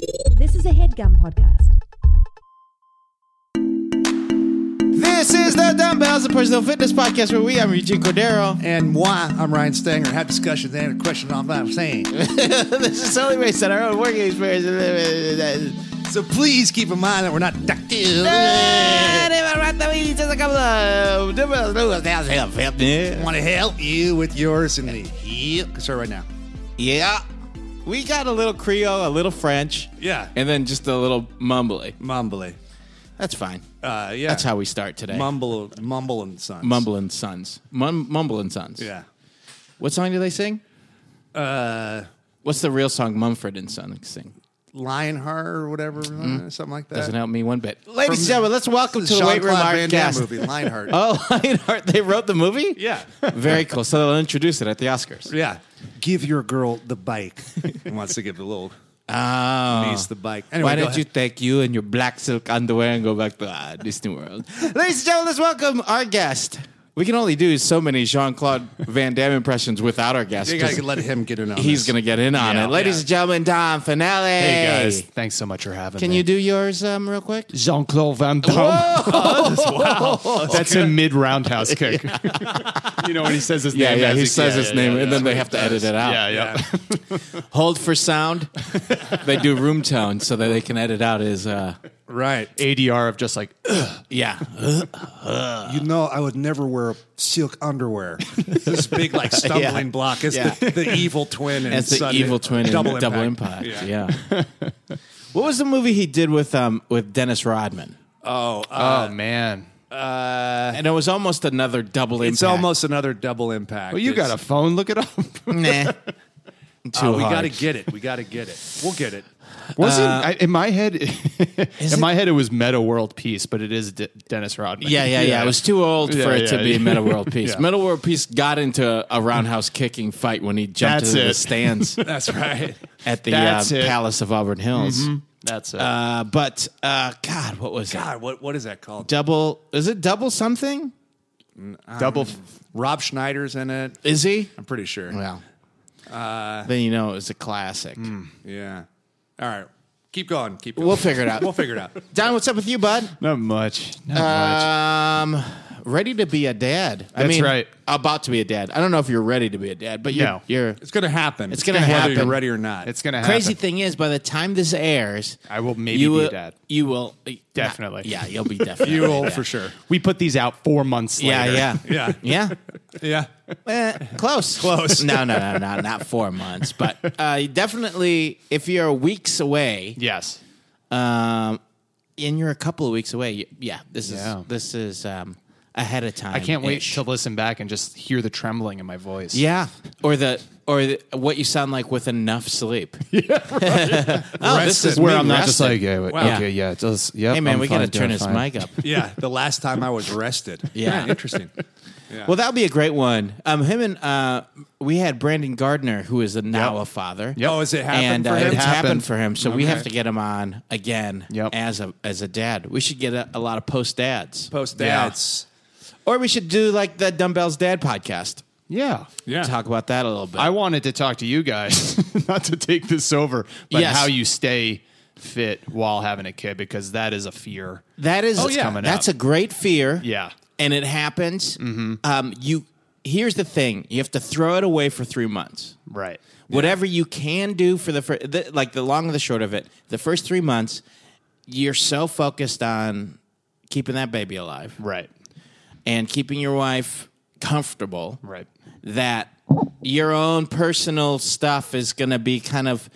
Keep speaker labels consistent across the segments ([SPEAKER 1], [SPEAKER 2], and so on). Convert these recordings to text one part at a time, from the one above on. [SPEAKER 1] a headgum podcast.
[SPEAKER 2] This is the Dumbbells, the Personal Fitness Podcast, where we, I'm Eugene Cordero.
[SPEAKER 3] And why I'm Ryan Stanger. Have discussions and questions on what I'm saying.
[SPEAKER 2] this is solely based on our own working experience.
[SPEAKER 3] so please keep in mind that we're not ductile.
[SPEAKER 2] Yeah,
[SPEAKER 3] Want to help you with yours and the hip. Start right now.
[SPEAKER 2] we got a little Creole, a little French,
[SPEAKER 3] Yeah.
[SPEAKER 2] and then just a little mumbly.
[SPEAKER 3] Mumbly.
[SPEAKER 2] That's fine.
[SPEAKER 3] Uh, yeah.
[SPEAKER 2] That's how we start today.
[SPEAKER 3] Mumble, mumble and sons.
[SPEAKER 2] Mumbling Sons. Mum- Mumbling Sons.
[SPEAKER 3] Yeah.
[SPEAKER 2] What song do they sing? Uh, What's the real song Mumford and Son sing?
[SPEAKER 3] Lionheart or whatever, uh, something like
[SPEAKER 2] Mm-hmm.
[SPEAKER 3] that.
[SPEAKER 2] Doesn't help me one bit. Ladies
[SPEAKER 3] From-
[SPEAKER 2] and gentlemen, let's welcome to
[SPEAKER 3] It's a
[SPEAKER 2] the Weight Room
[SPEAKER 3] Jean-Claude Van Damme
[SPEAKER 2] Podcast.
[SPEAKER 3] movie, Lionheart.
[SPEAKER 2] Oh, Lionheart, they wrote the movie?
[SPEAKER 3] Yeah.
[SPEAKER 2] Very cool. So they'll introduce it at the Oscars.
[SPEAKER 3] Yeah. Give your girl the bike. He wants to give the little
[SPEAKER 2] Oh.
[SPEAKER 3] niece the bike. Anyway,
[SPEAKER 2] Why
[SPEAKER 3] go
[SPEAKER 2] don't you
[SPEAKER 3] ahead.
[SPEAKER 2] take you and your black silk underwear and go back to ah, Disney World? Ladies and gentlemen, let's welcome our guest. We can only do so many Jean Claude Van Damme impressions without our guest.
[SPEAKER 3] You
[SPEAKER 2] 'cause
[SPEAKER 3] gotta let him get in on
[SPEAKER 2] He's
[SPEAKER 3] this.
[SPEAKER 2] going to get in on
[SPEAKER 4] Yeah.
[SPEAKER 2] it. Ladies
[SPEAKER 4] Yeah.
[SPEAKER 2] and gentlemen, Don Finale.
[SPEAKER 4] Hey guys, thanks so much for having
[SPEAKER 2] Can
[SPEAKER 4] me.
[SPEAKER 2] you do yours um, real quick?
[SPEAKER 4] Jean Claude Van Damme? That's a mid roundhouse kick. you know when he says his
[SPEAKER 2] Yeah,
[SPEAKER 4] name?
[SPEAKER 2] yeah,
[SPEAKER 4] as
[SPEAKER 2] he
[SPEAKER 4] a-
[SPEAKER 2] says his name, and then they have to edit it out.
[SPEAKER 4] Yeah, yeah.
[SPEAKER 2] Hold for sound. they do room tone so that they can edit out his. Uh,
[SPEAKER 3] Right.
[SPEAKER 4] ADR of just like oh,
[SPEAKER 2] yeah,
[SPEAKER 3] You know, I would never wear silk underwear. this big, like, stumbling
[SPEAKER 2] Yeah.
[SPEAKER 3] block is
[SPEAKER 2] Yeah.
[SPEAKER 3] the, the evil twin. And
[SPEAKER 2] That's the
[SPEAKER 3] sudden-
[SPEAKER 2] evil twin in Double Impact. Yeah. what was the movie he did with um with Dennis Rodman?
[SPEAKER 3] Oh, uh,
[SPEAKER 4] oh man. Uh,
[SPEAKER 2] And it was almost another double impact.
[SPEAKER 3] it's almost another double impact.
[SPEAKER 4] Well, you got a phone. Look it up. Uh,
[SPEAKER 2] nah. Too
[SPEAKER 3] we
[SPEAKER 2] hard.
[SPEAKER 3] got to get it. We got to get it. We'll get it.
[SPEAKER 4] Was it I, in my head? in
[SPEAKER 2] it-
[SPEAKER 4] my head, it was Meta World Peace, but it is D- Dennis Rodman.
[SPEAKER 2] yeah, yeah, yeah. It was too old
[SPEAKER 4] Yeah,
[SPEAKER 2] for it to
[SPEAKER 4] yeah,
[SPEAKER 2] be
[SPEAKER 4] yeah.
[SPEAKER 2] Metal World Peace.
[SPEAKER 4] Yeah.
[SPEAKER 2] Metal World Peace got into a roundhouse kicking fight when he jumped
[SPEAKER 4] That's
[SPEAKER 2] into the
[SPEAKER 4] it.
[SPEAKER 2] stands
[SPEAKER 3] That's right.
[SPEAKER 2] at the uh,
[SPEAKER 4] That's it. Mm-hmm.
[SPEAKER 2] Palace of Auburn Hills.
[SPEAKER 4] That's it.
[SPEAKER 2] Uh, but uh, God, what was it?
[SPEAKER 3] God, what, what is that called?
[SPEAKER 2] Double? Is it double something?
[SPEAKER 3] Mm,
[SPEAKER 4] Double. f-
[SPEAKER 3] Rob Schneider's in it.
[SPEAKER 2] Is he?
[SPEAKER 3] I'm pretty sure.
[SPEAKER 2] Well,
[SPEAKER 3] Uh,
[SPEAKER 2] then you know it was a classic.
[SPEAKER 3] Hmm. Yeah. All right. Keep going. Keep going.
[SPEAKER 2] We'll figure it out.
[SPEAKER 3] We'll figure it out.
[SPEAKER 2] Don, what's up with you, bud?
[SPEAKER 4] Not much. Not much.
[SPEAKER 2] Um, ready to be a dad. I
[SPEAKER 4] That's
[SPEAKER 2] mean,
[SPEAKER 4] right.
[SPEAKER 2] About to be a dad. I don't know if you're ready to be a dad, but
[SPEAKER 4] No.
[SPEAKER 2] you're. you're
[SPEAKER 3] It's going to happen.
[SPEAKER 2] It's gonna
[SPEAKER 3] whether
[SPEAKER 2] happen.
[SPEAKER 3] you're ready or not.
[SPEAKER 4] It's gonna happen.
[SPEAKER 2] crazy thing is, by the time this airs,
[SPEAKER 4] I will maybe
[SPEAKER 2] you
[SPEAKER 4] be a
[SPEAKER 2] will-
[SPEAKER 4] dad.
[SPEAKER 2] You will eh,
[SPEAKER 4] Definitely.
[SPEAKER 2] Yeah, you'll be definitely.
[SPEAKER 3] You will
[SPEAKER 2] a dad.
[SPEAKER 3] for sure.
[SPEAKER 4] We put these out four months
[SPEAKER 2] Yeah,
[SPEAKER 4] later.
[SPEAKER 2] yeah,
[SPEAKER 3] Yeah.
[SPEAKER 2] yeah.
[SPEAKER 3] Yeah.
[SPEAKER 2] Eh, close, close. No, no, no, no, not four months, but uh, definitely. If you're weeks away,
[SPEAKER 4] Yes.
[SPEAKER 2] Um, and you're a couple of weeks away. You- Yeah, this
[SPEAKER 4] Yeah.
[SPEAKER 2] is this is um, ahead of time.
[SPEAKER 4] I can't wait to listen back and just hear the trembling in my voice.
[SPEAKER 2] yeah, or the or the, what you sound like with enough sleep. Yeah, oh, this
[SPEAKER 3] Rested.
[SPEAKER 2] is
[SPEAKER 4] where
[SPEAKER 2] me
[SPEAKER 4] I'm not just
[SPEAKER 2] rested.
[SPEAKER 4] like, yeah, wait,
[SPEAKER 3] Wow.
[SPEAKER 4] okay, yeah, it does. Yep,
[SPEAKER 2] hey man,
[SPEAKER 4] I'm
[SPEAKER 2] we gotta
[SPEAKER 4] fine,
[SPEAKER 2] turn
[SPEAKER 4] doing
[SPEAKER 2] his
[SPEAKER 4] fine.
[SPEAKER 2] mic up.
[SPEAKER 3] Yeah. The last time I was rested.
[SPEAKER 2] Yeah.
[SPEAKER 3] Interesting. Yeah.
[SPEAKER 2] Well, that would be a great one. Um, him and uh, we had Brandon Gardner, who is a now
[SPEAKER 4] Yep.
[SPEAKER 2] a father.
[SPEAKER 4] Yep.
[SPEAKER 3] Oh, is it happened
[SPEAKER 2] And
[SPEAKER 3] for
[SPEAKER 2] uh,
[SPEAKER 3] him?
[SPEAKER 2] it's happened.
[SPEAKER 4] happened.
[SPEAKER 2] for him, so we have to get him on again
[SPEAKER 4] Yep.
[SPEAKER 2] as a as a dad. We should get a, a lot of post dads,
[SPEAKER 3] Post
[SPEAKER 4] Yeah.
[SPEAKER 3] dads.
[SPEAKER 2] or we should do like the Dumbbells Dad podcast.
[SPEAKER 4] Yeah.
[SPEAKER 3] Yeah.
[SPEAKER 2] Talk about that a little bit.
[SPEAKER 4] I wanted to talk to you guys, not to take this over, but
[SPEAKER 2] Yes.
[SPEAKER 4] how you stay fit while having a kid because that is a fear.
[SPEAKER 2] That is
[SPEAKER 4] yeah. coming
[SPEAKER 2] Oh, that's
[SPEAKER 4] up.
[SPEAKER 2] a great fear.
[SPEAKER 4] Yeah.
[SPEAKER 2] And it happens. Um, you here's the thing. You have to throw it away for three months.
[SPEAKER 4] Right.
[SPEAKER 2] Whatever you can do for the, fir- the like the long and the short of it, the first three months, you're so focused on keeping that baby alive
[SPEAKER 4] Right.
[SPEAKER 2] and keeping your wife comfortable
[SPEAKER 4] Right.
[SPEAKER 2] that your own personal stuff is going to be kind of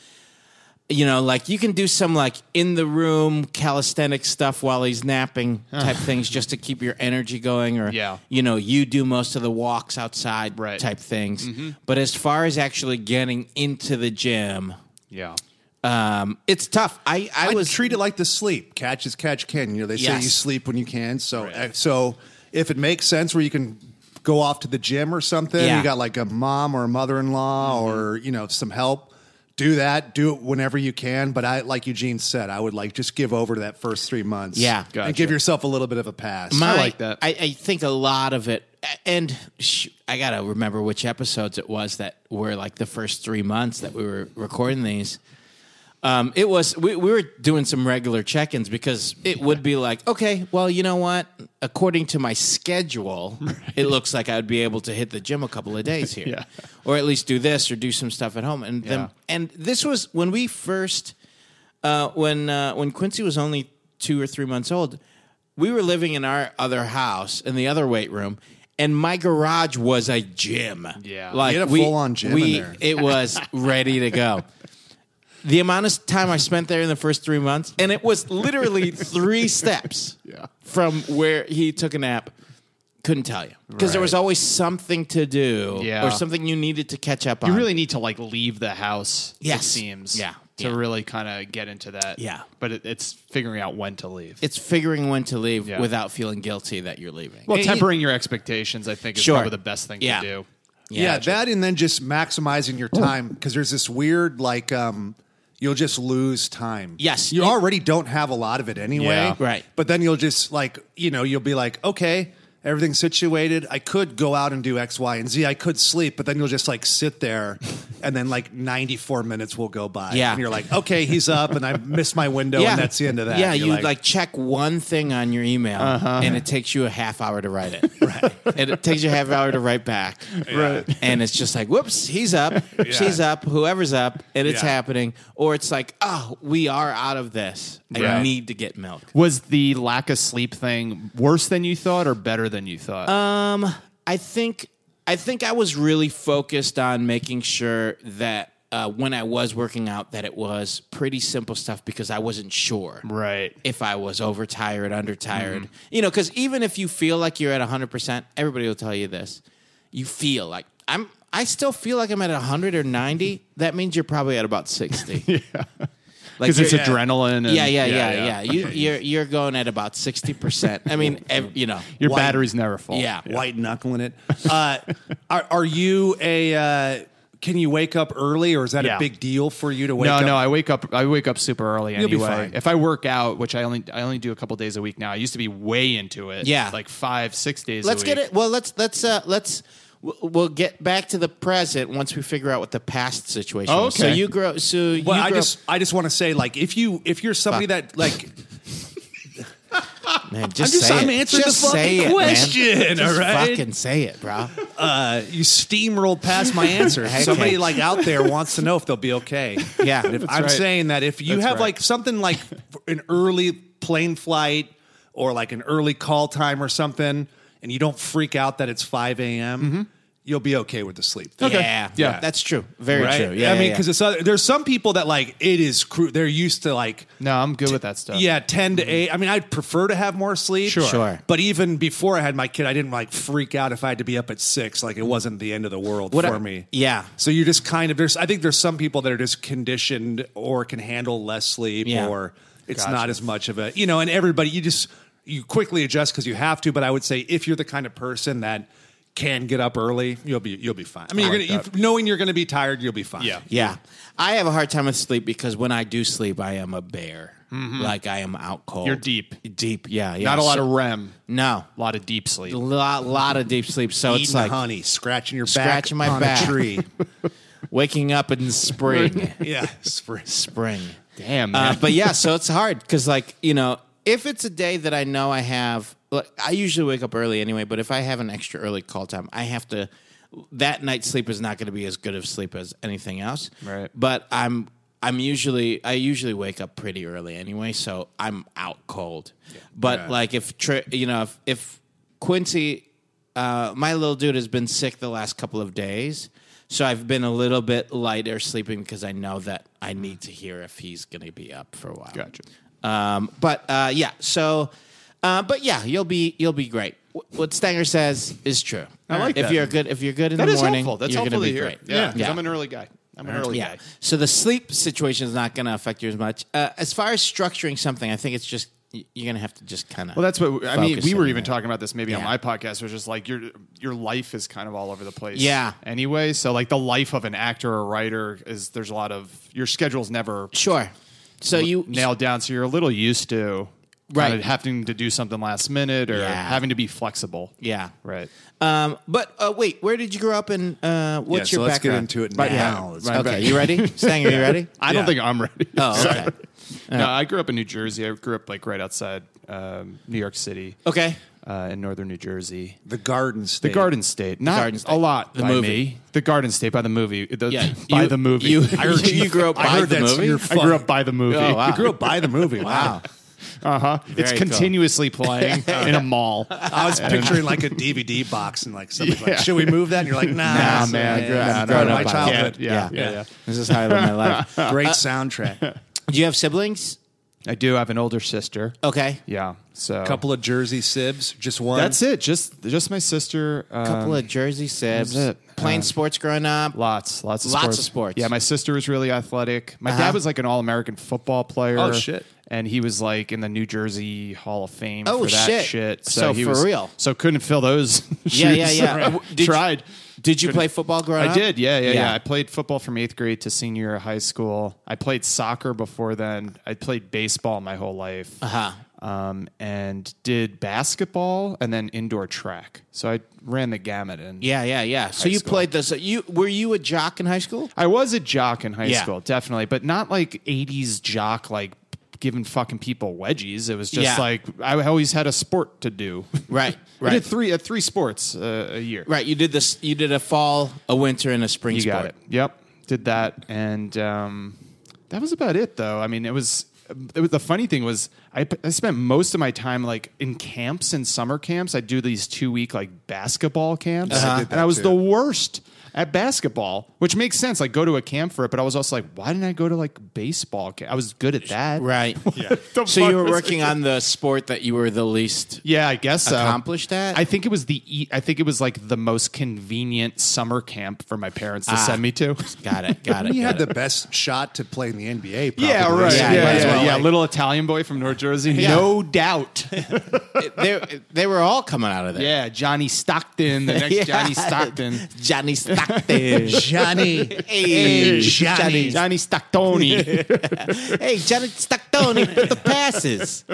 [SPEAKER 2] you know like you can do some like in the room calisthenic stuff while he's napping type things just to keep your energy going or
[SPEAKER 4] Yeah.
[SPEAKER 2] you know you do most of the walks outside
[SPEAKER 4] Right. Mm-hmm.
[SPEAKER 2] type things but as far as actually getting into the gym
[SPEAKER 4] Yeah.
[SPEAKER 2] um, it's tough i i,
[SPEAKER 3] I
[SPEAKER 2] was
[SPEAKER 3] was treat it like the sleep. Catch as catch can. You know, they say
[SPEAKER 2] Yes.
[SPEAKER 3] you sleep when you can. So uh, so if it makes sense where you can go off to the gym or something,
[SPEAKER 2] Yeah. Mm-hmm.
[SPEAKER 3] you got like a mom or a mother in law or you know some help. Do that. Do it whenever you can. But I, like Eugene said, I would like just give over to that first three months.
[SPEAKER 2] Yeah.
[SPEAKER 4] Gotcha.
[SPEAKER 3] and give yourself a little bit of a pass.
[SPEAKER 2] My-
[SPEAKER 4] like that.
[SPEAKER 2] I, I think a lot of it, and sh- I gotta remember which episodes it was that were like the first three months that we were recording these. Um, it was we, we were doing some regular check-ins because it would be like, okay, well, you know what? According to my schedule, it looks like I would be able to hit the gym a couple of days here,
[SPEAKER 4] Yeah.
[SPEAKER 2] or at least do this or do some stuff at home. And then, and this was when we first uh, when uh, when Quincy was only two or three months old, we were living in our other house in the other weight room, and my garage was a gym.
[SPEAKER 4] Yeah.
[SPEAKER 2] like
[SPEAKER 3] You had a
[SPEAKER 2] we-
[SPEAKER 3] full-on gym in
[SPEAKER 2] we-
[SPEAKER 3] there.
[SPEAKER 2] It was ready to go. The amount of time I spent there in the first three months, and it was literally three steps
[SPEAKER 4] Yeah.
[SPEAKER 2] from where he took a nap. Couldn't tell you because there
[SPEAKER 4] Right.
[SPEAKER 2] was always something to do
[SPEAKER 4] Yeah.
[SPEAKER 2] or something you needed to catch up on.
[SPEAKER 4] You really need to like leave the house.
[SPEAKER 2] Uh, Yes.
[SPEAKER 4] It seems.
[SPEAKER 2] Yeah.
[SPEAKER 4] To
[SPEAKER 2] Yeah.
[SPEAKER 4] really kind of get into that.
[SPEAKER 2] Yeah.
[SPEAKER 4] But it, it's figuring out when to leave.
[SPEAKER 2] it's figuring when to leave
[SPEAKER 4] Yeah.
[SPEAKER 2] without feeling guilty that you're leaving.
[SPEAKER 4] well,
[SPEAKER 2] And-
[SPEAKER 4] tempering your expectations, I think, is
[SPEAKER 2] Sure.
[SPEAKER 4] probably the best thing
[SPEAKER 2] Yeah.
[SPEAKER 4] to do.
[SPEAKER 3] Yeah, that and then just maximizing your time because there's this weird like um you'll just lose time.
[SPEAKER 2] Yes.
[SPEAKER 3] You
[SPEAKER 2] You-
[SPEAKER 3] already don't have a lot of it anyway.
[SPEAKER 4] Yeah.
[SPEAKER 2] Right.
[SPEAKER 3] But then you'll just like, you know, you'll be like, okay, everything's situated. I could go out and do X, Y, and Z. I could sleep, but then you'll just like sit there and then like 94 minutes will go by.
[SPEAKER 2] Yeah.
[SPEAKER 3] And you're like, okay, he's up and I missed my window Oh, and that's the end of that.
[SPEAKER 2] Yeah,
[SPEAKER 3] You're Uh-huh.
[SPEAKER 2] you like, check one thing on your email, and it takes you a half hour to write it. right, and it takes you a half hour to write back. Right, and it's just like, whoops, he's up, she's up, whoever's up, and it's
[SPEAKER 3] Yeah.
[SPEAKER 2] happening. Or it's like, oh, we are out of this. I
[SPEAKER 4] Right.
[SPEAKER 2] need to get milk.
[SPEAKER 4] Was the lack of sleep thing worse than you thought or better than you thought?
[SPEAKER 2] Uh, I think I think I was really focused on making sure that uh, when I was working out, that it was pretty simple stuff because I wasn't sure.
[SPEAKER 4] right.
[SPEAKER 2] if I was overtired, undertired.
[SPEAKER 3] Mm-hmm.
[SPEAKER 2] You know, because even if you feel like you're at 100%, everybody will tell you this. You feel like I'm, I still feel like I'm at 100 or 90. That means you're probably at about 60. yeah. Like
[SPEAKER 4] Because it's
[SPEAKER 2] you're-
[SPEAKER 4] adrenaline. And,
[SPEAKER 2] yeah, yeah, yeah, yeah. You, you're, you're going at about 60%. I mean, ev- you know.
[SPEAKER 4] Your
[SPEAKER 3] Why-
[SPEAKER 4] batteries never fall.
[SPEAKER 2] Yeah.
[SPEAKER 3] white knuckling it. Uh, are, are you a? Uh, can you wake up early, or is that
[SPEAKER 4] Yeah.
[SPEAKER 3] a big deal for you to wake
[SPEAKER 4] no,
[SPEAKER 3] up?
[SPEAKER 4] no. I wake up. I wake up super early
[SPEAKER 3] be
[SPEAKER 4] anyway.
[SPEAKER 3] fine.
[SPEAKER 4] If I work out, which I only I only do a couple days a week now. I used to be way into it.
[SPEAKER 2] Yeah.
[SPEAKER 4] like five, six days.
[SPEAKER 2] Let's
[SPEAKER 4] a
[SPEAKER 2] get
[SPEAKER 4] week.
[SPEAKER 2] it. Well, let's, let's, uh, let's, we'll- we'll get back to the present once we figure out what the past situation
[SPEAKER 4] Oh,
[SPEAKER 2] was. So
[SPEAKER 4] okay.
[SPEAKER 2] you grow, so you
[SPEAKER 3] Well, I
[SPEAKER 2] grow
[SPEAKER 3] just, I just want to say, like, if you, if you're somebody that, like,
[SPEAKER 2] Man, just
[SPEAKER 3] just-
[SPEAKER 2] say
[SPEAKER 3] I'm
[SPEAKER 2] it.
[SPEAKER 3] answering the
[SPEAKER 2] Just
[SPEAKER 3] fucking
[SPEAKER 2] say it, man.
[SPEAKER 3] question,
[SPEAKER 2] Just
[SPEAKER 3] all right?
[SPEAKER 2] fucking say it, bro.
[SPEAKER 3] uh, you steamrolled past my answer. If Somebody
[SPEAKER 2] Okay.
[SPEAKER 3] like out there wants to know if they'll be okay.
[SPEAKER 2] Yeah.
[SPEAKER 3] But if, I'm
[SPEAKER 4] right.
[SPEAKER 3] saying that if you
[SPEAKER 4] That's
[SPEAKER 3] have
[SPEAKER 4] right.
[SPEAKER 3] like something like an early plane flight or like an early call time or something, and you don't freak out that it's 5 a.m.,
[SPEAKER 4] Mm-hmm.
[SPEAKER 3] you'll be okay with the sleep. thing.
[SPEAKER 2] Yeah,
[SPEAKER 4] Yeah.
[SPEAKER 2] that's true. Very
[SPEAKER 3] right?
[SPEAKER 2] true. Yeah,
[SPEAKER 3] I mean,
[SPEAKER 2] yeah,
[SPEAKER 3] because it's other, there's some people that like it is cru- they're used to like
[SPEAKER 4] No, I'm good with that stuff.
[SPEAKER 3] yeah, 10 to 8. I mean, I'd prefer to have more sleep.
[SPEAKER 4] Sure.
[SPEAKER 2] Mm-hmm. Sure.
[SPEAKER 3] But even before I had my kid, I didn't like freak out if I had to be up at 6, like it wasn't the end of the world
[SPEAKER 2] What
[SPEAKER 3] for
[SPEAKER 2] I-
[SPEAKER 3] me.
[SPEAKER 2] yeah.
[SPEAKER 3] So you're just kind of there's I think there's some people that are just conditioned or can handle less sleep
[SPEAKER 2] Yeah.
[SPEAKER 3] or it's
[SPEAKER 4] Gotcha.
[SPEAKER 3] not as much of a, you know, and everybody you just you quickly adjust cuz you have to, but I would say if you're the kind of person that can get up early, you'll be you'll be fine. I mean,
[SPEAKER 4] I
[SPEAKER 3] you're
[SPEAKER 4] like
[SPEAKER 3] going to
[SPEAKER 4] that.
[SPEAKER 3] knowing you're going to be tired, you'll be fine.
[SPEAKER 4] Yeah.
[SPEAKER 2] yeah. I have a hard time with sleep because when I do sleep, I am a bear. Like I am out cold.
[SPEAKER 4] You're deep.
[SPEAKER 2] deep. Yeah, yeah.
[SPEAKER 4] Not a lot
[SPEAKER 2] So-
[SPEAKER 4] of REM.
[SPEAKER 2] no,
[SPEAKER 4] A lot of deep
[SPEAKER 2] a
[SPEAKER 4] sleep.
[SPEAKER 2] lot, lot of deep sleep. So
[SPEAKER 3] Eating
[SPEAKER 2] it's like
[SPEAKER 3] honey, scratching your
[SPEAKER 2] Scratching
[SPEAKER 3] back
[SPEAKER 2] my
[SPEAKER 3] on
[SPEAKER 2] back.
[SPEAKER 3] a tree.
[SPEAKER 2] waking up in spring.
[SPEAKER 3] yeah, spring.
[SPEAKER 2] spring.
[SPEAKER 4] Damn.
[SPEAKER 2] Uh,
[SPEAKER 4] Man.
[SPEAKER 2] but yeah, so it's hard because, like, you know, if it's a day that I know I have, like, I usually wake up early anyway, but if I have an extra early call time, I have to, that night's sleep is not going to be as good of sleep as anything else.
[SPEAKER 4] Right.
[SPEAKER 2] But I'm, I'm usually, I usually wake up pretty early anyway, so I'm out cold. But,
[SPEAKER 3] Yeah.
[SPEAKER 2] like, if, tri- you know, if, if Quincy, uh, my little dude has been sick the last couple of days. So I've been a little bit lighter sleeping because I know that I need to hear if he's going to be up for a while.
[SPEAKER 4] Gotcha.
[SPEAKER 2] Um, but uh, yeah, so uh, but yeah, you'll be you'll be great. Wh- What Stanger says is true. I
[SPEAKER 4] like
[SPEAKER 2] if
[SPEAKER 4] that.
[SPEAKER 2] you're good if you're good in
[SPEAKER 4] That
[SPEAKER 2] the
[SPEAKER 4] is
[SPEAKER 2] morning.
[SPEAKER 4] helpful. That's
[SPEAKER 2] you're gonna
[SPEAKER 4] helpful
[SPEAKER 2] be
[SPEAKER 4] to hear.
[SPEAKER 2] Great.
[SPEAKER 4] Yeah, because I'm an early guy. I'm an early
[SPEAKER 2] Yeah.
[SPEAKER 4] guy.
[SPEAKER 2] So the sleep situation is not going to affect you as much. Uh, as far as structuring something, I think it's just y- you're going to have to just kind of.
[SPEAKER 4] Well, that's what I mean.
[SPEAKER 2] Focus
[SPEAKER 4] We were
[SPEAKER 2] on
[SPEAKER 4] even
[SPEAKER 2] that.
[SPEAKER 4] talking about this maybe on
[SPEAKER 2] Yeah.
[SPEAKER 4] my podcast, which is like your your life is kind of all over the place.
[SPEAKER 2] Yeah.
[SPEAKER 4] Anyway, so like the life of an actor or writer is there's a lot of your schedule's never
[SPEAKER 2] sure. So you
[SPEAKER 4] nailed down, so you're a little used to
[SPEAKER 2] Right.
[SPEAKER 4] Kind of having to do something last minute or
[SPEAKER 2] Yeah.
[SPEAKER 4] having to be flexible.
[SPEAKER 2] Yeah.
[SPEAKER 4] Right.
[SPEAKER 2] Um, but uh, wait, where did you grow up and uh, what's
[SPEAKER 3] Yeah, so
[SPEAKER 2] your
[SPEAKER 3] let's get
[SPEAKER 2] background?
[SPEAKER 3] into it
[SPEAKER 2] Right
[SPEAKER 3] now.
[SPEAKER 2] now.
[SPEAKER 3] Let's get
[SPEAKER 2] okay,
[SPEAKER 3] back-
[SPEAKER 2] you ready? Stang, are you ready?
[SPEAKER 4] I
[SPEAKER 3] Yeah.
[SPEAKER 4] don't think I'm ready.
[SPEAKER 2] Oh, okay.
[SPEAKER 4] No, I grew up in New Jersey. I grew up like right outside um, New York City,
[SPEAKER 2] Okay.
[SPEAKER 4] uh, in northern New Jersey.
[SPEAKER 3] The Garden State.
[SPEAKER 4] The Garden State, not
[SPEAKER 2] Garden State.
[SPEAKER 4] a lot.
[SPEAKER 2] The
[SPEAKER 4] by
[SPEAKER 2] movie.
[SPEAKER 4] me. the Garden State by the movie. The-
[SPEAKER 2] Yeah,
[SPEAKER 4] by
[SPEAKER 2] you-
[SPEAKER 4] the movie.
[SPEAKER 2] you- you grew up
[SPEAKER 3] I
[SPEAKER 2] by
[SPEAKER 3] heard
[SPEAKER 2] the
[SPEAKER 3] that's
[SPEAKER 2] movie?
[SPEAKER 3] Your
[SPEAKER 4] I grew up by the movie.
[SPEAKER 2] Oh, wow.
[SPEAKER 3] You grew up by the movie. Wow.
[SPEAKER 4] Uh huh. It's
[SPEAKER 2] cool.
[SPEAKER 4] continuously playing in a mall.
[SPEAKER 3] I was picturing like a DVD box and like something
[SPEAKER 4] Yeah.
[SPEAKER 3] like, should we move that? And you're like, nah,
[SPEAKER 4] Nah,
[SPEAKER 3] it's-
[SPEAKER 4] man,
[SPEAKER 3] yeah,
[SPEAKER 4] grow-
[SPEAKER 3] it's
[SPEAKER 4] nah,
[SPEAKER 3] part
[SPEAKER 4] nah,
[SPEAKER 3] of my
[SPEAKER 4] nah,
[SPEAKER 3] childhood.
[SPEAKER 4] yeah.
[SPEAKER 2] yeah,
[SPEAKER 3] yeah.
[SPEAKER 2] This is how I live my life.
[SPEAKER 3] Great soundtrack.
[SPEAKER 2] Do you have siblings?
[SPEAKER 4] I do have an older sister.
[SPEAKER 2] Okay.
[SPEAKER 4] Yeah. So
[SPEAKER 3] Couple of Jersey sibs, just one.
[SPEAKER 4] That's it. Just just my sister. Um,
[SPEAKER 2] couple of Jersey sibs.
[SPEAKER 4] that's it.
[SPEAKER 2] Playing
[SPEAKER 4] Uh,
[SPEAKER 2] sports growing up.
[SPEAKER 4] Lots, lots of
[SPEAKER 2] Lots
[SPEAKER 4] sports.
[SPEAKER 2] of sports.
[SPEAKER 4] Yeah, my sister was really athletic. My
[SPEAKER 2] Uh-huh.
[SPEAKER 4] dad was like an all-American football player.
[SPEAKER 3] Oh, shit.
[SPEAKER 4] And he was like in the New Jersey Hall of Fame
[SPEAKER 2] Oh,
[SPEAKER 4] for that
[SPEAKER 2] shit.
[SPEAKER 4] shit.
[SPEAKER 2] So
[SPEAKER 4] he
[SPEAKER 2] for
[SPEAKER 4] was,
[SPEAKER 2] real.
[SPEAKER 4] So couldn't fill those.
[SPEAKER 2] Yeah, yeah,
[SPEAKER 4] shoes.
[SPEAKER 2] yeah.
[SPEAKER 4] Right.
[SPEAKER 2] Uh, w- did you-
[SPEAKER 4] Tried.
[SPEAKER 2] Did you play football growing up?
[SPEAKER 4] I did. Yeah, yeah, yeah,
[SPEAKER 2] Yeah.
[SPEAKER 4] I played football from eighth grade to senior year of high school. I played soccer before then. I played baseball my whole life.
[SPEAKER 2] Uh-huh.
[SPEAKER 4] Um, and did basketball and then indoor track. So I ran the gamut. And
[SPEAKER 2] Yeah, yeah, yeah. So
[SPEAKER 4] High
[SPEAKER 2] you
[SPEAKER 4] school.
[SPEAKER 2] played this. You were you a jock in high school?
[SPEAKER 4] I was a jock in high
[SPEAKER 2] Yeah.
[SPEAKER 4] school, definitely, but not like '80s jock, like giving fucking people wedgies. It was just
[SPEAKER 2] Yeah.
[SPEAKER 4] like I always had a sport to do.
[SPEAKER 2] Right,
[SPEAKER 4] I
[SPEAKER 2] right.
[SPEAKER 4] did three at three sports uh, a year.
[SPEAKER 2] Right. You did this. You did a fall, a winter, and a spring
[SPEAKER 4] You
[SPEAKER 2] sport.
[SPEAKER 4] got it. Yep, did that, and um, that was about it. Though I mean, it was. It was, the funny thing was, I, p- I spent most of my time like in camps and summer camps. I do these two week like basketball camps,
[SPEAKER 3] I did that
[SPEAKER 4] and I was
[SPEAKER 3] too.
[SPEAKER 4] the worst at basketball, which makes sense. Like go to a camp for it, but I was also like, why didn't I go to like baseball? Camp? I was good at that,
[SPEAKER 2] Right.
[SPEAKER 3] Yeah.
[SPEAKER 4] The
[SPEAKER 2] So
[SPEAKER 4] fuck
[SPEAKER 2] you were
[SPEAKER 4] was-
[SPEAKER 2] working on the sport that you were the least.
[SPEAKER 4] Yeah, I guess so.
[SPEAKER 2] Accomplished at?
[SPEAKER 4] I think it was the e- I think it was like the most convenient summer camp for my parents
[SPEAKER 2] Ah.
[SPEAKER 4] to send me to.
[SPEAKER 2] Got it. Got it.
[SPEAKER 3] He
[SPEAKER 2] got
[SPEAKER 3] had
[SPEAKER 2] it.
[SPEAKER 3] the best shot to play in the NBA. Probably.
[SPEAKER 4] Yeah, right.
[SPEAKER 2] Yeah,
[SPEAKER 3] So
[SPEAKER 4] Yeah, yeah,
[SPEAKER 3] might
[SPEAKER 4] yeah,
[SPEAKER 3] as well, like,
[SPEAKER 4] Little Italian boy from North Jersey,
[SPEAKER 2] Yeah.
[SPEAKER 4] no doubt.
[SPEAKER 2] they, they were all coming out of there.
[SPEAKER 4] yeah, Johnny Stockton, the next
[SPEAKER 2] Yeah.
[SPEAKER 4] Johnny Stockton,
[SPEAKER 2] Johnny Stockton.
[SPEAKER 3] Johnny.
[SPEAKER 2] hey,
[SPEAKER 3] Hey, Johnny.
[SPEAKER 2] Johnny.
[SPEAKER 4] Johnny Stocktoni.
[SPEAKER 2] Hey, Johnny Stockton. He put the passes.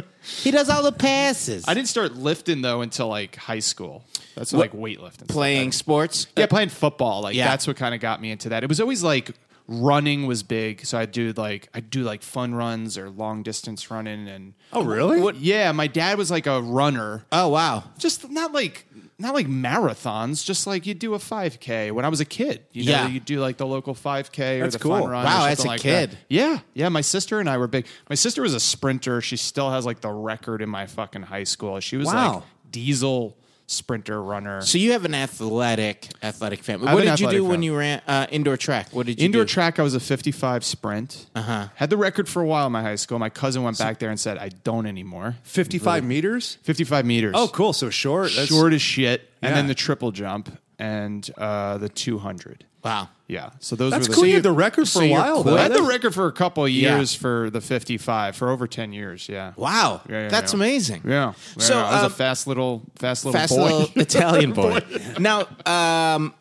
[SPEAKER 2] He does all the passes.
[SPEAKER 4] I didn't start lifting though until like high school. That's
[SPEAKER 2] What-
[SPEAKER 4] like weightlifting,
[SPEAKER 2] playing sports.
[SPEAKER 4] yeah, playing football. Like
[SPEAKER 2] Yeah.
[SPEAKER 4] that's what kind of got me into that. It was always like running was big, so I do like I do like fun runs or long distance running and.
[SPEAKER 3] Oh, really?
[SPEAKER 4] Yeah, my dad was like a runner.
[SPEAKER 2] Oh wow.
[SPEAKER 4] just not like not like marathons, just like you do a 5K when I was a kid. You know,
[SPEAKER 2] Yeah.
[SPEAKER 4] you do like the local 5K or
[SPEAKER 3] That's
[SPEAKER 4] the
[SPEAKER 3] cool.
[SPEAKER 4] fun run. or
[SPEAKER 2] Wow, as
[SPEAKER 4] something
[SPEAKER 2] a
[SPEAKER 4] like
[SPEAKER 2] kid.
[SPEAKER 4] that. Yeah, yeah. My sister and I were big. My sister was a sprinter. She still has like the record in my fucking high school. She was
[SPEAKER 3] Wow.
[SPEAKER 4] like diesel sprinter runner.
[SPEAKER 2] So you have an athletic athletic family.
[SPEAKER 4] I have
[SPEAKER 2] What
[SPEAKER 4] an
[SPEAKER 2] did you do
[SPEAKER 4] athletic
[SPEAKER 2] when
[SPEAKER 4] family.
[SPEAKER 2] you ran uh, indoor track? What did you
[SPEAKER 4] Indoor
[SPEAKER 2] do?
[SPEAKER 4] track, I was a 55 sprint. Uh-huh. Had the record for a while in my high school. My cousin went back there and said, "I don't anymore."
[SPEAKER 3] 55 meters?
[SPEAKER 4] 55 meters.
[SPEAKER 3] Oh, cool. So short. That's,
[SPEAKER 4] short as shit.
[SPEAKER 3] Yeah.
[SPEAKER 4] And then the triple jump and uh, the 200.
[SPEAKER 2] Wow.
[SPEAKER 4] Yeah. So those
[SPEAKER 3] That's
[SPEAKER 4] were the
[SPEAKER 3] cool. you had the record for
[SPEAKER 2] so
[SPEAKER 3] a
[SPEAKER 2] you're
[SPEAKER 3] while,
[SPEAKER 2] quick.
[SPEAKER 3] though.
[SPEAKER 4] I had the
[SPEAKER 3] That's-
[SPEAKER 4] record for a couple of
[SPEAKER 2] Yeah.
[SPEAKER 4] years for the 55 for over 10 years. Yeah.
[SPEAKER 2] Wow.
[SPEAKER 4] Yeah, yeah,
[SPEAKER 2] That's
[SPEAKER 4] yeah.
[SPEAKER 2] amazing.
[SPEAKER 4] Yeah.
[SPEAKER 2] So,
[SPEAKER 4] So I was
[SPEAKER 2] um,
[SPEAKER 4] a fast little, fast little
[SPEAKER 2] Fast
[SPEAKER 4] boy.
[SPEAKER 2] little Italian boy. now, um,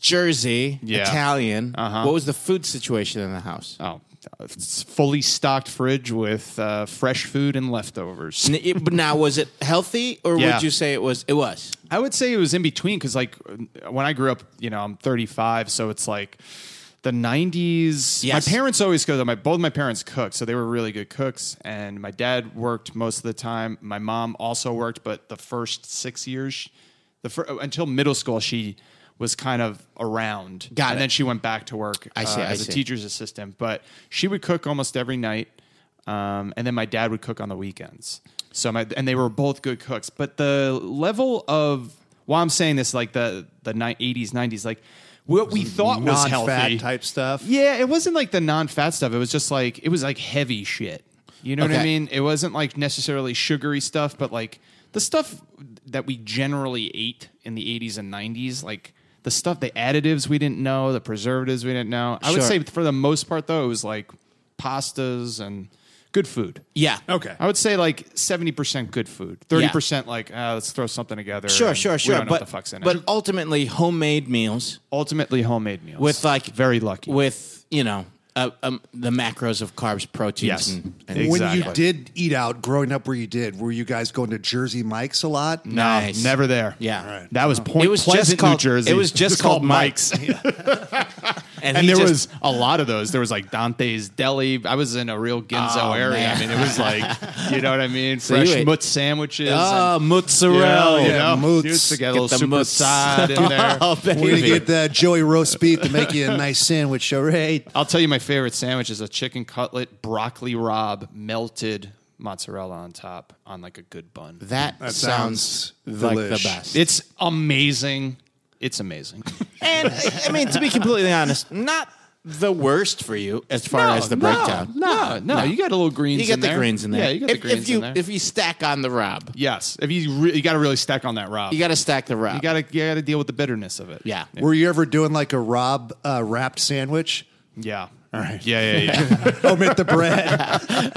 [SPEAKER 2] Jersey,
[SPEAKER 4] Yeah. Uh-huh.
[SPEAKER 2] Italian. What was the food situation in the house?
[SPEAKER 4] oh, it's fully stocked fridge with uh, fresh food and leftovers.
[SPEAKER 2] N- it- but now, was it healthy, or
[SPEAKER 4] Yeah.
[SPEAKER 2] would you say it was? It was.
[SPEAKER 4] I would say it was in between because, like, when I grew up, you know, I'm 35, so it's like the 90s.
[SPEAKER 2] Yes.
[SPEAKER 4] My parents always go. My both my parents cooked, so they were really good cooks. And my dad worked most of the time. My mom also worked, but the first six years, the fir- until middle school, she was kind of around.
[SPEAKER 2] Got it.
[SPEAKER 4] and then she went back to work
[SPEAKER 2] I see, I
[SPEAKER 4] uh, as
[SPEAKER 2] see.
[SPEAKER 4] a teacher's assistant. But she would cook almost every night, um, and then my dad would cook on the weekends. So my and they were both good cooks. But the level of while I'm saying this, like the the ni- 80s, 90s, like what we thought was healthy
[SPEAKER 3] non-fat type stuff.
[SPEAKER 4] Yeah, it wasn't like the non-fat stuff. It was just like it was like heavy shit. You know what
[SPEAKER 2] Okay.
[SPEAKER 4] I mean? It wasn't like necessarily sugary stuff, but like the stuff that we generally ate in the 80s and 90s, like the stuff, the additives we didn't know, the preservatives we didn't know. I would
[SPEAKER 2] Sure.
[SPEAKER 4] say for the most part, though, it was like pastas and good food.
[SPEAKER 2] Yeah.
[SPEAKER 3] Okay.
[SPEAKER 4] I would say like seventy percent good food, thirty percent like ah, let's throw something together.
[SPEAKER 2] Sure,
[SPEAKER 4] and
[SPEAKER 2] sure,
[SPEAKER 4] we
[SPEAKER 2] sure.
[SPEAKER 4] don't know
[SPEAKER 2] but
[SPEAKER 4] what the fuck's in it.
[SPEAKER 2] but ultimately, homemade meals
[SPEAKER 4] ultimately homemade meals
[SPEAKER 2] with like
[SPEAKER 4] very lucky
[SPEAKER 2] with you know uh, um, the macros of carbs, proteins,
[SPEAKER 4] Yes.
[SPEAKER 2] and, and
[SPEAKER 4] Exactly.
[SPEAKER 3] When you did eat out growing up where you did, were you guys going to Jersey Mike's a lot?
[SPEAKER 4] No,
[SPEAKER 2] Nice.
[SPEAKER 4] never there.
[SPEAKER 2] Yeah. Right.
[SPEAKER 4] that was Point
[SPEAKER 2] It was just
[SPEAKER 4] Pleasant, New
[SPEAKER 2] called-
[SPEAKER 4] Jersey.
[SPEAKER 2] it was just called Mike's.
[SPEAKER 4] and
[SPEAKER 2] he
[SPEAKER 4] there
[SPEAKER 2] just-
[SPEAKER 4] was a lot of those. There was like Dante's Deli. I was in a real Ginzo
[SPEAKER 2] Oh,
[SPEAKER 4] area. I mean, it was like you know what I mean. Fresh
[SPEAKER 2] you ate-
[SPEAKER 4] mutz sandwiches.
[SPEAKER 2] Ah,
[SPEAKER 4] and,
[SPEAKER 2] mozzarella.
[SPEAKER 4] you
[SPEAKER 3] yeah,
[SPEAKER 4] know,
[SPEAKER 3] mutz.
[SPEAKER 4] you used to get a
[SPEAKER 2] Get
[SPEAKER 4] little
[SPEAKER 2] the
[SPEAKER 4] super
[SPEAKER 2] mutz.
[SPEAKER 4] side in there.
[SPEAKER 2] Oh,
[SPEAKER 3] We're going to
[SPEAKER 2] baby.
[SPEAKER 3] get the Joey roast beef to make you a nice sandwich. All right.
[SPEAKER 4] I'll tell you my favorite sandwich is a chicken cutlet, broccoli rob, melted mozzarella on top on like a good bun.
[SPEAKER 2] That,
[SPEAKER 3] That
[SPEAKER 2] sounds,
[SPEAKER 3] sounds
[SPEAKER 2] like
[SPEAKER 3] delish.
[SPEAKER 2] the best.
[SPEAKER 4] It's amazing. It's amazing.
[SPEAKER 2] and I mean, to be completely honest, not the worst for you as far as the breakdown.
[SPEAKER 4] No, no, You got a little greens.
[SPEAKER 2] You get
[SPEAKER 4] in
[SPEAKER 2] the
[SPEAKER 4] there.
[SPEAKER 2] greens in there.
[SPEAKER 4] Yeah, you got
[SPEAKER 2] if,
[SPEAKER 4] the greens
[SPEAKER 2] if you
[SPEAKER 4] in there.
[SPEAKER 2] if you stack on the rob,
[SPEAKER 4] yes, if you re- you got to really stack on that rob.
[SPEAKER 2] you got to stack the rob.
[SPEAKER 4] you got to you got to deal with the bitterness of it.
[SPEAKER 2] yeah.
[SPEAKER 3] Were you ever doing like a Rob uh, wrapped sandwich?
[SPEAKER 4] Yeah. All right. Yeah, yeah, yeah.
[SPEAKER 3] Omit the bread.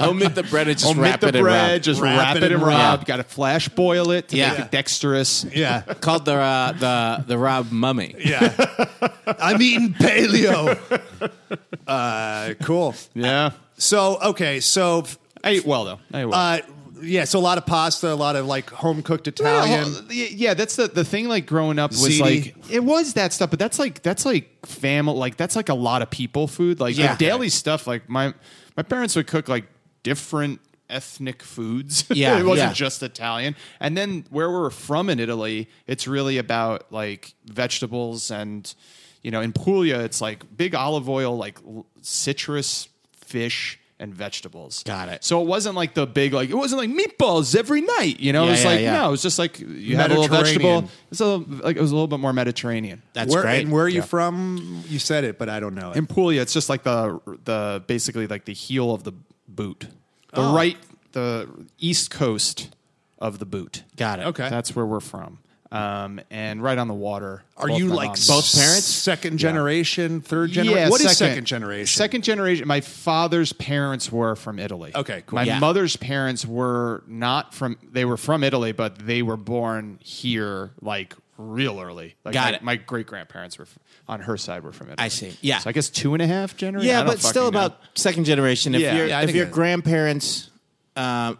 [SPEAKER 2] Omit the bread and just
[SPEAKER 4] Omit
[SPEAKER 2] wrap
[SPEAKER 4] the
[SPEAKER 2] it in
[SPEAKER 4] bread,
[SPEAKER 2] rob.
[SPEAKER 4] just
[SPEAKER 3] Wrap
[SPEAKER 4] wrap,
[SPEAKER 3] it
[SPEAKER 4] it
[SPEAKER 3] in
[SPEAKER 4] in
[SPEAKER 2] rob.
[SPEAKER 4] rob. Got to flash boil it to
[SPEAKER 2] Yeah.
[SPEAKER 4] make it dexterous.
[SPEAKER 3] yeah.
[SPEAKER 2] Called the uh, the the rob mummy.
[SPEAKER 3] Yeah. I'm eating paleo. Uh, cool.
[SPEAKER 4] Yeah.
[SPEAKER 3] So, okay. So,
[SPEAKER 4] I ate well though. I ate well.
[SPEAKER 3] uh, yeah. So, a lot of pasta, a lot of like home cooked
[SPEAKER 4] Yeah,
[SPEAKER 3] Italian.
[SPEAKER 4] well, y- yeah, that's the the thing. Like growing up was
[SPEAKER 3] Ziti.
[SPEAKER 4] like it was that stuff, but that's like that's like family. Like that's like a lot of people food. Like
[SPEAKER 2] Yeah.
[SPEAKER 4] the daily stuff. Like my my parents would cook like different ethnic foods.
[SPEAKER 2] Yeah,
[SPEAKER 4] it wasn't
[SPEAKER 2] yeah.
[SPEAKER 4] just Italian. And then where we're from in Italy, it's really about like vegetables and you know in Puglia, it's like big olive oil, like l- citrus, fish. And vegetables.
[SPEAKER 2] Got it.
[SPEAKER 4] So it wasn't like the big like it wasn't like meatballs every night. You know,
[SPEAKER 2] Yeah,
[SPEAKER 4] it was
[SPEAKER 2] yeah,
[SPEAKER 4] like
[SPEAKER 2] yeah.
[SPEAKER 4] no, it was just like you had a little
[SPEAKER 3] Mediterranean.
[SPEAKER 4] vegetable. It's a little, like it was a little bit more Mediterranean.
[SPEAKER 2] That's
[SPEAKER 3] where,
[SPEAKER 2] great.
[SPEAKER 3] And where are you from? You said it, but I don't know. It.
[SPEAKER 4] In Puglia, it's just like the the basically like the heel of the boot, the
[SPEAKER 2] Oh.
[SPEAKER 4] right, the east coast of the boot.
[SPEAKER 2] Got it.
[SPEAKER 3] Okay.
[SPEAKER 4] That's where we're from, um, and right on the water.
[SPEAKER 3] Are
[SPEAKER 4] Both
[SPEAKER 3] you
[SPEAKER 4] my
[SPEAKER 3] like
[SPEAKER 4] moms-
[SPEAKER 2] Both parents?
[SPEAKER 3] second generation, third generation? What is second, generation?
[SPEAKER 4] Second generation. My father's parents were from Italy.
[SPEAKER 3] Okay, cool.
[SPEAKER 4] My
[SPEAKER 2] Yeah.
[SPEAKER 4] mother's parents were not from. They were from Italy, but they were born here, like real early. Like
[SPEAKER 2] Got
[SPEAKER 4] my,
[SPEAKER 2] it.
[SPEAKER 4] My great grandparents were f- on her side were from Italy.
[SPEAKER 2] I see. Yeah.
[SPEAKER 4] So I guess two and a half generations.
[SPEAKER 2] Yeah, but still about second generation. If
[SPEAKER 4] Yeah.
[SPEAKER 2] your
[SPEAKER 4] Yeah, I
[SPEAKER 2] if
[SPEAKER 3] think
[SPEAKER 2] your
[SPEAKER 3] I-
[SPEAKER 2] grandparents uh,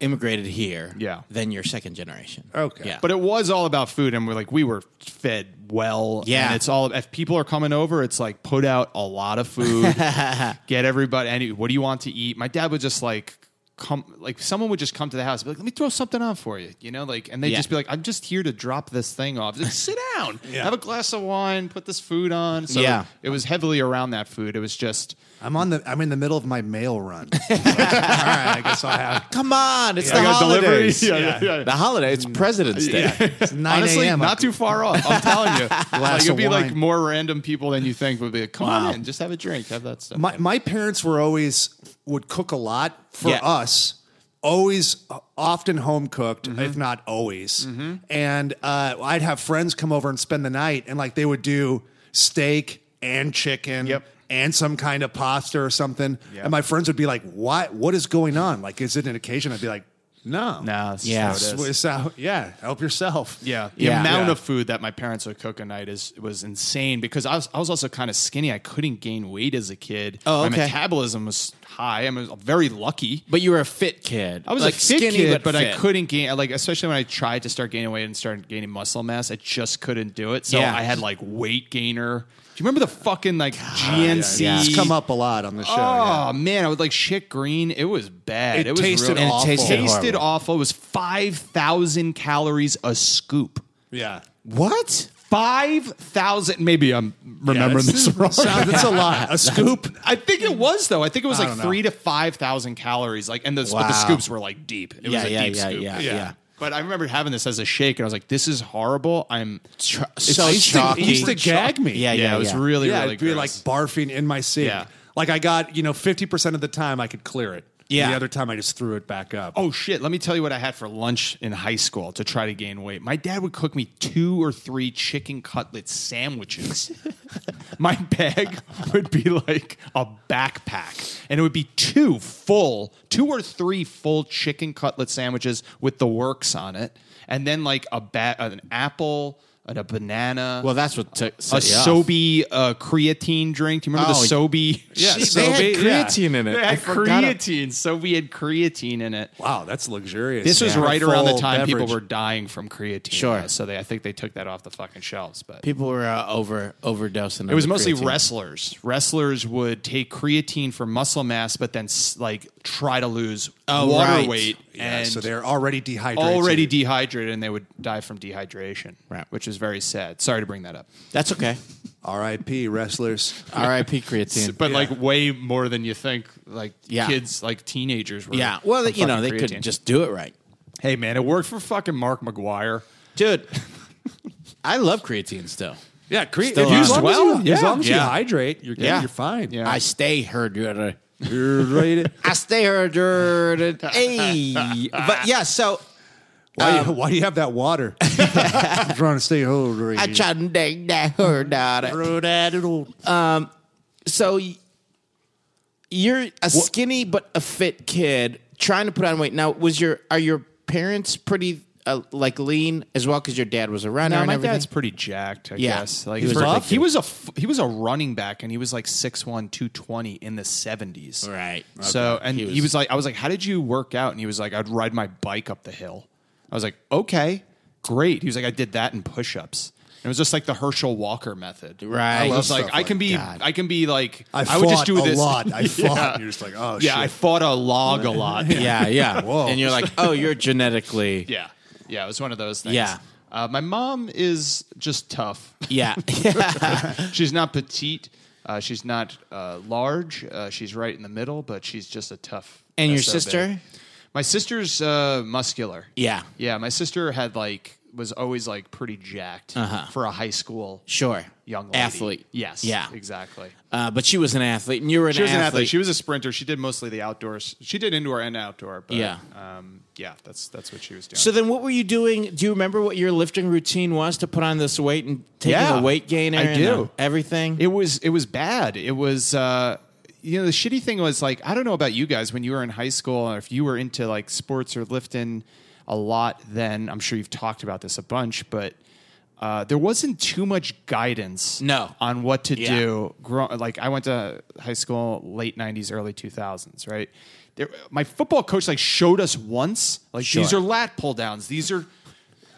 [SPEAKER 2] immigrated here,
[SPEAKER 4] Yeah.
[SPEAKER 2] then you're second generation.
[SPEAKER 3] Okay.
[SPEAKER 2] yeah.
[SPEAKER 4] But it was all about food, and we're like we were fed well.
[SPEAKER 2] Yeah.
[SPEAKER 4] and it's all if people are coming over, it's like put out a lot of food, get everybody. Any, what do you want to eat? My dad would just like come, like someone would just come to the house, and be like, let me throw something on for you, you know, like, and they would
[SPEAKER 2] Yeah.
[SPEAKER 4] just be like, I'm just here to drop this thing off. Like, sit down,
[SPEAKER 3] Yeah.
[SPEAKER 4] have a glass of wine, put this food on. So
[SPEAKER 2] Yeah.
[SPEAKER 4] it was heavily around that food. It was just
[SPEAKER 3] I'm on the. I'm in the middle of my mail run. All right, I guess I'll have.
[SPEAKER 2] come on, it's
[SPEAKER 4] I
[SPEAKER 2] the
[SPEAKER 4] got
[SPEAKER 2] holidays.
[SPEAKER 4] delivery. Yeah, yeah, yeah.
[SPEAKER 2] The holiday, it's President's Day.
[SPEAKER 3] It's 9
[SPEAKER 4] Honestly,
[SPEAKER 3] a.m.
[SPEAKER 4] not too far off. I'm telling you, like,
[SPEAKER 3] of
[SPEAKER 4] it'd be like
[SPEAKER 3] wine.
[SPEAKER 4] more random people than you think would be. Like, Come on in, just have a drink, have that stuff.
[SPEAKER 3] My my parents were always would cook a lot for
[SPEAKER 2] Yeah.
[SPEAKER 3] us. Always, uh, often home cooked,
[SPEAKER 4] Mm-hmm.
[SPEAKER 3] if not always. And uh, I'd have friends come over and spend the night, and like they would do steak and chicken.
[SPEAKER 4] Yep.
[SPEAKER 3] And some kind of pasta or something,
[SPEAKER 4] Yeah.
[SPEAKER 3] and my friends would be like, "What? What is going on? Like, is it an occasion?" I'd be like, "No,
[SPEAKER 4] Nah, that's
[SPEAKER 2] Yeah.
[SPEAKER 4] just how it
[SPEAKER 3] So,
[SPEAKER 4] is.
[SPEAKER 3] so- yeah, help yourself.
[SPEAKER 4] Yeah, the
[SPEAKER 2] Yeah.
[SPEAKER 4] amount
[SPEAKER 3] Yeah.
[SPEAKER 4] of food that my parents would cook a night is was insane because I was I was also kind of skinny. I couldn't gain weight as a kid.
[SPEAKER 2] Oh,
[SPEAKER 4] My
[SPEAKER 2] okay.
[SPEAKER 4] metabolism was high. I was very lucky.
[SPEAKER 2] But you were a fit kid.
[SPEAKER 4] I was
[SPEAKER 2] like
[SPEAKER 4] a fit
[SPEAKER 2] skinny,
[SPEAKER 4] kid, but, I
[SPEAKER 2] fit.
[SPEAKER 4] couldn't gain like especially when I tried to start gaining weight and started gaining muscle mass. I just couldn't do it. So
[SPEAKER 2] Yeah.
[SPEAKER 4] I had like weight gainer. Do you remember the fucking like GNC?
[SPEAKER 2] yeah.
[SPEAKER 3] It's come up a lot on the show.
[SPEAKER 4] Oh
[SPEAKER 3] yeah.
[SPEAKER 4] man, I was like shit green. It was bad.
[SPEAKER 3] It
[SPEAKER 4] It, was
[SPEAKER 3] tasted
[SPEAKER 4] real-
[SPEAKER 2] And it awful. tasted
[SPEAKER 4] tasted
[SPEAKER 2] horrible.
[SPEAKER 4] awful. It was five thousand calories a scoop.
[SPEAKER 3] Yeah.
[SPEAKER 2] What?
[SPEAKER 4] Five thousand. Maybe I'm remembering
[SPEAKER 3] that's-
[SPEAKER 4] this wrong.
[SPEAKER 3] Sounds, it's a lot. A scoop.
[SPEAKER 4] I think it was though. I think it was
[SPEAKER 3] I
[SPEAKER 4] like
[SPEAKER 3] don't know.
[SPEAKER 4] three to five thousand calories. Like, and the, but
[SPEAKER 2] Wow.
[SPEAKER 4] the scoops were like deep. It
[SPEAKER 2] Yeah,
[SPEAKER 4] was a
[SPEAKER 2] yeah,
[SPEAKER 4] deep
[SPEAKER 2] yeah,
[SPEAKER 4] scoop.
[SPEAKER 2] yeah, yeah.
[SPEAKER 4] But I remember having this as a shake, and I was like, "This is horrible." I'm
[SPEAKER 2] Tr-
[SPEAKER 4] It's-
[SPEAKER 2] so
[SPEAKER 4] it used to- it
[SPEAKER 2] chalky.
[SPEAKER 3] used to gag me.
[SPEAKER 2] Yeah, yeah,
[SPEAKER 4] yeah, it was
[SPEAKER 2] yeah.
[SPEAKER 4] really,
[SPEAKER 3] yeah,
[SPEAKER 4] really
[SPEAKER 3] I'd be
[SPEAKER 4] gross.
[SPEAKER 3] like barfing in my sink.
[SPEAKER 4] Yeah.
[SPEAKER 3] Like I got, you know, 50% of the time I could clear it.
[SPEAKER 2] Yeah.
[SPEAKER 3] The other time I just threw it back up.
[SPEAKER 4] Oh shit! Let me tell you what I had for lunch in high school to try to gain weight. My dad would cook me two or three chicken cutlet sandwiches. My bag would be like a backpack, and it would be two full, two or three full chicken cutlet sandwiches with the works on it, and then like a ba- an apple. and a banana.
[SPEAKER 2] Well, that's what took
[SPEAKER 4] a
[SPEAKER 2] set you off.
[SPEAKER 4] Sobe uh, creatine drink. Do you remember
[SPEAKER 2] Oh,
[SPEAKER 4] the Sobe?
[SPEAKER 3] yeah,
[SPEAKER 2] Gee, they had
[SPEAKER 3] Sobe, yeah.
[SPEAKER 2] creatine in it.
[SPEAKER 4] They
[SPEAKER 2] I
[SPEAKER 4] had
[SPEAKER 2] forgot it.
[SPEAKER 4] creatine. Sobe had creatine in it.
[SPEAKER 3] Wow, that's luxurious.
[SPEAKER 4] This was
[SPEAKER 3] Yeah.
[SPEAKER 4] right around the
[SPEAKER 3] Full
[SPEAKER 4] time
[SPEAKER 3] beverage.
[SPEAKER 4] people were dying from creatine.
[SPEAKER 2] Sure.
[SPEAKER 4] uh, so they, I think they took that off the fucking shelves. But
[SPEAKER 2] People were uh, over overdosing.
[SPEAKER 4] it was mostly wrestlers. Wrestlers would take creatine for muscle mass, but then s- like try to lose
[SPEAKER 2] Oh,
[SPEAKER 4] water
[SPEAKER 2] right.
[SPEAKER 4] weight.
[SPEAKER 3] Yeah,
[SPEAKER 4] and
[SPEAKER 3] so they're already dehydrated.
[SPEAKER 4] already dehydrated, and they would die from dehydration.
[SPEAKER 2] Right.
[SPEAKER 4] which is very sad. Sorry to bring that up,
[SPEAKER 2] That's okay.
[SPEAKER 3] R.I.P. Wrestlers.
[SPEAKER 2] R.I.P. creatine.
[SPEAKER 4] but like way more than you think. Like
[SPEAKER 2] Yeah.
[SPEAKER 4] kids, like teenagers. Were
[SPEAKER 2] yeah. Well,
[SPEAKER 4] on
[SPEAKER 2] you know,
[SPEAKER 4] fucking
[SPEAKER 2] they
[SPEAKER 4] creatine.
[SPEAKER 2] could just do it right.
[SPEAKER 4] Hey man, it worked for fucking Mark McGuire.
[SPEAKER 2] Dude, I love creatine still.
[SPEAKER 3] Yeah, cre-
[SPEAKER 2] Still
[SPEAKER 3] if you-
[SPEAKER 2] on.
[SPEAKER 3] as long as
[SPEAKER 4] Well,
[SPEAKER 3] you, as
[SPEAKER 4] yeah.
[SPEAKER 3] long as you
[SPEAKER 2] Yeah.
[SPEAKER 3] hydrate, you're good,
[SPEAKER 2] Yeah.
[SPEAKER 3] you're fine.
[SPEAKER 4] Yeah.
[SPEAKER 2] I stay hydrated.
[SPEAKER 3] You're right.
[SPEAKER 2] I stay hydrated. hey. But yeah, so
[SPEAKER 3] Why,
[SPEAKER 4] Um,
[SPEAKER 3] why do you have that water? I'm trying to stay hydrated.
[SPEAKER 2] I try to dig that hydrated. So y- you're a skinny but a fit kid trying to put on weight. Now, was your are your parents pretty uh, like lean as well? Because your dad was a runner.
[SPEAKER 4] No,
[SPEAKER 2] and
[SPEAKER 4] my
[SPEAKER 2] everything?
[SPEAKER 4] dad's pretty jacked. I
[SPEAKER 2] Yeah.
[SPEAKER 4] guess like
[SPEAKER 2] He
[SPEAKER 4] he
[SPEAKER 2] was
[SPEAKER 4] was,
[SPEAKER 2] buff.
[SPEAKER 4] he was a f- he was a running back, and he was like 6'1", 220 in the seventies.
[SPEAKER 2] Right.
[SPEAKER 4] So
[SPEAKER 2] Okay.
[SPEAKER 4] and
[SPEAKER 2] He
[SPEAKER 4] he was,
[SPEAKER 2] was-
[SPEAKER 4] like, I was like, how did you work out? And he was like, I'd ride my bike up the hill. I was like, okay, great. He was like, I did that in push ups. It was just like the Herschel Walker method.
[SPEAKER 2] Right. I
[SPEAKER 4] I
[SPEAKER 2] love
[SPEAKER 4] was like,
[SPEAKER 3] stuff
[SPEAKER 4] I
[SPEAKER 3] like
[SPEAKER 4] can be,
[SPEAKER 2] that.
[SPEAKER 4] I can be like,
[SPEAKER 3] I,
[SPEAKER 4] would just
[SPEAKER 3] fought
[SPEAKER 4] do
[SPEAKER 3] a
[SPEAKER 4] this
[SPEAKER 3] lot. I fought.
[SPEAKER 4] Yeah.
[SPEAKER 3] And you're just like, oh,
[SPEAKER 4] yeah, I
[SPEAKER 3] shit.
[SPEAKER 4] fought a log a lot.
[SPEAKER 2] yeah, yeah.
[SPEAKER 3] Whoa.
[SPEAKER 2] And you're like, oh, you're genetically.
[SPEAKER 4] Yeah. Yeah. It was one of those things.
[SPEAKER 2] Yeah.
[SPEAKER 4] Uh, my mom is just tough.
[SPEAKER 2] Yeah.
[SPEAKER 4] She's not petite. Uh, she's not uh, large. Uh, she's right in the middle, but she's just a tough.
[SPEAKER 2] And your
[SPEAKER 4] SOB.
[SPEAKER 2] sister?
[SPEAKER 4] My sister's uh, muscular.
[SPEAKER 2] Yeah.
[SPEAKER 4] Yeah. My sister had like was always like pretty jacked for a high school
[SPEAKER 2] Uh-huh. Sure.
[SPEAKER 4] young lady.
[SPEAKER 2] Athlete.
[SPEAKER 4] Yes.
[SPEAKER 2] Yeah.
[SPEAKER 4] Exactly.
[SPEAKER 2] Uh, but she was an athlete, and you were an
[SPEAKER 4] She was
[SPEAKER 2] athlete.
[SPEAKER 4] an athlete. She was a sprinter. She did mostly the outdoors. She did indoor and outdoor. But,
[SPEAKER 2] Yeah.
[SPEAKER 4] Um, yeah. That's that's what she was doing.
[SPEAKER 2] so then, what were you doing? Do you remember what your lifting routine was to put on this weight and taking
[SPEAKER 4] Yeah.
[SPEAKER 2] a weight gainer?
[SPEAKER 4] I
[SPEAKER 2] and
[SPEAKER 4] do.
[SPEAKER 2] uh, everything.
[SPEAKER 4] It was it was bad. It was uh you know the shitty thing was like I don't know about you guys when you were in high school or if you were into like sports or lifting a lot then I'm sure you've talked about this a bunch but uh, there wasn't too much guidance
[SPEAKER 2] No.
[SPEAKER 4] on what to
[SPEAKER 2] Yeah.
[SPEAKER 4] do Grow, like I went to high school late 90s early 2000s right there, my football coach like showed us once like
[SPEAKER 2] Sure.
[SPEAKER 4] these are lat pull downs these are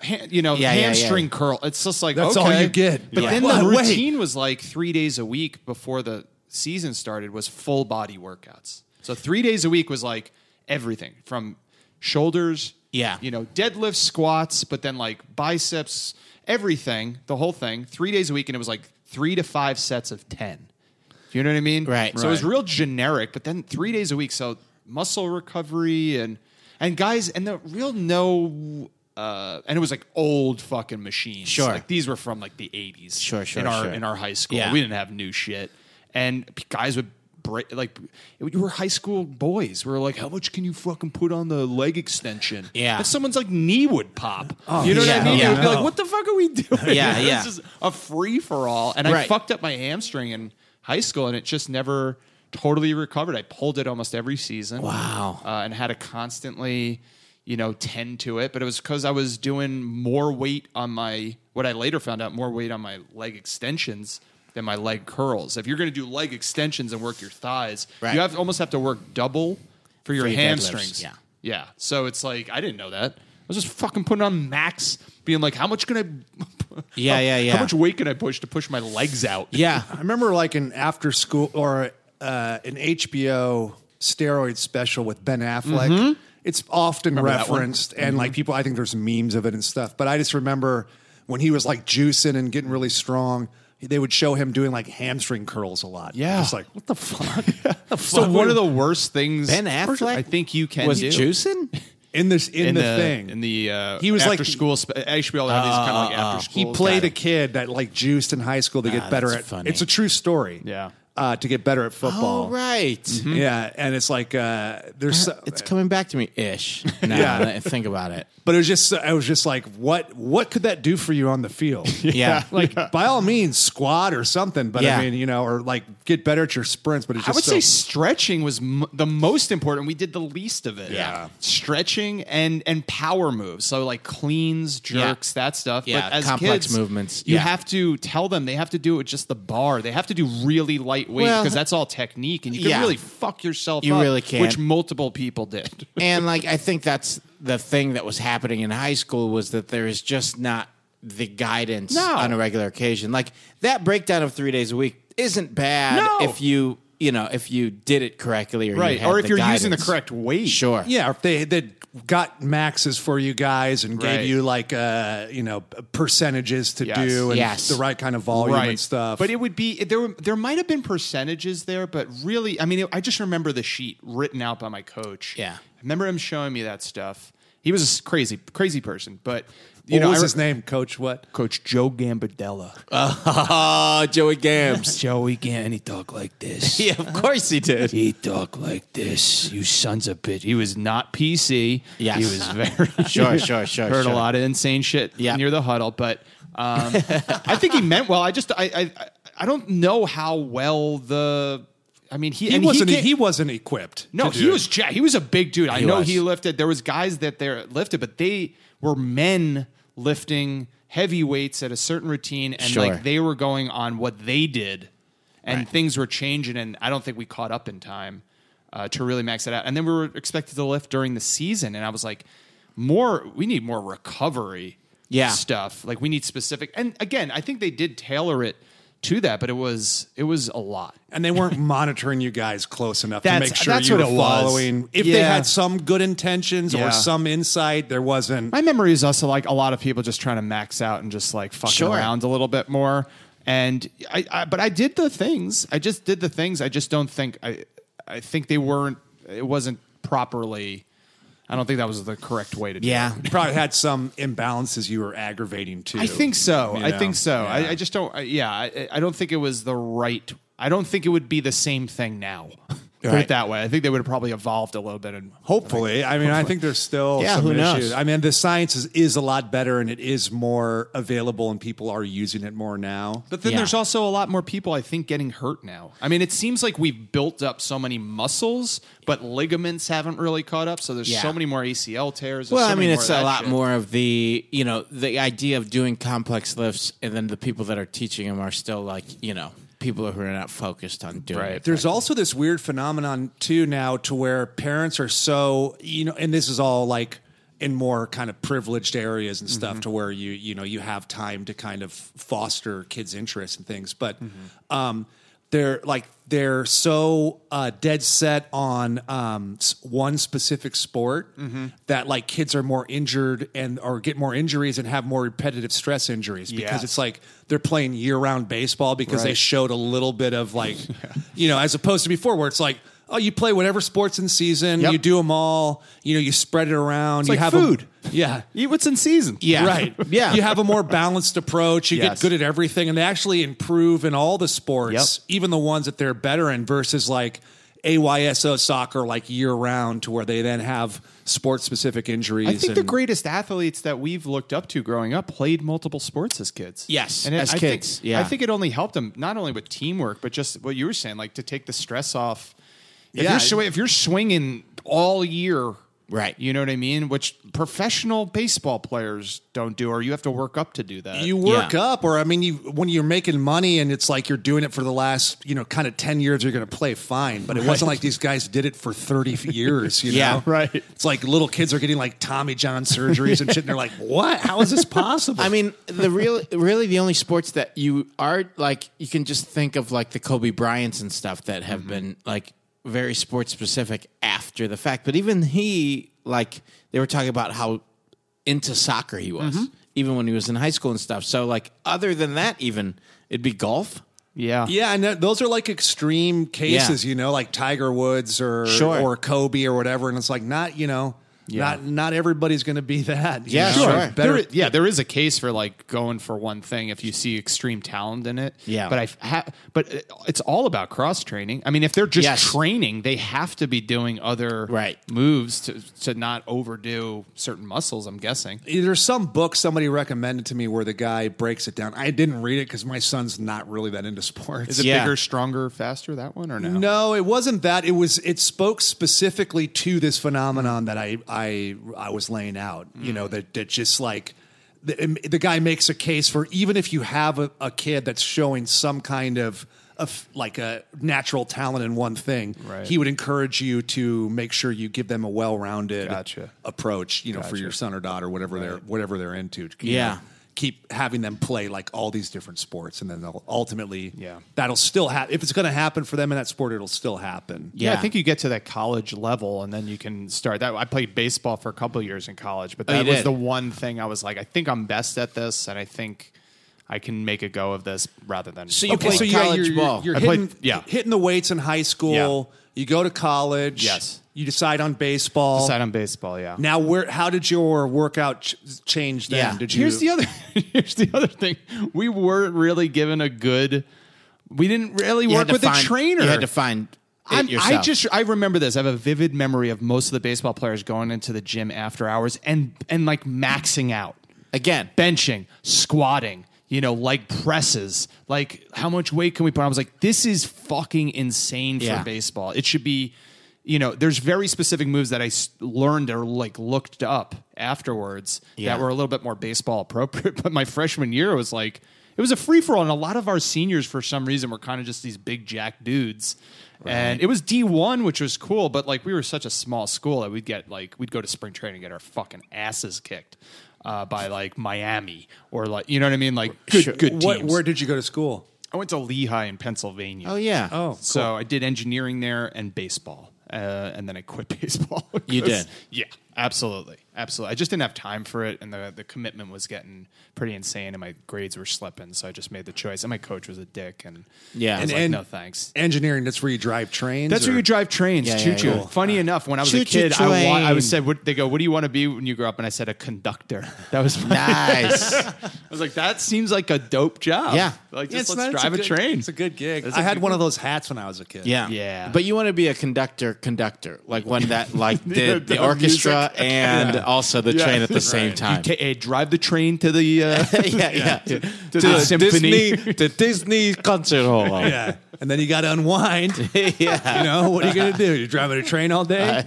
[SPEAKER 4] hand, you know
[SPEAKER 2] Yeah, yeah, yeah.
[SPEAKER 4] hamstring curl it's just like
[SPEAKER 3] That's
[SPEAKER 4] okay.
[SPEAKER 3] all you get.
[SPEAKER 4] But
[SPEAKER 3] Yeah.
[SPEAKER 4] then
[SPEAKER 3] What?
[SPEAKER 4] the
[SPEAKER 3] Wait.
[SPEAKER 4] routine was like three days a week before the season started was full body workouts. So three days a week was like everything from shoulders,
[SPEAKER 2] Yeah.
[SPEAKER 4] you know, deadlifts, squats, but then like biceps, everything, the whole thing. Three days a week, and it was like three to five sets of ten. Do you know what I mean?
[SPEAKER 2] Right.
[SPEAKER 4] So it was
[SPEAKER 3] Right.
[SPEAKER 4] real generic, but then three days a week, so muscle recovery and and guys and the real no. Uh, and it was like old fucking machines.
[SPEAKER 2] Sure.
[SPEAKER 4] like these were from like the eighties.
[SPEAKER 2] Sure, sure,
[SPEAKER 4] In our
[SPEAKER 2] sure.
[SPEAKER 4] in our high school,
[SPEAKER 2] Yeah.
[SPEAKER 4] we didn't have new shit, and p- guys would break like you were high school boys. We were like, how much can you fucking put on the leg extension?
[SPEAKER 2] Yeah.
[SPEAKER 4] if someone's like knee would pop, you know
[SPEAKER 2] Oh, yeah.
[SPEAKER 4] what I mean?
[SPEAKER 2] Yeah.
[SPEAKER 4] It would be like, what the fuck are we doing?
[SPEAKER 2] Yeah, yeah.
[SPEAKER 4] This is a free for all, and I
[SPEAKER 2] Right.
[SPEAKER 4] fucked up my hamstring in high school, and it just never totally recovered. I pulled it almost every season.
[SPEAKER 2] Wow.
[SPEAKER 4] uh, and had to constantly, you know, tend to it. But it was because I was doing more weight on my what I later found out more weight on my leg extensions than my leg curls. If you're going to do leg extensions and work your thighs,
[SPEAKER 2] Right.
[SPEAKER 4] you have almost have to work double for your
[SPEAKER 2] For your deadlifts,
[SPEAKER 4] hamstrings.
[SPEAKER 2] yeah.
[SPEAKER 4] yeah. So it's like I didn't know that. I was just fucking putting on max, being like, how much can I?
[SPEAKER 2] Yeah,
[SPEAKER 4] how-
[SPEAKER 2] yeah, yeah.
[SPEAKER 4] How much weight can I push to push my legs out?
[SPEAKER 2] yeah.
[SPEAKER 3] I remember like an after school or uh, an HBO steroid special with Ben Affleck. It's often
[SPEAKER 4] that one?
[SPEAKER 3] referenced, and like people, I think there's memes of it and stuff. But I just remember when he was like juicing and getting really strong. They would show him doing like hamstring curls a lot.
[SPEAKER 4] Yeah.
[SPEAKER 3] it's like what the fuck? The
[SPEAKER 4] So
[SPEAKER 3] fuck?
[SPEAKER 4] one of the worst things
[SPEAKER 2] Ben Affleck.
[SPEAKER 4] I think you can
[SPEAKER 2] was
[SPEAKER 4] do.
[SPEAKER 2] juicing.
[SPEAKER 3] in this in, the, thing
[SPEAKER 4] in the uh,
[SPEAKER 3] He was
[SPEAKER 4] after
[SPEAKER 3] like-
[SPEAKER 4] school sp- HBO had these kind
[SPEAKER 2] Ah,
[SPEAKER 4] of like after school
[SPEAKER 3] He played a kid that like juiced in high school to get better
[SPEAKER 2] that's
[SPEAKER 3] at.
[SPEAKER 2] funny.
[SPEAKER 3] It's a true story.
[SPEAKER 4] Yeah.
[SPEAKER 3] uh, to get better at football.
[SPEAKER 2] All right.
[SPEAKER 4] Mm-hmm.
[SPEAKER 3] Yeah, and it's like uh, there's so-
[SPEAKER 2] It's coming back to me ish. Now
[SPEAKER 3] Yeah.
[SPEAKER 2] that I think about it.
[SPEAKER 3] but it was just I was just like what what could that do for you on the field?
[SPEAKER 2] Yeah.
[SPEAKER 3] Like by all means squat or something, but
[SPEAKER 2] Yeah.
[SPEAKER 3] I mean you know or like get better at your sprints. But it's
[SPEAKER 4] I
[SPEAKER 3] just
[SPEAKER 4] would
[SPEAKER 3] so-
[SPEAKER 4] say stretching was m- the most important. We did the least of it.
[SPEAKER 2] Yeah.
[SPEAKER 4] stretching and and power moves. So like cleans, jerks, that stuff.
[SPEAKER 2] Yeah,
[SPEAKER 4] but as
[SPEAKER 2] complex
[SPEAKER 4] kids,
[SPEAKER 2] movements.
[SPEAKER 4] You
[SPEAKER 2] Yeah.
[SPEAKER 4] have to tell them they have to do it with just the bar. They have to do really lightweight
[SPEAKER 2] Well,
[SPEAKER 4] because that's all technique, and you can
[SPEAKER 2] yeah.
[SPEAKER 4] really fuck yourself.
[SPEAKER 2] You
[SPEAKER 4] up,
[SPEAKER 2] really can.
[SPEAKER 4] Which multiple people did.
[SPEAKER 2] and like I think that's the thing that was happening in high school was that there is just not the guidance
[SPEAKER 4] No.
[SPEAKER 2] on a regular occasion. Like that breakdown of three days a week isn't bad
[SPEAKER 4] No.
[SPEAKER 2] if you you know if you did it correctly or you
[SPEAKER 4] right,
[SPEAKER 2] had
[SPEAKER 4] or if
[SPEAKER 2] the
[SPEAKER 4] you're using the
[SPEAKER 2] guidance.
[SPEAKER 4] correct weight.
[SPEAKER 2] sure
[SPEAKER 3] Yeah, if they they got maxes for you guys and gave
[SPEAKER 4] Right.
[SPEAKER 3] you like uh you know percentages to
[SPEAKER 4] Yes.
[SPEAKER 3] do and
[SPEAKER 2] Yes.
[SPEAKER 3] the right kind of volume and stuff.
[SPEAKER 4] But it would be there. were- There might have been percentages there, but really, I mean, it, I just remember the sheet written out by my coach.
[SPEAKER 2] Yeah.
[SPEAKER 4] I remember him showing me that stuff. He was a crazy, crazy person, but you
[SPEAKER 3] you
[SPEAKER 4] know,
[SPEAKER 3] know, what was
[SPEAKER 4] I re-
[SPEAKER 3] his name, Uh. Coach? What?
[SPEAKER 4] Coach Joe Gambardella.
[SPEAKER 2] oh Joey Gams
[SPEAKER 1] Joey Gann, he talked like this.
[SPEAKER 2] yeah of course he did
[SPEAKER 1] He talked like this. You sons of bitch.
[SPEAKER 4] He was not PC.
[SPEAKER 2] Yes.
[SPEAKER 4] he was very
[SPEAKER 2] Sure, sure, sure,
[SPEAKER 4] Heard
[SPEAKER 2] sure.
[SPEAKER 4] a lot of insane shit
[SPEAKER 2] Yeah.
[SPEAKER 4] near the huddle, but um, I think he meant well. I just I I, I- I don't know how well the. I mean, he
[SPEAKER 3] He
[SPEAKER 4] and
[SPEAKER 3] wasn't he,
[SPEAKER 4] can't-
[SPEAKER 3] wasn't equipped.
[SPEAKER 4] No,
[SPEAKER 3] to
[SPEAKER 4] he
[SPEAKER 3] do
[SPEAKER 4] was
[SPEAKER 3] it.
[SPEAKER 4] ja- he was a big dude. I
[SPEAKER 2] He
[SPEAKER 4] know
[SPEAKER 2] was.
[SPEAKER 4] he lifted. There was guys that there lifted, but they were men lifting heavy weights at a certain routine, and
[SPEAKER 2] Sure.
[SPEAKER 4] like they were going on what they did, and things were changing. And I don't think we caught up in time uh, to really max it out. And then we were expected to lift during the season, and I was like, more. We need more recovery.
[SPEAKER 2] Yeah.
[SPEAKER 4] stuff like we need specific. And again, I think they did tailor it to that, but it was it was a lot.
[SPEAKER 3] and they weren't monitoring you guys close enough to
[SPEAKER 4] That's-
[SPEAKER 3] make sure
[SPEAKER 4] that's
[SPEAKER 3] you
[SPEAKER 4] what
[SPEAKER 3] were
[SPEAKER 4] it was.
[SPEAKER 3] following. If they
[SPEAKER 4] Yeah.
[SPEAKER 3] had some good intentions
[SPEAKER 4] Yeah.
[SPEAKER 3] or some insight, there wasn't.
[SPEAKER 4] My memory is also like a lot of people just trying to max out and just like fucking
[SPEAKER 2] Sure.
[SPEAKER 4] around a little bit more. And I, I, but I did the things. I just did the things. I just don't think I, I think they weren't. It wasn't properly. I don't think that was the correct way to do.
[SPEAKER 2] yeah
[SPEAKER 3] You probably had some imbalances you were aggravating too.
[SPEAKER 4] it. I think so.
[SPEAKER 3] You
[SPEAKER 4] I
[SPEAKER 3] know?
[SPEAKER 4] think so.
[SPEAKER 3] Yeah.
[SPEAKER 4] I, I just don't. I, yeah, I, I don't think it was the right. I don't think it would be the same thing now. Put
[SPEAKER 2] Right.
[SPEAKER 4] it that way. I think they would have probably evolved a little bit and
[SPEAKER 3] Hopefully, I mean, I think there's still
[SPEAKER 2] Yeah,
[SPEAKER 3] some
[SPEAKER 2] who knows?
[SPEAKER 3] issues. I mean, the science is, is a lot better, and it is more available, and people are using it more now.
[SPEAKER 4] But then
[SPEAKER 2] Yeah.
[SPEAKER 4] there's also a lot more people I think getting hurt now. I mean, it seems like we've built up so many muscles, but ligaments haven't really caught up. So there's
[SPEAKER 2] Yeah.
[SPEAKER 4] so many more ACL tears. there's
[SPEAKER 2] Well,
[SPEAKER 4] so
[SPEAKER 2] I mean,
[SPEAKER 4] many
[SPEAKER 2] it's
[SPEAKER 4] more of
[SPEAKER 2] a
[SPEAKER 4] that
[SPEAKER 2] lot
[SPEAKER 4] shit.
[SPEAKER 2] more of the you know the idea of doing complex lifts, and then the people that are teaching them are still like you know people who are not focused on doing
[SPEAKER 4] Right.
[SPEAKER 2] it.
[SPEAKER 3] There's also this weird phenomenon too now to where parents are so you know, and this is all like in more kind of privileged areas and
[SPEAKER 4] Mm-hmm.
[SPEAKER 3] stuff to where you you know you have time to kind of foster kids' interests and things, but
[SPEAKER 4] Mm-hmm.
[SPEAKER 3] um, they're like they're so uh, dead set on um, s- one specific sport
[SPEAKER 4] Mm-hmm.
[SPEAKER 3] that like kids are more injured and or get more injuries and have more repetitive stress injuries because
[SPEAKER 4] Yeah.
[SPEAKER 3] it's like they're playing year-round baseball because they
[SPEAKER 4] Right.
[SPEAKER 3] showed a little bit of like, you know, as opposed to before where it's like, oh, you play whatever sports in season,
[SPEAKER 4] Yep.
[SPEAKER 3] you do them all, you know, you spread it around, you
[SPEAKER 4] like
[SPEAKER 3] have
[SPEAKER 4] food.
[SPEAKER 3] A, yeah.
[SPEAKER 4] Eat what's in season.
[SPEAKER 2] Yeah.
[SPEAKER 3] Right.
[SPEAKER 2] Yeah.
[SPEAKER 3] You have a more balanced approach. You
[SPEAKER 4] Yes.
[SPEAKER 3] get good at everything, and they actually improve in all the sports,
[SPEAKER 4] Yep.
[SPEAKER 3] even the ones that they're better in, versus like AYSO soccer, like year round, to where they then have sports specific injuries.
[SPEAKER 4] I think the
[SPEAKER 3] and-
[SPEAKER 4] greatest athletes that we've looked up to growing up played multiple sports as kids.
[SPEAKER 2] Yes,
[SPEAKER 4] it-
[SPEAKER 2] as
[SPEAKER 4] I
[SPEAKER 2] kids,
[SPEAKER 4] Think,
[SPEAKER 2] yeah.
[SPEAKER 4] I think it only helped them not only with teamwork, but just what you were saying, like to take the stress off. If
[SPEAKER 3] Yeah.
[SPEAKER 4] you're swi- if you're swinging all year,
[SPEAKER 2] Right.
[SPEAKER 4] You know what I mean? Which professional baseball players don't do, or you have to work up to do that.
[SPEAKER 3] you work
[SPEAKER 2] Uh, Yeah.
[SPEAKER 3] up or i mean you when you're making money and it's like you're doing it for the last you know kind of 10 years you're going to play fine but it wasn't like these guys did it for 30 years you
[SPEAKER 2] Yeah,
[SPEAKER 3] know
[SPEAKER 4] right.
[SPEAKER 3] it's like little kids are getting like tommy john surgeries and shit and they're like what how is this possible
[SPEAKER 2] I mean, the real, really, the only sports that you are like you can just think of like the Kobe Bryants and stuff that have
[SPEAKER 4] Mm-hmm.
[SPEAKER 2] been like very sports specific after the fact. But even he, like, they were talking about how into soccer he was,
[SPEAKER 4] Mm-hmm.
[SPEAKER 2] even when he was in high school and stuff. So, like, other than that, even it'd be golf.
[SPEAKER 4] yeah.
[SPEAKER 3] yeah and that, those are like extreme cases you know like tiger woods or
[SPEAKER 2] Sure.
[SPEAKER 3] or kobe or whatever and it's like not you know
[SPEAKER 4] Yeah.
[SPEAKER 3] Not not everybody's going to be that. you
[SPEAKER 2] Yeah,
[SPEAKER 3] know?
[SPEAKER 2] sure.
[SPEAKER 3] There are
[SPEAKER 4] There
[SPEAKER 3] Better,
[SPEAKER 4] i- yeah, there is a case for like going for one thing if you see extreme talent in it.
[SPEAKER 2] Yeah.
[SPEAKER 4] but I f- ha- but it- it's all about cross training. I mean, if they're just
[SPEAKER 2] Yes.
[SPEAKER 4] training, they have to be doing other
[SPEAKER 2] Right.
[SPEAKER 4] moves to to not overdo certain muscles. I'm guessing.
[SPEAKER 3] there's some book somebody recommended to me where the guy breaks it down. I didn't read it because my son's not really that into sports.
[SPEAKER 4] Is it
[SPEAKER 2] Yeah.
[SPEAKER 4] bigger, stronger, faster? That one or no?
[SPEAKER 3] No, it wasn't that. It was it spoke specifically to this phenomenon that I I I was laying out. You
[SPEAKER 4] Mm.
[SPEAKER 3] know that that just like the, um, the guy makes a case for even if you have a, a kid that's showing some kind of of like a natural talent in one thing,
[SPEAKER 4] Right.
[SPEAKER 3] he would encourage you to make sure you give them a well-rounded
[SPEAKER 4] Gotcha.
[SPEAKER 3] approach. You know, for your son or daughter, whatever they're whatever they're into. you
[SPEAKER 2] Yeah.
[SPEAKER 3] know. Keep having them play like all these different sports, and then they'll ultimately
[SPEAKER 4] Yeah.
[SPEAKER 3] that'll still happen. If it's going to happen for them in that sport, it'll still happen.
[SPEAKER 4] Yeah.
[SPEAKER 2] Yeah.
[SPEAKER 4] I think you get to that college level and then you can start that. I played baseball for a couple of years in college, but
[SPEAKER 2] Oh, you
[SPEAKER 4] that was
[SPEAKER 2] did?
[SPEAKER 4] the one thing I was like, I think I'm best at this, and I think I can make a go of this rather than.
[SPEAKER 2] So you
[SPEAKER 4] Okay,
[SPEAKER 2] played
[SPEAKER 3] so you got
[SPEAKER 2] college
[SPEAKER 3] your-
[SPEAKER 2] ball.
[SPEAKER 3] You're
[SPEAKER 4] I
[SPEAKER 3] hitting,
[SPEAKER 4] played- yeah.
[SPEAKER 3] hitting the weights in high school. You go to college.
[SPEAKER 4] Yes.
[SPEAKER 3] You decide on baseball.
[SPEAKER 4] Side on baseball, yeah.
[SPEAKER 3] now, where? How did your workout ch- change then?
[SPEAKER 2] Yeah.
[SPEAKER 3] Did you?
[SPEAKER 4] here's the other. Here's the other thing. We weren't really given a good. We didn't really
[SPEAKER 2] You had
[SPEAKER 4] work
[SPEAKER 2] to
[SPEAKER 4] with a
[SPEAKER 2] find-
[SPEAKER 4] trainer.
[SPEAKER 2] You had to find it
[SPEAKER 4] I'm-
[SPEAKER 2] yourself.
[SPEAKER 4] I just I remember this. I have a vivid memory of most of the baseball players going into the gym after hours and and like maxing out.
[SPEAKER 2] again.
[SPEAKER 4] benching, squatting, you know, like presses, like how much weight can we put? on? I was like, this is fucking insane for
[SPEAKER 2] Yeah.
[SPEAKER 4] baseball. It should be, you know, there's very specific moves that I s- learned or like looked up afterwards
[SPEAKER 2] Yeah.
[SPEAKER 4] that were a little bit more baseball appropriate. But my freshman year was like, it was a free for all, and a lot of our seniors, for some reason, were kind of just these big jack dudes. And it was D one, which was cool, but like we were such a small school that we'd get like we'd go to spring training and get our fucking asses kicked uh, by like Miami or like you know what I mean, like good good
[SPEAKER 3] what,
[SPEAKER 4] teams.
[SPEAKER 3] Where did you go to school?
[SPEAKER 4] I went to Lehigh in Pennsylvania.
[SPEAKER 2] Oh yeah.
[SPEAKER 3] Oh.
[SPEAKER 4] so I did engineering there and baseball, uh, and then I quit baseball.
[SPEAKER 2] You
[SPEAKER 4] 'cause-
[SPEAKER 2] did?
[SPEAKER 4] yeah, absolutely, absolutely. I just didn't have time for it, and the the commitment was getting pretty insane, and my grades were slipping, so I just made the choice. And my coach was a dick, and
[SPEAKER 2] Yeah.
[SPEAKER 4] I was
[SPEAKER 2] And-
[SPEAKER 4] like,
[SPEAKER 3] and-
[SPEAKER 4] no thanks.
[SPEAKER 3] Engineering. That's where you drive trains.
[SPEAKER 4] That's
[SPEAKER 3] or-
[SPEAKER 4] where you drive trains,
[SPEAKER 2] Yeah,
[SPEAKER 4] choo
[SPEAKER 2] yeah,
[SPEAKER 4] choo.
[SPEAKER 2] yeah.
[SPEAKER 4] Funny enough, when I was a
[SPEAKER 2] Choo-choo
[SPEAKER 4] kid, I, wa- I
[SPEAKER 2] train.
[SPEAKER 4] was said, what, they go, "What do you want to be when you grow up?" And I said, "A conductor." That was my,
[SPEAKER 2] Nice.
[SPEAKER 4] I was like, "That seems like a dope job."
[SPEAKER 2] Yeah.
[SPEAKER 4] like
[SPEAKER 3] Yeah, it's
[SPEAKER 4] just let's
[SPEAKER 3] not- it's
[SPEAKER 4] drive a,
[SPEAKER 3] good-
[SPEAKER 4] train.
[SPEAKER 3] It's a good gig.
[SPEAKER 4] It's
[SPEAKER 3] I
[SPEAKER 4] a
[SPEAKER 3] had
[SPEAKER 4] good-
[SPEAKER 3] one of those hats when I was a kid.
[SPEAKER 2] Yeah.
[SPEAKER 4] Yeah.
[SPEAKER 2] But you want to be a conductor, conductor, like one that like did the,
[SPEAKER 4] The- the
[SPEAKER 2] orchestra and also the
[SPEAKER 4] Yeah.
[SPEAKER 2] train at the same time.
[SPEAKER 4] You ta- eh, drive the train to the uh,
[SPEAKER 2] yeah, yeah.
[SPEAKER 4] to, to
[SPEAKER 2] To
[SPEAKER 4] the symphony.
[SPEAKER 2] Disney, to Disney concert hall.
[SPEAKER 3] Yeah. And then you got to unwind.
[SPEAKER 2] yeah.
[SPEAKER 3] You know what are you going to do? You're driving a train all day.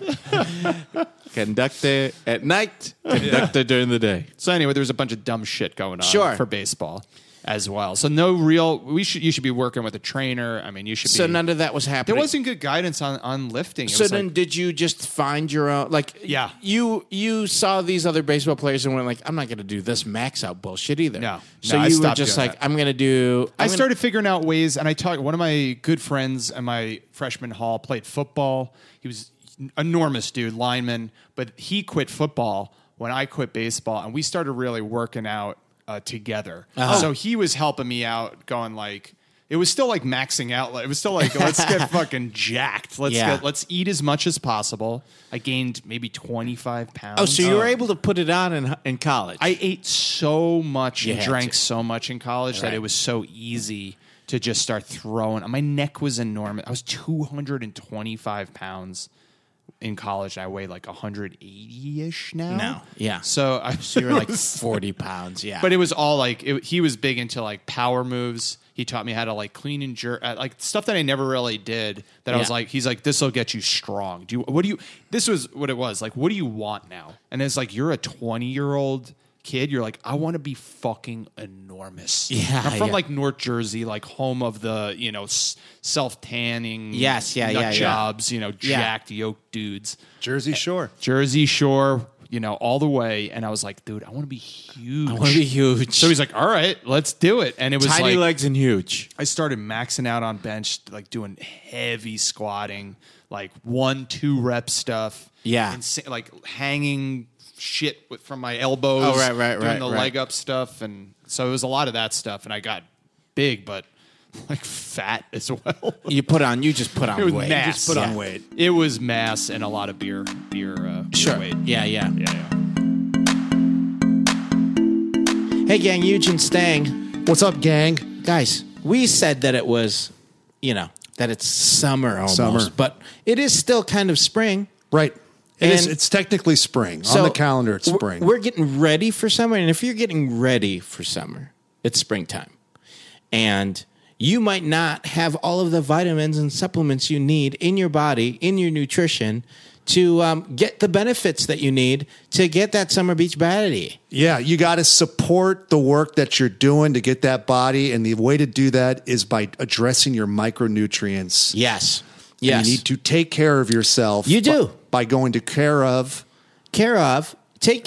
[SPEAKER 2] Conductor at night, conductor during the day.
[SPEAKER 4] So anyway, there's a bunch of dumb shit going on
[SPEAKER 2] Sure.
[SPEAKER 4] for baseball as well. So no real. We should you should be working with a trainer. I mean, you should.
[SPEAKER 2] So
[SPEAKER 4] be,
[SPEAKER 2] none of that was
[SPEAKER 4] There
[SPEAKER 2] happening.
[SPEAKER 4] wasn't good guidance on on lifting. It
[SPEAKER 2] So
[SPEAKER 4] was like-
[SPEAKER 2] then, did you just find your own? Like,
[SPEAKER 4] Yeah.
[SPEAKER 2] you you saw these other baseball players and went like, I'm not going to do this max out bullshit either.
[SPEAKER 4] No.
[SPEAKER 2] so
[SPEAKER 4] No, I
[SPEAKER 2] you were
[SPEAKER 4] stopped
[SPEAKER 2] just
[SPEAKER 4] doing
[SPEAKER 2] like,
[SPEAKER 4] that.
[SPEAKER 2] I'm going to do.
[SPEAKER 4] I
[SPEAKER 2] I'm gonna-
[SPEAKER 4] started figuring out ways, and I talked. One of my good friends in my freshman hall played football. He was enormous dude, lineman, but he quit football when I quit baseball, and we started really working out uh, together.
[SPEAKER 2] Uh-huh.
[SPEAKER 4] So he was helping me out, going like. It was still like maxing out. It was still like let's get fucking jacked. Let's
[SPEAKER 2] Yeah.
[SPEAKER 4] get let's eat as much as possible. I gained maybe twenty five pounds.
[SPEAKER 2] Oh, so you were able to put it on in in college.
[SPEAKER 4] I ate so much
[SPEAKER 2] You
[SPEAKER 4] and
[SPEAKER 2] had
[SPEAKER 4] drank
[SPEAKER 2] to.
[SPEAKER 4] so much in college that
[SPEAKER 2] Right.
[SPEAKER 4] it was so easy to just start throwing. My neck was enormous. I was 225 pounds in college. I weigh like 180 ish now.
[SPEAKER 2] No. Yeah.
[SPEAKER 4] So I
[SPEAKER 2] so you were like 40 pounds. Yeah,
[SPEAKER 4] but it was all like it, he was big into like power moves. He taught me how to like clean and jerk, uh, like stuff that I never really did. That I was
[SPEAKER 2] Yeah.
[SPEAKER 4] like, he's like, this will get you strong. Do you, what do you? This was what it was like. What do you want now? And it's like you're a 20 year old kid. You're like, I want to be fucking enormous.
[SPEAKER 2] Yeah,
[SPEAKER 4] I'm from
[SPEAKER 2] yeah.
[SPEAKER 4] like North Jersey, like home of the you know s- self tanning.
[SPEAKER 2] Yes, yeah, yeah, yeah.
[SPEAKER 4] jobs. You know,
[SPEAKER 2] Yeah.
[SPEAKER 4] jacked yoke dudes.
[SPEAKER 3] Jersey Shore.
[SPEAKER 4] Jersey Shore, you know, all the way. And I was like, dude, I want to be huge. I
[SPEAKER 2] wanna be huge.
[SPEAKER 4] So he's like, all right, let's do it. And it was
[SPEAKER 2] tiny
[SPEAKER 4] like,
[SPEAKER 2] legs and huge.
[SPEAKER 4] I started maxing out on bench, like doing heavy squatting, like one, two rep stuff.
[SPEAKER 2] Yeah.
[SPEAKER 4] Insa- like hanging shit with, from my elbows.
[SPEAKER 2] Oh, right, right,
[SPEAKER 4] Doing
[SPEAKER 2] right,
[SPEAKER 4] the
[SPEAKER 2] right.
[SPEAKER 4] leg up stuff. And so it was a lot of that stuff. And I got big, but like fat as well.
[SPEAKER 2] You put on, you just put on
[SPEAKER 4] it was
[SPEAKER 2] weight.
[SPEAKER 4] mass.
[SPEAKER 3] just put on
[SPEAKER 4] Yeah.
[SPEAKER 3] weight.
[SPEAKER 4] It was mass and a lot of beer. Beer. Uh, beer
[SPEAKER 2] Sure.
[SPEAKER 4] Weight.
[SPEAKER 2] Yeah, yeah,
[SPEAKER 4] Yeah, yeah.
[SPEAKER 2] Hey, gang, Eugene Stang.
[SPEAKER 5] What's up, gang?
[SPEAKER 2] Guys, we said that it was, you know, that it's summer almost,
[SPEAKER 3] Summer.
[SPEAKER 2] but it is still kind of spring.
[SPEAKER 5] Right.
[SPEAKER 3] It is,
[SPEAKER 2] And-
[SPEAKER 3] it's technically spring on the calendar. It's
[SPEAKER 2] we're-
[SPEAKER 3] spring.
[SPEAKER 2] We're getting ready for summer, and if you're getting ready for summer, it's springtime, and you might not have all of the vitamins and supplements you need in your body in your nutrition to um, get the benefits that you need to get that summer beach body.
[SPEAKER 3] yeah, you got to support the work that you're doing to get that body, and the way to do that is by addressing your micronutrients.
[SPEAKER 2] Yes,
[SPEAKER 3] And
[SPEAKER 2] yes.
[SPEAKER 3] you need to take care of yourself.
[SPEAKER 2] You do.
[SPEAKER 3] bu- by, going to care of
[SPEAKER 2] care of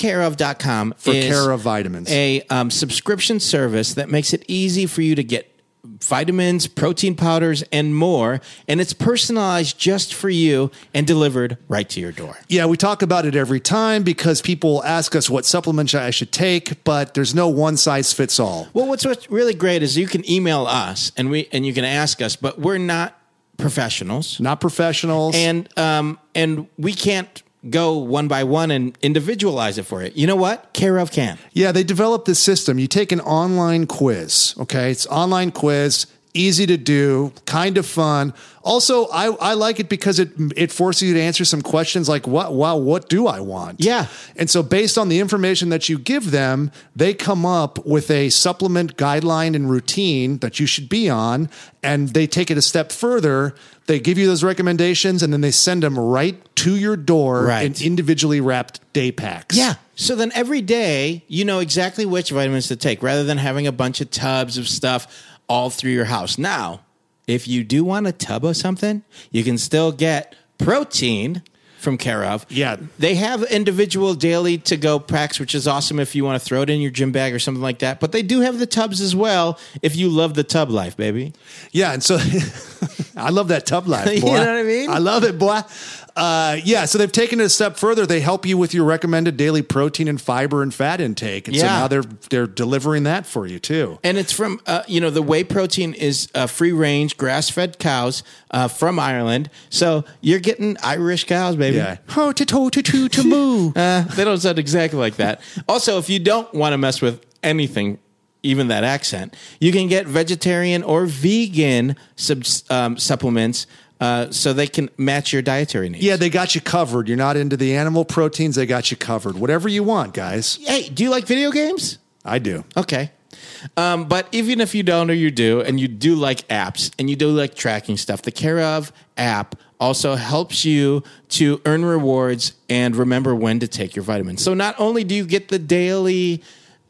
[SPEAKER 2] takecareof.com
[SPEAKER 3] for
[SPEAKER 2] is
[SPEAKER 3] care of vitamins.
[SPEAKER 2] a um, subscription service that makes it easy for you to get vitamins, protein powders, and more. And it's personalized just for you and delivered right to your door.
[SPEAKER 3] Yeah, we talk about it every time because people ask us what supplements I should take, but there's no one size fits all.
[SPEAKER 2] Well, what's, what's really great is you can email us and we and you can ask us, but we're not professionals.
[SPEAKER 3] Not professionals.
[SPEAKER 2] and um, and we can't go one by one and individualize it for you. You know what? Care of can.
[SPEAKER 3] Yeah, they developed this system. You take an online quiz, okay? It's online quiz, easy to do, kind of fun. Also, I, I like it because it it forces you to answer some questions like what wow, what do I want?
[SPEAKER 2] Yeah.
[SPEAKER 3] And so based on the information that you give them, they come up with a supplement guideline and routine that you should be on, and they take it a step further. They give you those recommendations and then they send them right to your door
[SPEAKER 2] Right.
[SPEAKER 3] in individually wrapped day packs.
[SPEAKER 2] Yeah. So then every day you know exactly which vitamins to take rather than having a bunch of tubs of stuff all through your house. Now, if you do want a tub of something, you can still get protein from Care of.
[SPEAKER 3] Yeah.
[SPEAKER 2] They have individual daily to go packs, which is awesome if you want to throw it in your gym bag or something like that. But they do have the tubs as well if you love the tub life, baby.
[SPEAKER 3] Yeah, and so I love that tub life, boy.
[SPEAKER 2] You know what I mean?
[SPEAKER 3] I love it, boy. Uh, yeah, so they've taken it a step further. They help you with your recommended daily protein and fiber and fat intake, and so
[SPEAKER 2] Yeah.
[SPEAKER 3] now they're they're delivering that for you too.
[SPEAKER 2] And it's from, uh, you know, the whey protein is uh, free range, grass fed cows uh, from Ireland. So you're getting Irish cows, baby.
[SPEAKER 3] Yeah, ho to to to to to moo.
[SPEAKER 2] Uh, they don't sound exactly like that. Also, if you don't want to mess with anything, even that accent, you can get vegetarian or vegan subs, um, supplements uh, so they can match your dietary needs.
[SPEAKER 3] Yeah, they got you covered. You're not into the animal proteins; they got you covered. Whatever you want, guys.
[SPEAKER 2] Hey, do you like video games?
[SPEAKER 3] I do.
[SPEAKER 2] Okay. Um, but even if you don't or you do, and you do like apps and you do like tracking stuff, the Care of app also helps you to earn rewards and remember when to take your vitamins. So not only do you get the daily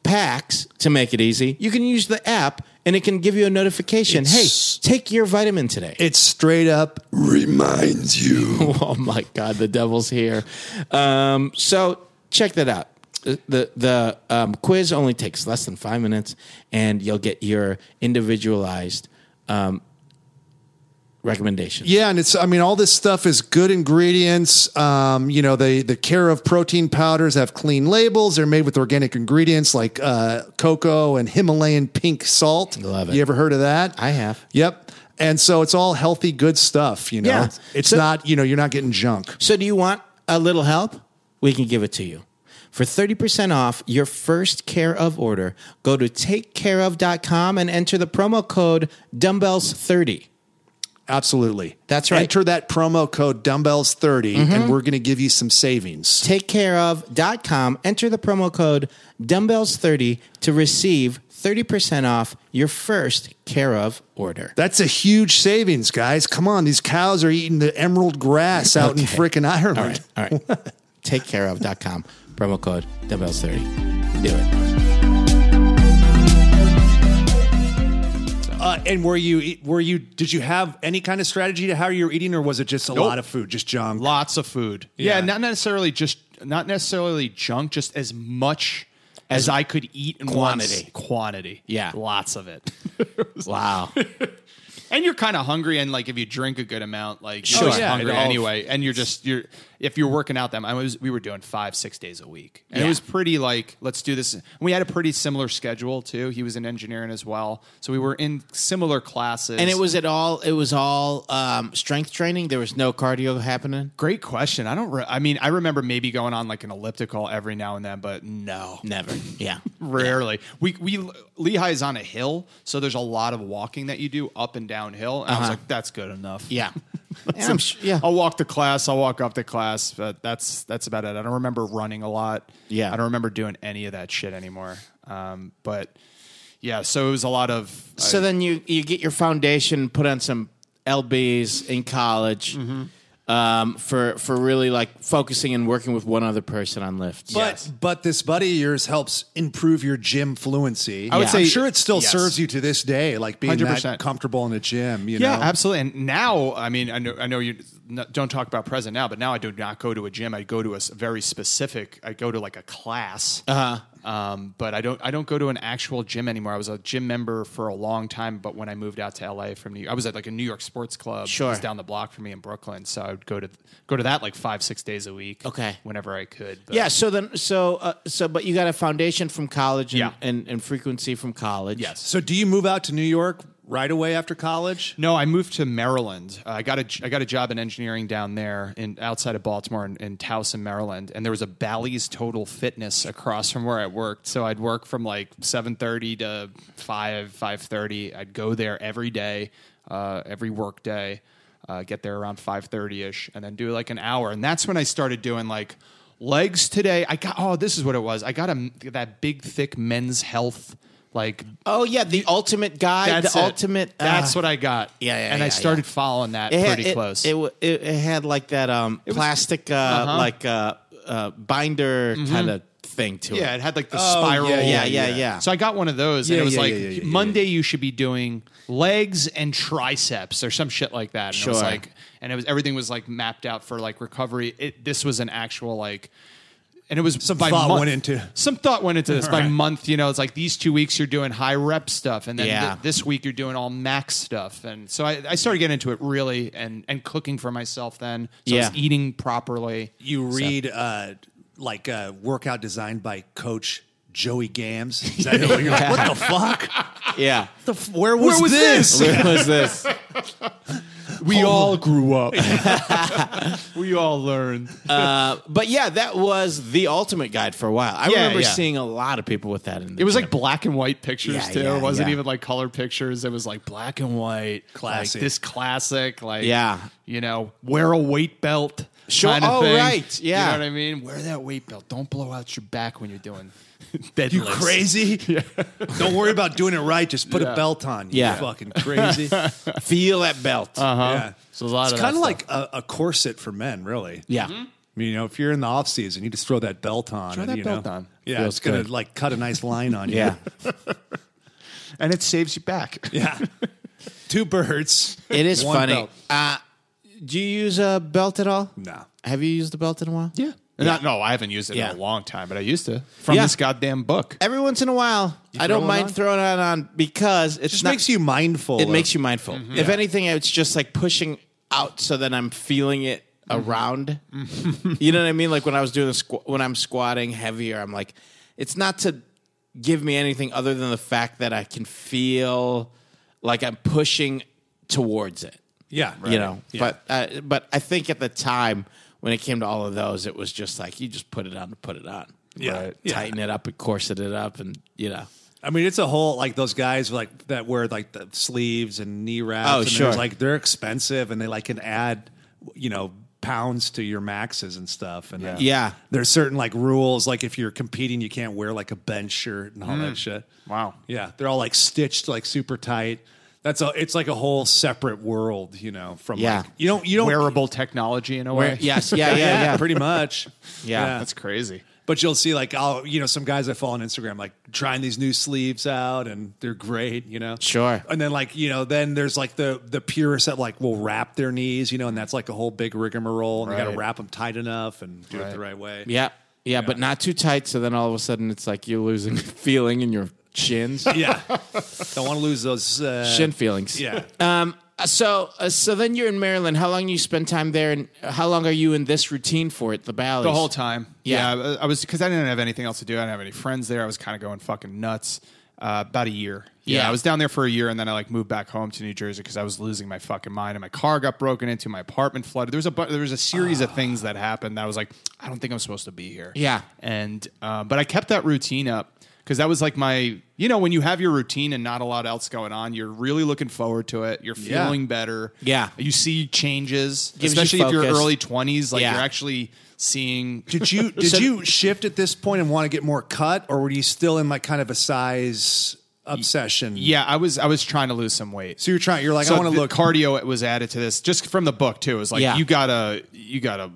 [SPEAKER 2] packs to make it easy, you can use the app and it can give you a notification
[SPEAKER 3] It's-
[SPEAKER 2] hey, take your vitamin today.
[SPEAKER 3] It's straight up reminds you.
[SPEAKER 2] oh my God, the devil's here. Um, so check that out. The the um, quiz only takes less than five minutes, and you'll get your individualized um, recommendations.
[SPEAKER 3] Yeah, and it's I mean all this stuff is good ingredients. Um, you know, they the care of protein powders have clean labels. They're made with organic ingredients like uh, cocoa and Himalayan pink salt.
[SPEAKER 2] Love it.
[SPEAKER 3] You ever heard of that?
[SPEAKER 2] I have.
[SPEAKER 3] Yep. And so it's all healthy, good stuff. You know,
[SPEAKER 2] Yeah.
[SPEAKER 3] it's
[SPEAKER 2] So-
[SPEAKER 3] not you know you're not getting junk.
[SPEAKER 2] So, do you want a little help? We can give it to you. For 30% off your first Care of order, go to takecareof.com and enter the promo code E dumbbells30.
[SPEAKER 3] Absolutely.
[SPEAKER 2] That's right. Mm-hmm.
[SPEAKER 3] Enter that promo code dumbbells 30 and we're going to give you some savings.
[SPEAKER 2] takecareof.com. Enter the promo code dumbbells30 to receive 30% off your first care of order.
[SPEAKER 3] That's a huge savings, guys. Come on, these cows are eating the emerald grass out in
[SPEAKER 2] Okay.
[SPEAKER 3] frickin' Ireland.
[SPEAKER 2] All right. All right. takecareof.com. Promo code dumbbells30. Do it.
[SPEAKER 3] Uh, and were you eat- were you did you have any kind of strategy to how you were eating, or was it just a lot of food, just junk?
[SPEAKER 4] Lots of food. Yeah.
[SPEAKER 3] Yeah.
[SPEAKER 4] not necessarily just not necessarily junk, just as much as I could eat in
[SPEAKER 2] Quantity.
[SPEAKER 4] once. Quantity.
[SPEAKER 2] Yeah.
[SPEAKER 4] Lots of it.
[SPEAKER 2] Wow.
[SPEAKER 4] and you're kind of hungry and like if you drink a good amount like
[SPEAKER 2] Sure.
[SPEAKER 4] you're just
[SPEAKER 3] Yeah,
[SPEAKER 4] hungry
[SPEAKER 3] it all-
[SPEAKER 4] anyway and you're just you're if you're working out that I was we were doing five six days a week, and
[SPEAKER 2] Yeah.
[SPEAKER 4] it was pretty like let's do this. We had a pretty similar schedule too. He was an engineering as well, so we were in similar classes.
[SPEAKER 2] And it was at all. It was all um, strength training. There was no cardio happening.
[SPEAKER 4] great question. I don't. Re- I mean, I remember maybe going on like an elliptical every now and then, but no,
[SPEAKER 2] Never. Yeah.
[SPEAKER 4] Rarely. We we Lehigh is on a hill, so there's a lot of walking that you do up and downhill. And I was like, that's good enough.
[SPEAKER 2] Uh-huh. Yeah. And I'm su- yeah.
[SPEAKER 4] I'll walk to class, I'll walk up to class, but that's that's about it. I don't remember running a lot.
[SPEAKER 2] Yeah.
[SPEAKER 4] I don't remember doing any of that shit anymore. Um, but yeah, so it was a lot of
[SPEAKER 2] So then you you get your foundation, put on some lbs in college.
[SPEAKER 4] Mm-hmm.
[SPEAKER 2] Um, for for really like focusing and working with one other person on lift.
[SPEAKER 3] But but this buddy of yours helps improve your gym fluency. I
[SPEAKER 4] would
[SPEAKER 3] am
[SPEAKER 4] say-
[SPEAKER 3] sure it still
[SPEAKER 4] yes.
[SPEAKER 3] serves you to this day, like being that
[SPEAKER 4] 100%.
[SPEAKER 3] comfortable in a gym. You
[SPEAKER 4] yeah,
[SPEAKER 3] know,
[SPEAKER 4] absolutely. And now, I mean, I know, I know you n- don't talk about present now, but now I do not go to a gym. I go to a s- very specific. I go to like a class.
[SPEAKER 2] Uh-huh.
[SPEAKER 4] Uh huh. Um, but I don't. I don't go to an actual gym anymore. I was a gym member for a long time, but when I moved out to LA from New, York, I was at like a New York sports club.
[SPEAKER 2] Sure.
[SPEAKER 4] It was down the block from me in Brooklyn, so I would go to go to that like five six days a week.
[SPEAKER 2] Okay.
[SPEAKER 4] whenever I could. But
[SPEAKER 2] Yeah. So then, so uh, so, but you got a foundation from college, and,
[SPEAKER 4] Yeah.
[SPEAKER 2] and, and frequency from college.
[SPEAKER 4] Yes.
[SPEAKER 3] So, do you move out to New York right away after college?
[SPEAKER 4] No, I moved to Maryland. Uh, I got a I got a job in engineering down there, in outside of Baltimore, in, in Towson, Maryland. And there was a Bally's Total Fitness across from where I worked. So I'd work from like seven thirty to five five thirty. I'd go there every day, uh, every work day. Uh, get there around five thirty ish, and then do like an hour. And that's when I started doing like legs today. I got oh, this is what it was. I got a that big thick men's health like
[SPEAKER 2] Oh yeah, the ultimate guide,
[SPEAKER 4] that's
[SPEAKER 2] the
[SPEAKER 4] it.
[SPEAKER 2] ultimate.
[SPEAKER 4] That's
[SPEAKER 2] uh,
[SPEAKER 4] what I got.
[SPEAKER 2] Yeah, yeah,
[SPEAKER 4] And
[SPEAKER 2] yeah,
[SPEAKER 4] I started following that
[SPEAKER 2] it had-
[SPEAKER 4] pretty
[SPEAKER 2] it-
[SPEAKER 4] close. Uh-huh.
[SPEAKER 2] It, w- it it had like that um plastic uh, like uh, uh binder kind of thing to
[SPEAKER 4] Mm-hmm. yeah,
[SPEAKER 2] it.
[SPEAKER 4] it had like the
[SPEAKER 3] Oh,
[SPEAKER 4] spiral.
[SPEAKER 3] yeah,
[SPEAKER 2] yeah, yeah, yeah.
[SPEAKER 4] So I got one of those,
[SPEAKER 3] Yeah,
[SPEAKER 4] and it was
[SPEAKER 3] yeah,
[SPEAKER 4] like
[SPEAKER 3] yeah, yeah, yeah, yeah.
[SPEAKER 4] Monday you should be doing legs and triceps or some shit like that. And it
[SPEAKER 2] Sure.
[SPEAKER 4] was like, and it was everything was like mapped out for like recovery. It, this was an actual like. And it was some by
[SPEAKER 3] thought
[SPEAKER 4] month.
[SPEAKER 3] went into-
[SPEAKER 4] some thought went into this by month. You know, it's like these two weeks you're doing high rep stuff, and then
[SPEAKER 2] Yeah.
[SPEAKER 4] th- this week you're doing all max stuff. And so I, I started getting into it really, and and cooking for myself. Then so I
[SPEAKER 2] Yeah.
[SPEAKER 4] was eating properly.
[SPEAKER 3] You read uh, like uh, workout designed by Coach Joey Gams. Is that who you're like, what the fuck?
[SPEAKER 2] Yeah.
[SPEAKER 3] The f- where was, this?
[SPEAKER 2] Where was this?
[SPEAKER 4] We all grew up. we all learned.
[SPEAKER 2] But yeah, that was the ultimate guide for a while. I
[SPEAKER 4] Yeah,
[SPEAKER 2] remember
[SPEAKER 4] yeah.
[SPEAKER 2] seeing a lot of people with that in the
[SPEAKER 4] It was
[SPEAKER 2] gym.
[SPEAKER 4] like black and white pictures
[SPEAKER 2] Yeah,
[SPEAKER 4] too.
[SPEAKER 2] yeah,
[SPEAKER 4] it wasn't
[SPEAKER 2] yeah.
[SPEAKER 4] even like color pictures. It was like black and white,
[SPEAKER 3] Classic.
[SPEAKER 4] like this classic, like
[SPEAKER 2] Yeah.
[SPEAKER 4] you know, wear a weight belt.
[SPEAKER 2] Sure.
[SPEAKER 4] Kind of
[SPEAKER 2] Oh,
[SPEAKER 4] thing.
[SPEAKER 2] right. Yeah.
[SPEAKER 4] You know what I mean? Wear that weight belt. Don't blow out your back when you're doing deadlifts.
[SPEAKER 3] You crazy? Don't worry about doing it right. Just put a
[SPEAKER 4] Yeah.
[SPEAKER 3] belt on. You
[SPEAKER 2] Yeah.
[SPEAKER 3] fucking crazy.
[SPEAKER 2] feel that belt.
[SPEAKER 3] Yeah.
[SPEAKER 4] So a lot
[SPEAKER 3] it's
[SPEAKER 4] of that
[SPEAKER 3] kind of
[SPEAKER 4] stuff.
[SPEAKER 3] like a, a corset for men, really.
[SPEAKER 2] yeah.
[SPEAKER 3] I mean, you know, if you're in the off season, you just throw that belt on.
[SPEAKER 4] Throw
[SPEAKER 3] and,
[SPEAKER 4] that
[SPEAKER 3] you
[SPEAKER 4] belt
[SPEAKER 3] know,
[SPEAKER 4] on.
[SPEAKER 3] Yeah,
[SPEAKER 2] Feels
[SPEAKER 3] it's gonna
[SPEAKER 2] good.
[SPEAKER 3] like cut a nice line on you.
[SPEAKER 2] Yeah.
[SPEAKER 4] and it saves you back.
[SPEAKER 3] yeah. Two birds.
[SPEAKER 2] It is
[SPEAKER 3] one
[SPEAKER 2] funny.
[SPEAKER 3] belt.
[SPEAKER 2] Uh, do you use a belt at all?
[SPEAKER 3] No.
[SPEAKER 2] Have you used a belt in a while?
[SPEAKER 4] Yeah. Not, no, I haven't used it
[SPEAKER 2] Yeah.
[SPEAKER 4] in a long time, but I used to from
[SPEAKER 2] Yeah.
[SPEAKER 4] this goddamn book.
[SPEAKER 2] Every once in a while, I
[SPEAKER 3] throw
[SPEAKER 2] don't
[SPEAKER 3] one
[SPEAKER 2] mind
[SPEAKER 3] on?
[SPEAKER 2] throwing it on because it's
[SPEAKER 3] Just
[SPEAKER 2] not,
[SPEAKER 3] makes you mindful.
[SPEAKER 2] it
[SPEAKER 3] of-
[SPEAKER 2] makes you mindful.
[SPEAKER 3] Mm-hmm.
[SPEAKER 2] If anything, it's just like pushing out so that I'm feeling it
[SPEAKER 3] Mm-hmm.
[SPEAKER 2] around. you know what I mean? Like when I was doing the squ- when I'm squatting heavier, I'm like, it's not to give me anything other than the fact that I can feel like I'm pushing towards it.
[SPEAKER 3] Yeah.
[SPEAKER 2] You know,
[SPEAKER 3] Yeah.
[SPEAKER 2] but uh, but I think at the time when it came to all of those, it was just like you just put it on to put it on.
[SPEAKER 3] Yeah.
[SPEAKER 4] Right.
[SPEAKER 3] Yeah.
[SPEAKER 2] Tighten it up and corset it up, and you know.
[SPEAKER 3] I mean, it's a whole like those guys like that wear like the sleeves and knee wraps.
[SPEAKER 2] Oh,
[SPEAKER 3] and
[SPEAKER 2] sure.
[SPEAKER 3] there's, Like they're expensive, and they like can add, you know, pounds to your maxes and stuff. And uh,
[SPEAKER 2] Yeah.
[SPEAKER 3] there's certain like rules. Like if you're competing, you can't wear like a bench shirt and all
[SPEAKER 2] Mm.
[SPEAKER 3] that shit.
[SPEAKER 4] Wow.
[SPEAKER 3] Yeah, they're all like stitched like super tight. That's a. It's like a whole separate world, you know. From
[SPEAKER 2] Yeah.
[SPEAKER 3] like, you don't you don't
[SPEAKER 4] Wearable technology in a way.
[SPEAKER 2] Yes. Yeah. Yeah.
[SPEAKER 3] yeah,
[SPEAKER 2] Yeah.
[SPEAKER 3] pretty much.
[SPEAKER 2] Yeah,
[SPEAKER 4] That's crazy.
[SPEAKER 3] But you'll see, like, I'll, you know, some guys I follow on Instagram, like, trying these new sleeves out and they're great, you know?
[SPEAKER 2] Sure.
[SPEAKER 3] And then, like, you know, then there's like the the purists that, like, will wrap their knees, you know, and that's like a whole big rigmarole. And they got to
[SPEAKER 4] Right.
[SPEAKER 3] wrap them tight enough and do it
[SPEAKER 4] Right.
[SPEAKER 3] the right way.
[SPEAKER 2] Yeah, yeah, but not too tight. So then all of a sudden it's like you're losing feeling in your shins,
[SPEAKER 3] Yeah. Don't want to lose those. Uh,
[SPEAKER 2] shin feelings.
[SPEAKER 3] Yeah.
[SPEAKER 2] Um, so uh, so then you're in Maryland. How long you spend time there, and how long are you in this routine for at the Bally's?
[SPEAKER 4] the whole time.
[SPEAKER 2] Yeah.
[SPEAKER 4] I- I was because I didn't have anything else to do. I didn't have any friends there. I was kind of going fucking nuts. Uh, about a year. Yeah.
[SPEAKER 2] Yeah.
[SPEAKER 4] I was down there for a year, and then I like moved back home to New Jersey because I was losing my fucking mind. And my car got broken into, my apartment flooded. There was a bu- there was a series of things that happened that I was like, I don't think I'm supposed to be here.
[SPEAKER 2] Yeah.
[SPEAKER 4] and uh, but I kept that routine up because that was like my you know when you have your routine and not a lot else going on, you're really looking forward to it. You're
[SPEAKER 3] Yeah.
[SPEAKER 4] feeling better.
[SPEAKER 2] Yeah.
[SPEAKER 4] you see changes,
[SPEAKER 2] Gives you
[SPEAKER 4] especially if you're
[SPEAKER 2] focus.
[SPEAKER 4] early twenties. Like
[SPEAKER 2] Yeah.
[SPEAKER 4] you're actually seeing
[SPEAKER 3] Did you did
[SPEAKER 2] So-
[SPEAKER 3] you shift at this point and want to get more cut, or were you still in like kind of a size obsession?
[SPEAKER 4] yeah i was i was trying to lose some weight
[SPEAKER 3] So you're trying. You're like,
[SPEAKER 4] So
[SPEAKER 3] I want to
[SPEAKER 4] the
[SPEAKER 3] look.
[SPEAKER 4] cardio was added to this just from the book too it was like
[SPEAKER 2] Yeah.
[SPEAKER 4] you gotta you gotta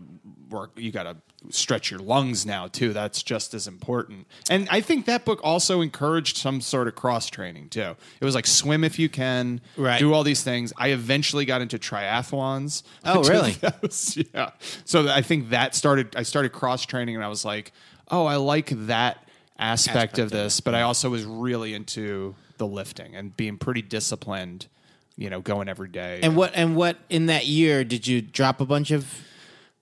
[SPEAKER 4] work you gotta stretch your lungs now too that's just as important and i think that book also encouraged some sort of cross training too it was like swim if you can
[SPEAKER 2] Right.
[SPEAKER 4] do all these things i eventually got into triathlons
[SPEAKER 2] Oh,
[SPEAKER 4] I did
[SPEAKER 2] really?
[SPEAKER 4] those, yeah so i think that started i started cross training and i was like oh i like that aspect, of this but i also was really into the lifting and being pretty disciplined you know going every day
[SPEAKER 2] And what and what in that year did you drop a bunch of?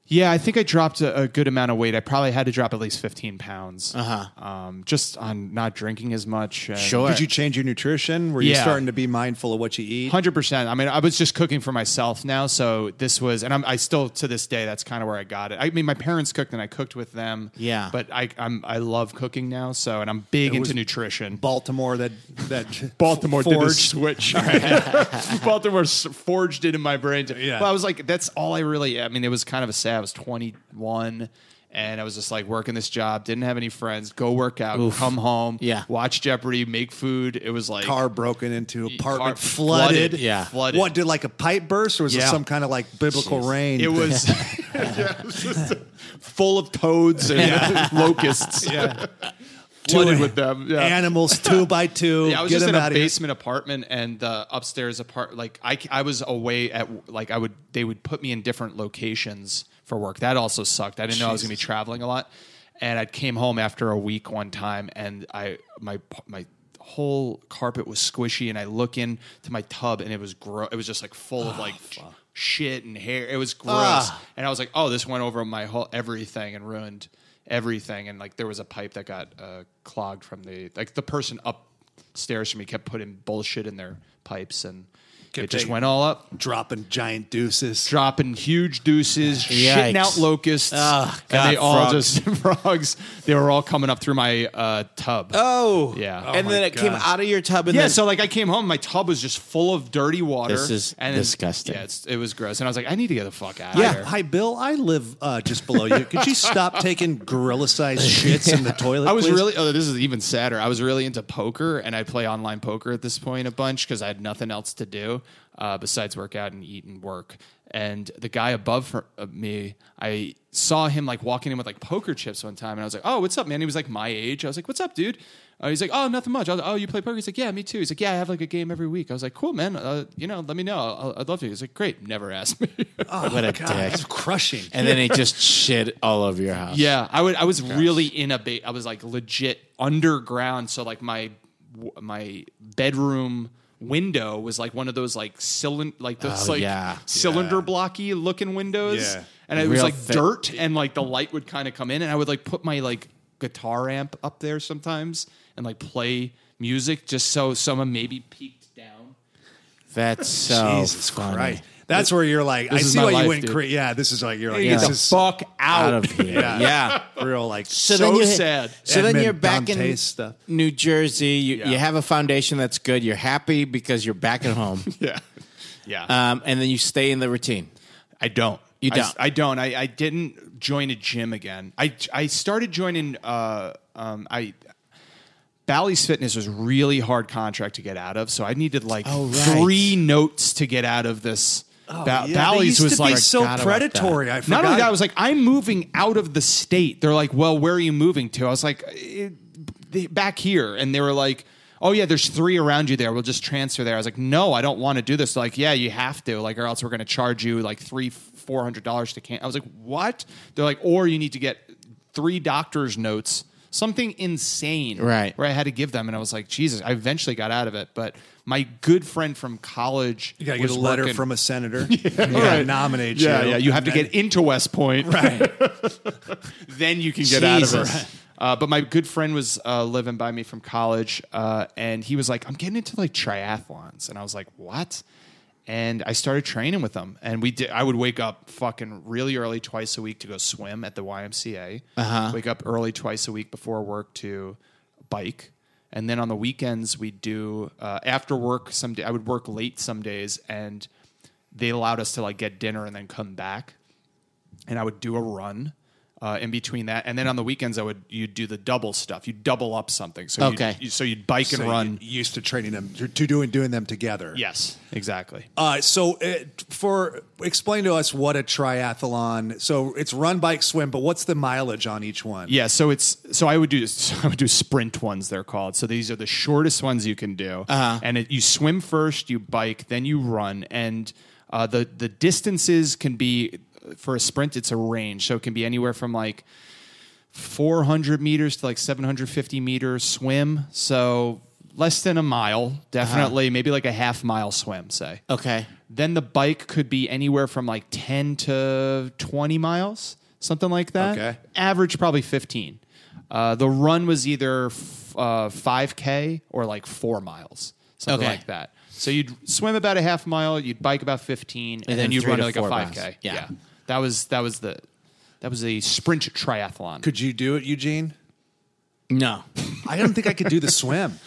[SPEAKER 4] yeah i think i dropped a, a good amount of weight i probably had to drop at least 15 pounds uh-huh um, just on not drinking as much and-
[SPEAKER 3] Did you change your nutrition? Were you
[SPEAKER 4] Yeah.
[SPEAKER 3] starting to be mindful of what you eat?
[SPEAKER 4] Hundred percent. I mean, I was just cooking for myself now, so this was, and I'm, I still to this day, that's kind of where I got it. I mean, my parents cooked, and I cooked with them.
[SPEAKER 2] Yeah.
[SPEAKER 4] but I, I'm, I love cooking now, so and I'm big
[SPEAKER 3] was
[SPEAKER 4] into nutrition.
[SPEAKER 3] Baltimore that that
[SPEAKER 4] this
[SPEAKER 3] forged.
[SPEAKER 4] switch. Baltimore s- forged it in my brain. To,
[SPEAKER 3] Yeah.
[SPEAKER 4] But I was like, that's all I really. I mean, it was kind of a sad. I was 21, and I was just like working this job. Didn't have any friends. Go work out. Come home.
[SPEAKER 2] Yeah.
[SPEAKER 4] Watch Jeopardy. Make food. It was like
[SPEAKER 3] Car broken into, apartment
[SPEAKER 4] Car-
[SPEAKER 3] flooded.
[SPEAKER 2] Yeah.
[SPEAKER 4] Flooded.
[SPEAKER 3] What did like a pipe burst, or was it
[SPEAKER 4] Yeah.
[SPEAKER 3] some kind of like biblical rain?
[SPEAKER 4] It was, yeah, it was just full of toads and locusts. Yeah. Flooded with them. Yeah.
[SPEAKER 3] animals two by two.
[SPEAKER 4] yeah, I was
[SPEAKER 3] get
[SPEAKER 4] just in
[SPEAKER 3] them
[SPEAKER 4] a
[SPEAKER 3] out of here.
[SPEAKER 4] basement apartment and the upstairs apart. Like I, c- I was away at like I would they would put me in different locations for work. That also sucked. I didn't know I was gonna be traveling a lot. And I came home after a week one time and I my p- my whole carpet was squishy and I look into my tub and it was gross. It was just like full
[SPEAKER 3] Ah,
[SPEAKER 4] of like. sh- Shit and hair. It was gross. And I was like, oh, this went over my whole everything and ruined everything. And like, there was a pipe that got uh, clogged from the, like, the person up stairs from me kept putting bullshit in their pipes and
[SPEAKER 3] Kept
[SPEAKER 4] it just
[SPEAKER 3] taking-
[SPEAKER 4] went all up
[SPEAKER 3] dropping giant deuces.
[SPEAKER 4] dropping huge deuces
[SPEAKER 2] Yikes.
[SPEAKER 4] shitting out locusts
[SPEAKER 2] Oh, God,
[SPEAKER 4] and they all
[SPEAKER 2] frogs.
[SPEAKER 4] just frogs they were all coming up through my uh, tub
[SPEAKER 2] Oh,
[SPEAKER 4] Yeah. Oh
[SPEAKER 2] And
[SPEAKER 3] my
[SPEAKER 2] then it came
[SPEAKER 3] God.
[SPEAKER 2] out of your tub. And
[SPEAKER 4] yeah
[SPEAKER 2] then,
[SPEAKER 4] so like i came home my tub was just full of dirty water
[SPEAKER 2] This is
[SPEAKER 4] then-
[SPEAKER 2] disgusting.
[SPEAKER 4] yeah it's, it was gross and i was like i need to get the fuck out
[SPEAKER 3] Yeah.
[SPEAKER 4] of here
[SPEAKER 3] Hi, Bill. I live uh, just below you. Could you stop taking gorilla sized shits in the toilet?
[SPEAKER 4] I was
[SPEAKER 3] please?
[SPEAKER 4] really. Oh, this is even sadder. I was really into poker, and I play online poker at this point a bunch because I had nothing else to do uh, besides work out and eat and work. And the guy above for, uh, me, I saw him like walking in with like poker chips one time, and I was like, "Oh, what's up, man?" He was like my age. I was like, "What's up, dude?" Uh, he's like, "Oh, nothing much." I was like, "Oh, you play poker?" He's like, "Yeah, me too." He's like, "Yeah, I have like a game every week." I was like, "Cool, man. Uh, you know, let me know. I'll, I'd love to." He's like, "Great, never ask me."
[SPEAKER 2] what a
[SPEAKER 3] God,
[SPEAKER 2] dick.
[SPEAKER 3] that's crushing.
[SPEAKER 2] And then it just shit all over your house.
[SPEAKER 4] Yeah, I would. I was really in a ba- I was like legit underground. So like my w- my bedroom window was like one of those like cylinder like those
[SPEAKER 2] Oh,
[SPEAKER 4] like
[SPEAKER 2] yeah.
[SPEAKER 4] cylinder
[SPEAKER 3] Yeah.
[SPEAKER 4] blocky looking windows.
[SPEAKER 3] Yeah.
[SPEAKER 4] And it was
[SPEAKER 2] Real
[SPEAKER 4] like
[SPEAKER 2] thick.
[SPEAKER 4] dirt and like the light would kind of come in and I would like put my like guitar amp up there sometimes and like play music just so someone maybe peeked down.
[SPEAKER 2] That's so
[SPEAKER 3] Jesus
[SPEAKER 2] funny.
[SPEAKER 3] Christ. That's where you're like, I
[SPEAKER 4] oh, is
[SPEAKER 3] see
[SPEAKER 4] my
[SPEAKER 3] why
[SPEAKER 4] life,
[SPEAKER 3] you wouldn't
[SPEAKER 4] dude.
[SPEAKER 3] create. Yeah, this is like, you're like,
[SPEAKER 4] Get
[SPEAKER 3] this
[SPEAKER 4] the
[SPEAKER 3] is
[SPEAKER 4] fuck out.
[SPEAKER 2] Out of here.
[SPEAKER 3] Yeah.
[SPEAKER 2] Yeah.
[SPEAKER 3] real like
[SPEAKER 4] So
[SPEAKER 2] you-
[SPEAKER 4] sad.
[SPEAKER 2] So then
[SPEAKER 3] Edmond
[SPEAKER 2] you're back in
[SPEAKER 3] Dante's stuff.
[SPEAKER 2] New Jersey. You, you
[SPEAKER 4] Yeah.
[SPEAKER 2] have a foundation that's good. You're happy because you're back at home.
[SPEAKER 4] Yeah. Yeah.
[SPEAKER 2] um, and then you stay in the routine.
[SPEAKER 4] I don't.
[SPEAKER 2] You
[SPEAKER 4] I
[SPEAKER 2] don't.
[SPEAKER 4] s- I, don't. I, I didn't join a gym again. I I started joining. Uh, um, I Bally's Fitness was really hard contract to get out of, so I needed like
[SPEAKER 2] Oh, right.
[SPEAKER 4] three notes to get out of this. Ba-
[SPEAKER 3] Oh, Yeah, they
[SPEAKER 4] Bally's
[SPEAKER 3] used
[SPEAKER 4] was
[SPEAKER 3] to
[SPEAKER 4] like
[SPEAKER 3] be so
[SPEAKER 2] forgot about that.
[SPEAKER 3] predatory. I forgot.
[SPEAKER 4] not only that, I was like, I'm moving out of the state. They're like, well, where are you moving to? I was like, "Eh, they- back here. And they were like, oh, yeah, there's three around you there. We'll just transfer there. I was like, no, I don't want to do this. They're like, yeah, you have to, like, or else we're going to charge you like three, four hundred dollars to can. I was like, what? They're like, or you need to get three doctor's notes, something insane,
[SPEAKER 2] Right.
[SPEAKER 4] Where I had to give them, and I was like, Jesus. I eventually got out of it, but my good friend from college
[SPEAKER 3] You gotta get
[SPEAKER 4] was
[SPEAKER 3] a letter
[SPEAKER 4] working-
[SPEAKER 3] from a senator. yeah. nominate
[SPEAKER 4] yeah,
[SPEAKER 3] you.
[SPEAKER 4] yeah. You have to
[SPEAKER 3] And
[SPEAKER 4] get into West Point, right? then you can get out of
[SPEAKER 2] Jesus.
[SPEAKER 4] it. Uh, but my good friend was uh, living by me from college, uh, and he was like, "I'm getting into like triathlons," and I was like, "What?" And I started training with him, and we did. I would wake up fucking really early twice a week to go swim at the YMCA. Uh-huh. Wake up early twice a week before work to bike, and then on the weekends we would do uh, after work. Some day I would work late some days, and they allowed us to like get dinner and then come back and I would do a run uh, in between that, and then on the weekends I would you do the double stuff. You double up something. So you'd-
[SPEAKER 2] Okay.
[SPEAKER 4] you, so you'd bike and
[SPEAKER 3] so
[SPEAKER 4] run.
[SPEAKER 3] you- Used to training them to to doing doing them together.
[SPEAKER 4] yes, exactly.
[SPEAKER 3] Uh, so, uh, for explain to us what a triathlon. So it's run, bike, swim, but what's the mileage on each one?
[SPEAKER 4] Yeah, so it's so I would do so I would do sprint ones they're called. So these are the shortest ones you can do, uh-huh. and it, you swim first, you bike, then you run, and uh, the the distances can be for a sprint it's a range, so it can be anywhere from like 400 meters to like 750 meters swim, so less than a mile, definitely maybe like a half mile swim, say
[SPEAKER 2] Okay.
[SPEAKER 4] then the bike could be anywhere from like 10 to 20 miles, something like that.
[SPEAKER 3] Okay.
[SPEAKER 4] Average probably 15. Uh, the run was either f- uh, 5K or like four miles, something
[SPEAKER 2] Okay.
[SPEAKER 4] like that. So you'd swim about a half mile, you'd bike about 15, and,
[SPEAKER 2] And
[SPEAKER 4] then,
[SPEAKER 2] then
[SPEAKER 4] you'd
[SPEAKER 2] three
[SPEAKER 4] run
[SPEAKER 2] to
[SPEAKER 4] like a
[SPEAKER 2] four
[SPEAKER 4] 5K.
[SPEAKER 2] miles. Yeah.
[SPEAKER 4] That was that was the that was a sprint triathlon.
[SPEAKER 3] Could you do it, Eugene?
[SPEAKER 2] No.
[SPEAKER 3] I don't think I could do the swim.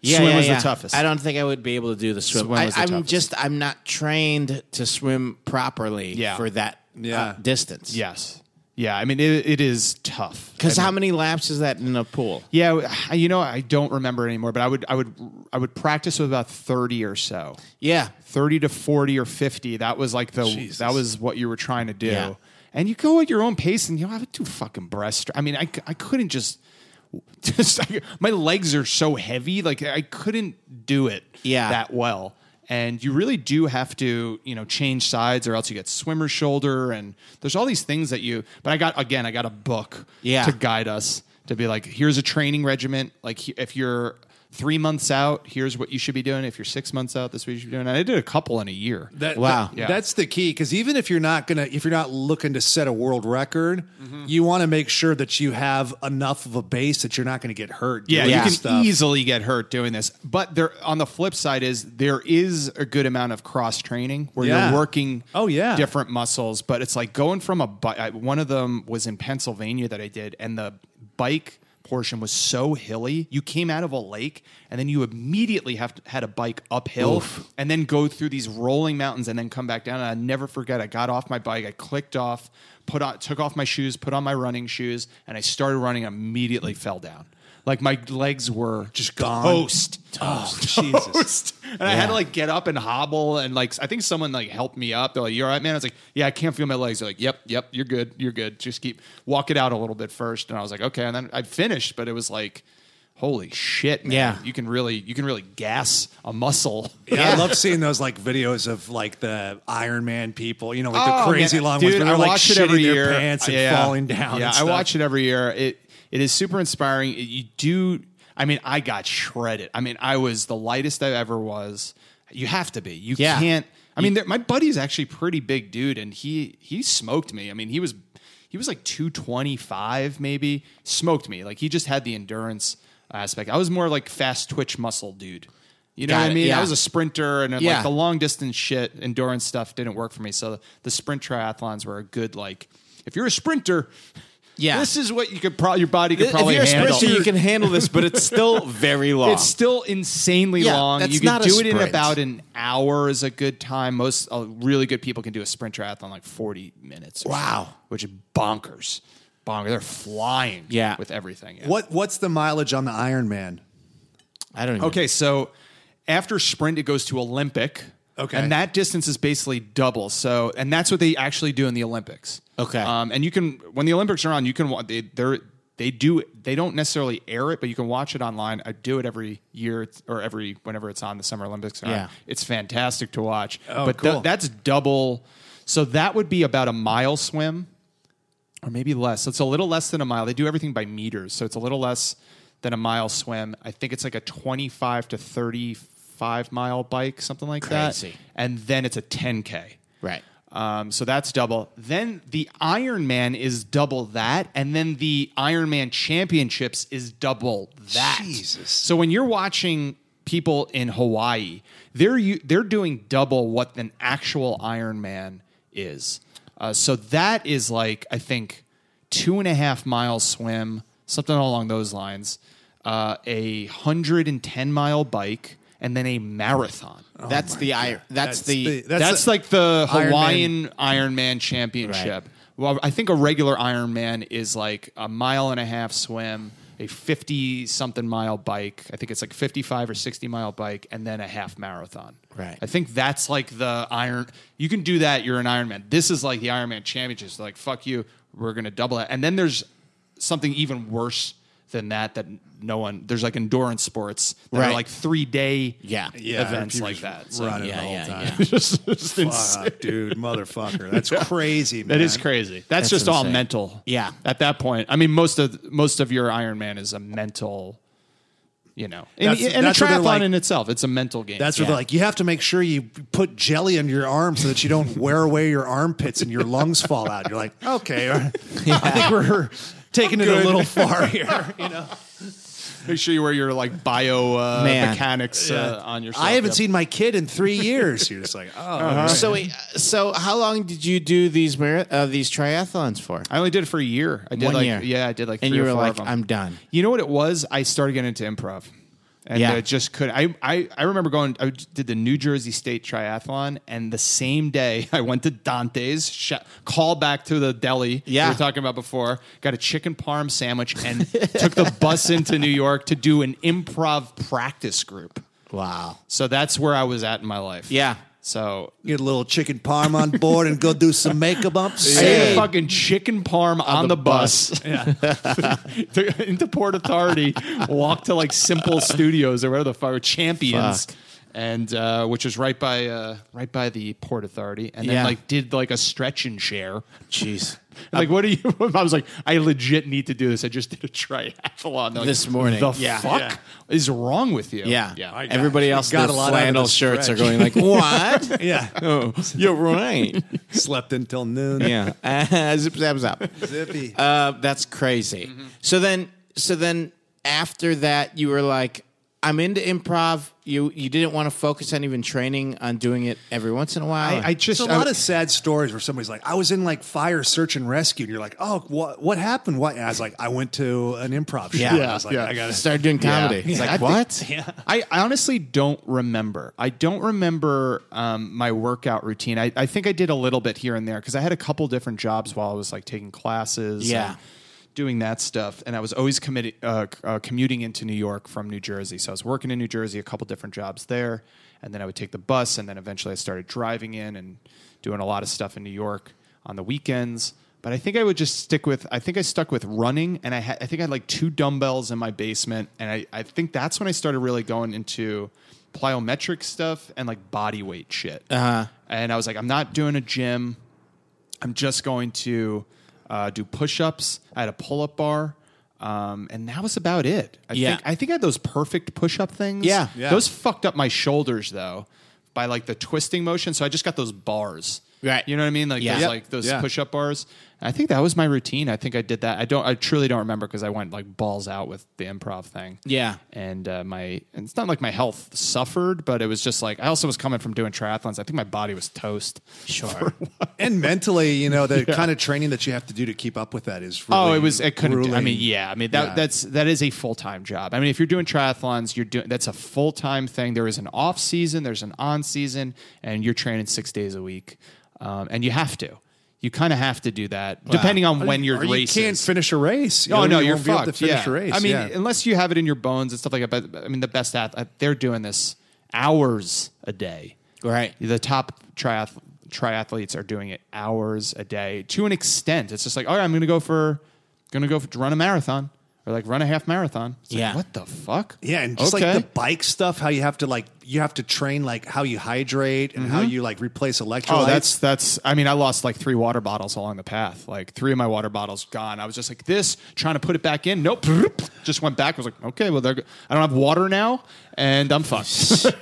[SPEAKER 2] Yeah,
[SPEAKER 4] Swim
[SPEAKER 2] yeah,
[SPEAKER 4] was the
[SPEAKER 2] yeah.
[SPEAKER 4] toughest.
[SPEAKER 2] I don't think I would be able to do the swim.
[SPEAKER 4] Swim was the
[SPEAKER 2] I, I'm
[SPEAKER 4] toughest.
[SPEAKER 2] just I'm not trained to swim properly
[SPEAKER 4] Yeah.
[SPEAKER 2] for that
[SPEAKER 3] Yeah.
[SPEAKER 2] uh, distance.
[SPEAKER 4] yes. Yeah, I mean it, it is tough.
[SPEAKER 2] Because
[SPEAKER 4] I
[SPEAKER 2] how many laps is that in a pool?
[SPEAKER 4] Yeah, w- you know I don't remember anymore, but I would I would I would practice with about 30 or so.
[SPEAKER 2] Yeah.
[SPEAKER 4] 30 to 40 or 50 that was like the
[SPEAKER 3] Jesus.
[SPEAKER 4] that was what you were trying to do
[SPEAKER 2] Yeah.
[SPEAKER 4] and you go at your own pace and you know i would do fucking breast i mean i, c- I couldn't just just my legs are so heavy like i couldn't do it
[SPEAKER 2] Yeah.
[SPEAKER 4] that well and you really do have to you know change sides or else you get swimmer shoulder and there's all these things that you but i got again i got a book
[SPEAKER 2] Yeah.
[SPEAKER 4] to guide us to be like here's a training regiment like he- if you're three months out here's what you should be doing if you're six months out this is what you should be doing and i did a couple in a year
[SPEAKER 3] That,
[SPEAKER 2] Wow.
[SPEAKER 3] that-
[SPEAKER 4] Yeah.
[SPEAKER 3] that's the key because even if you're not gonna, if you're not looking to set a world record,
[SPEAKER 4] Mm-hmm.
[SPEAKER 3] you want to make sure that you have enough of a base that you're not going to get hurt.
[SPEAKER 4] yeah,
[SPEAKER 3] doing
[SPEAKER 4] you
[SPEAKER 3] this
[SPEAKER 4] can
[SPEAKER 3] stuff.
[SPEAKER 4] easily get hurt doing this but there on the flip side is there is a good amount of cross training where
[SPEAKER 3] Yeah.
[SPEAKER 4] you're working
[SPEAKER 3] Oh, yeah.
[SPEAKER 4] different muscles but it's like going from a bike one of them was in pennsylvania that i did and the bike portion was so hilly you came out of a lake and then you immediately have to, had a bike uphill and then go through these rolling mountains and then come back down and i never forget i got off my bike i clicked off put on took off my shoes put on my running shoes and i started running immediately fell down like my legs were
[SPEAKER 3] Just gone.
[SPEAKER 4] toast
[SPEAKER 3] Oh, Jesus.
[SPEAKER 4] toast. And I had to like get up and hobble and like I think someone like helped me up. They're like, "You all right, man?" I was like, "Yeah, I can't feel my legs." They're like, "Yep, yep, you're good, you're good. Just keep walk it out a little bit first. And I was like, "Okay." And then I finished, but it was like, "Holy shit, man!
[SPEAKER 2] Yeah.
[SPEAKER 4] you can really you can really gas a muscle."
[SPEAKER 3] Yeah, I love seeing those like videos of like the Iron Man people, you know, like
[SPEAKER 4] Oh,
[SPEAKER 3] the crazy
[SPEAKER 4] man.
[SPEAKER 3] long
[SPEAKER 4] Dude,
[SPEAKER 3] ones. where They're
[SPEAKER 4] I
[SPEAKER 3] like
[SPEAKER 4] watch it
[SPEAKER 3] shitting
[SPEAKER 4] every
[SPEAKER 3] their
[SPEAKER 4] year.
[SPEAKER 3] pants and
[SPEAKER 4] Yeah.
[SPEAKER 3] falling down.
[SPEAKER 4] Yeah, I watch it every year. It it is super inspiring. It- you do. I mean, I got shredded. I mean, I was the lightest I ever was. You have to be. You
[SPEAKER 2] Yeah.
[SPEAKER 4] can't. I mean, there, my buddy's actually pretty big dude, and he he smoked me. I mean, he was he was like two twenty five, maybe smoked me. Like he just had the endurance aspect. I was more like fast twitch muscle dude. You know
[SPEAKER 2] Got
[SPEAKER 4] what I
[SPEAKER 2] it,
[SPEAKER 4] mean?
[SPEAKER 2] yeah.
[SPEAKER 4] I was a sprinter, and
[SPEAKER 2] Yeah.
[SPEAKER 4] like the long distance shit, endurance stuff didn't work for me. So the sprint triathlons were a good like. If you're a sprinter,
[SPEAKER 2] Yeah.
[SPEAKER 4] this is what you could probably your body could
[SPEAKER 2] If
[SPEAKER 4] probably
[SPEAKER 2] you're a
[SPEAKER 4] handle.
[SPEAKER 2] sprinter, you can handle this, but it's still very long.
[SPEAKER 4] It's still insanely
[SPEAKER 2] Yeah,
[SPEAKER 4] long.
[SPEAKER 2] that's
[SPEAKER 4] you can
[SPEAKER 2] not a
[SPEAKER 4] do it in
[SPEAKER 2] sprint.
[SPEAKER 4] about an hour is a good time. Most uh, really good people can do a sprint triathlon like forty minutes. or
[SPEAKER 2] Wow.
[SPEAKER 4] something, which is bonkers, bonkers. They're flying.
[SPEAKER 2] Yeah.
[SPEAKER 4] with everything. Yeah.
[SPEAKER 3] What What's the mileage on the Iron Man?
[SPEAKER 2] I don't even
[SPEAKER 4] Okay, so after sprint, it goes to Olympic.
[SPEAKER 3] Okay.
[SPEAKER 4] And that distance is basically double. So, and that's what they actually do in the Olympics.
[SPEAKER 2] Okay.
[SPEAKER 4] Um, and you can, when the Olympics are on, you can, wa- they, they're, they do, they don't necessarily air it, but you can watch it online. I do it every year it's- or every, whenever it's on the Summer Olympics. Are on.
[SPEAKER 2] Yeah.
[SPEAKER 4] It's fantastic to watch.
[SPEAKER 3] Oh,
[SPEAKER 4] but
[SPEAKER 3] cool.
[SPEAKER 4] that's double. So that would be about a mile swim or maybe less. So it's a little less than a mile. They do everything by meters, so it's a little less than a mile swim. I think it's like a 25 to 30 five mile bike, something like
[SPEAKER 2] Crazy.
[SPEAKER 4] that. And then it's a 10K.
[SPEAKER 2] Right.
[SPEAKER 4] Um, so that's double. Then the Iron Man is double that, and then the Iron Man Championships is double that.
[SPEAKER 3] Jesus.
[SPEAKER 4] So when you're watching people in Hawaii, they're u- they're doing double what an actual Iron Man is. Uh, so that is like I think two and a half mile swim, something along those lines, uh, a hundred and ten mile bike, and then a marathon.
[SPEAKER 2] that's the iron. That's,
[SPEAKER 3] That's
[SPEAKER 2] the,
[SPEAKER 3] the-
[SPEAKER 4] That's,
[SPEAKER 3] a-
[SPEAKER 4] like the
[SPEAKER 3] Iron Man-
[SPEAKER 4] Hawaiian Iron Man Championship. Well, I think a regular Iron Man is like a mile and a half swim, a 50 something mile bike. I think it's like 55 or 60 mile bike, and then a half marathon.
[SPEAKER 2] Right.
[SPEAKER 4] I think that's like the Iron. You can do that. You're an Iron Man. This is like the Iron Man Championships. Like, fuck you. We're going to double it. And then there's something even worse than that that no one there's like endurance sports that
[SPEAKER 2] Right.
[SPEAKER 4] are like three day
[SPEAKER 2] Yeah.
[SPEAKER 3] Yeah,
[SPEAKER 4] events
[SPEAKER 3] if you're
[SPEAKER 4] like
[SPEAKER 3] just
[SPEAKER 4] that
[SPEAKER 3] running
[SPEAKER 2] Yeah,
[SPEAKER 3] the whole
[SPEAKER 2] yeah,
[SPEAKER 3] time.
[SPEAKER 2] yeah.
[SPEAKER 4] just, just insane.
[SPEAKER 3] Fuck, dude, motherfucker. That's crazy, man.
[SPEAKER 4] That is crazy. That's, just all
[SPEAKER 2] insane.
[SPEAKER 4] mental.
[SPEAKER 2] Yeah.
[SPEAKER 4] At that point, I mean, most of most of your Iron Man is a mental, you know, and,
[SPEAKER 3] That's-
[SPEAKER 4] and
[SPEAKER 3] that's
[SPEAKER 4] a
[SPEAKER 3] what they're
[SPEAKER 4] triathlon
[SPEAKER 3] like-
[SPEAKER 4] in itself, it's a mental game.
[SPEAKER 3] That's where they're like, you have to make sure you put jelly under your arm so that you don't wear away your armpits and your lungs fall out. You're like, okay, I think we're taking it a little far here. You know,
[SPEAKER 4] make sure you wear your like bio uh,
[SPEAKER 2] Man.
[SPEAKER 4] mechanics uh, on yourself.
[SPEAKER 3] I haven't
[SPEAKER 4] Yep. Uh-huh.
[SPEAKER 3] seen my kid in three years. You're just like, oh,
[SPEAKER 2] So wait, uh, so how long did you do these mar- uh, these triathlons for?
[SPEAKER 4] I only did it for a year. I did
[SPEAKER 2] One
[SPEAKER 4] like
[SPEAKER 2] year.
[SPEAKER 4] yeah, I did like
[SPEAKER 2] And
[SPEAKER 4] three
[SPEAKER 2] you
[SPEAKER 4] or
[SPEAKER 2] were
[SPEAKER 4] four
[SPEAKER 2] like,
[SPEAKER 4] of 'em.
[SPEAKER 2] "I'm done."
[SPEAKER 4] You know what it was? I started getting into improv, and
[SPEAKER 2] Yeah.
[SPEAKER 4] I just could. I, I I remember going. I did the New Jersey State Triathlon, and the same day I went to Dante's. Sh- call back to the deli.
[SPEAKER 2] Yeah.
[SPEAKER 4] we were talking about before. Got a chicken parm sandwich and took the bus into New York to do an improv practice group.
[SPEAKER 2] Wow.
[SPEAKER 4] So that's where I was at in my life.
[SPEAKER 2] Yeah.
[SPEAKER 4] So
[SPEAKER 3] get a little chicken parm on board and go do some makeup bumps.
[SPEAKER 4] I
[SPEAKER 2] Hey.
[SPEAKER 4] ate fucking chicken parm on, the, bus, To- into Port Authority, walked to like Simple Studios or whatever the fuck, or Champions,
[SPEAKER 2] Fuck.
[SPEAKER 4] and uh, which was right by uh, right by the Port Authority, and then
[SPEAKER 2] Yeah.
[SPEAKER 4] like did like a stretch and share.
[SPEAKER 2] Jeez.
[SPEAKER 4] And, like, what do you? I was like, I legit need to do this. I just did a triathlon They're like,
[SPEAKER 2] This morning.
[SPEAKER 4] The
[SPEAKER 2] Yeah.
[SPEAKER 4] fuck
[SPEAKER 3] Yeah.
[SPEAKER 4] is wrong with you?
[SPEAKER 2] Yeah.
[SPEAKER 4] yeah.
[SPEAKER 3] I got
[SPEAKER 2] Everybody
[SPEAKER 3] you.
[SPEAKER 2] else
[SPEAKER 3] Got
[SPEAKER 2] got
[SPEAKER 3] a lot out of
[SPEAKER 2] flannel
[SPEAKER 3] the
[SPEAKER 2] shirts are
[SPEAKER 3] stretch.
[SPEAKER 2] going like, "What?
[SPEAKER 3] Yeah,
[SPEAKER 2] oh, you're right."
[SPEAKER 3] slept until noon.
[SPEAKER 2] yeah. zip zaps up.
[SPEAKER 3] Zippy.
[SPEAKER 2] Uh, that's crazy.
[SPEAKER 3] Mm-hmm.
[SPEAKER 2] So then, so then after that, you were like, "I'm into improv." You you didn't want to focus on even training on doing it every once in a while.
[SPEAKER 4] I, I just uh,
[SPEAKER 3] There's a lot of sad stories where somebody's like, I was in like fire search and rescue, and you're like, oh, what what happened? What? And I was like, I went to an improv show.
[SPEAKER 2] Yeah.
[SPEAKER 3] I was like,
[SPEAKER 4] Yeah.
[SPEAKER 3] I got to
[SPEAKER 2] started doing comedy. It's like what?
[SPEAKER 4] I I honestly don't remember. I don't remember um, my workout routine. I, I think I did a little bit here and there because I had a couple different jobs while I was like taking classes.
[SPEAKER 2] Yeah.
[SPEAKER 4] and Doing that stuff, and I was always committed, uh, c- uh, commuting into New York from New Jersey. So I was working in New Jersey, a couple different jobs there, and then I would take the bus, and then eventually I started driving in and doing a lot of stuff in New York on the weekends. But I think I would just stick with. I think I stuck with running, and I had. I think I had like two dumbbells in my basement, and I, I think that's when I started really going into plyometric stuff and like body weight shit. Uh-huh. And I was like, I'm not doing a gym. I'm just going to uh, do push-ups. I had a pull-up bar, um, and that was about it. I
[SPEAKER 2] Yeah.
[SPEAKER 4] think I think I had those perfect push-up things.
[SPEAKER 2] Yeah.
[SPEAKER 3] Yeah.
[SPEAKER 4] those fucked up my shoulders though by like the twisting motion. So I just got those bars.
[SPEAKER 2] Right.
[SPEAKER 4] you know what I mean? Like
[SPEAKER 2] Yeah.
[SPEAKER 4] those
[SPEAKER 2] Yep.
[SPEAKER 4] like those
[SPEAKER 3] Yeah.
[SPEAKER 4] push-up bars. And I think that was my routine. I think I did that. I don't. I truly don't remember because I went like balls out with the improv thing.
[SPEAKER 2] Yeah.
[SPEAKER 4] and uh, my and it's not like my health suffered, but it was just like I also was coming from doing triathlons. I think my body was toast.
[SPEAKER 2] Sure.
[SPEAKER 3] and mentally, you know, the kind of training that you have to do to keep up with that is really
[SPEAKER 4] Oh, it was. It couldn't. do- I
[SPEAKER 3] grueling.
[SPEAKER 4] mean, yeah. I mean, that
[SPEAKER 3] Yeah.
[SPEAKER 4] that's that is a full time job. I mean, if you're doing triathlons, you're doing that's a full time thing. There is an off season, there's an on season, and you're training six days a week, um, and you have to. You kind of have to do that, depending on when your
[SPEAKER 3] Or you
[SPEAKER 4] race
[SPEAKER 3] can't
[SPEAKER 4] is.
[SPEAKER 3] finish a race. You
[SPEAKER 4] Oh
[SPEAKER 3] know,
[SPEAKER 4] no,
[SPEAKER 3] you
[SPEAKER 4] you are
[SPEAKER 3] won't
[SPEAKER 4] fucked.
[SPEAKER 3] Be able to finish
[SPEAKER 4] yeah.
[SPEAKER 3] a race.
[SPEAKER 4] I mean,
[SPEAKER 3] yeah.
[SPEAKER 4] unless you have it in your bones and stuff like that. But I mean, the best ath- uh, they're doing this hours a day.
[SPEAKER 2] Right.
[SPEAKER 4] The top triath- triathletes are doing it hours a day to an extent. It's just like, all right, I'm going to go for, going to go for, to run a marathon. or like run a half marathon. It's like,
[SPEAKER 2] Yeah.
[SPEAKER 4] what the fuck?
[SPEAKER 3] Yeah, and just
[SPEAKER 4] Okay.
[SPEAKER 3] like the bike stuff, how you have to like you have to train like how you hydrate and how you like replace electrolytes.
[SPEAKER 4] Mm-hmm. Oh, that's that's. I mean, I lost like three water bottles along the path. Like three of my water bottles gone. I was just like this, trying to put it back in. Nope, just went back. I was like, okay, well, they're. go- I don't have water now, and I'm fucked.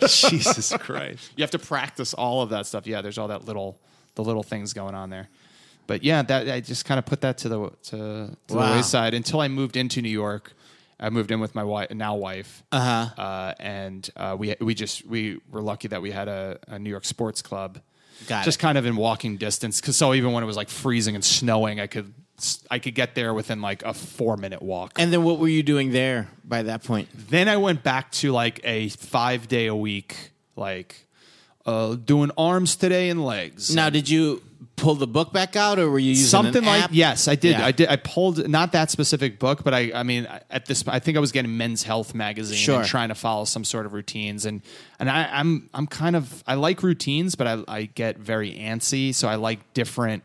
[SPEAKER 3] Jesus Christ.
[SPEAKER 4] you have to practice all of that stuff. Yeah, there's all that little, the little things going on there. But yeah, that I just kind of put that to the to, to
[SPEAKER 2] Wow.
[SPEAKER 4] the wayside until I moved into New York. I moved in with my wife, now wife, uh-huh. and uh, we we just we were lucky that we had a, a New York sports club,
[SPEAKER 2] Got
[SPEAKER 4] just
[SPEAKER 2] it.
[SPEAKER 4] kind of in walking distance. Because so even when it was like freezing and snowing, I could I could get there within like a four minute walk.
[SPEAKER 2] And then what were you doing there by that point?
[SPEAKER 4] Then I went back to like a five day a week, like uh, doing arms today and legs.
[SPEAKER 2] Now, did you pull the book back out, or were you using
[SPEAKER 4] Something
[SPEAKER 2] an
[SPEAKER 4] like
[SPEAKER 2] app?
[SPEAKER 4] yes, I did.
[SPEAKER 2] Yeah.
[SPEAKER 4] I did. I pulled not that specific book, but I. I mean, I- at this, I think I was getting Men's Health magazine
[SPEAKER 2] Sure.
[SPEAKER 4] and trying to follow some sort of routines. And and I, I'm I'm kind of I like routines, but I I get very antsy, so I like different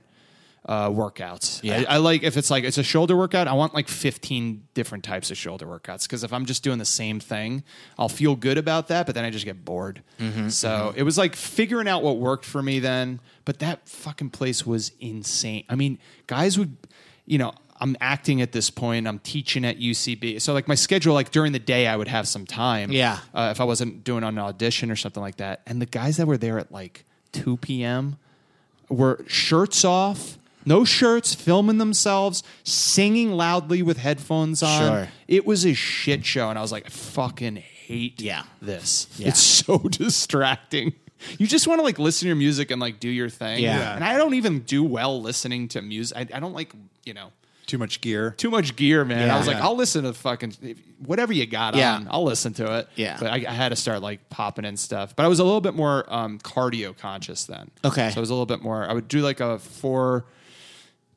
[SPEAKER 4] uh, workouts.
[SPEAKER 2] Yeah.
[SPEAKER 4] I, I like if it's like it's a shoulder workout. I want like 15 different types of shoulder workouts because if I'm just doing the same thing, I'll feel good about that, but then I just get bored.
[SPEAKER 2] Mm-hmm,
[SPEAKER 4] so it was like figuring out what worked for me then. But that fucking place was insane. I mean, guys would, you know. I'm acting at this point. I'm teaching at UCB. So like my schedule, like during the day, I would have some time.
[SPEAKER 2] Yeah.
[SPEAKER 4] Uh, if I wasn't doing an audition or something like that. And the guys that were there at like 2 p.m. were shirts off, no shirts, filming themselves, singing loudly with headphones on.
[SPEAKER 2] Sure.
[SPEAKER 4] It was a shit show. And I was like, I fucking hate
[SPEAKER 2] Yeah.
[SPEAKER 4] this.
[SPEAKER 2] Yeah.
[SPEAKER 4] It's so distracting. You just want to like listen to your music and like do your thing.
[SPEAKER 2] Yeah. Yeah.
[SPEAKER 4] And I don't even do well listening to music. I, I don't like, you know,
[SPEAKER 3] Too much gear.
[SPEAKER 4] too much gear, man.
[SPEAKER 2] Yeah.
[SPEAKER 4] I was like,
[SPEAKER 3] Yeah.
[SPEAKER 4] I'll listen to fucking whatever you got
[SPEAKER 2] Yeah.
[SPEAKER 4] on. I'll listen to it.
[SPEAKER 2] Yeah.
[SPEAKER 4] But I, I had to start like popping in stuff. But I was a little bit more um, cardio conscious then.
[SPEAKER 2] Okay.
[SPEAKER 4] So I was a little bit more. I would do like a four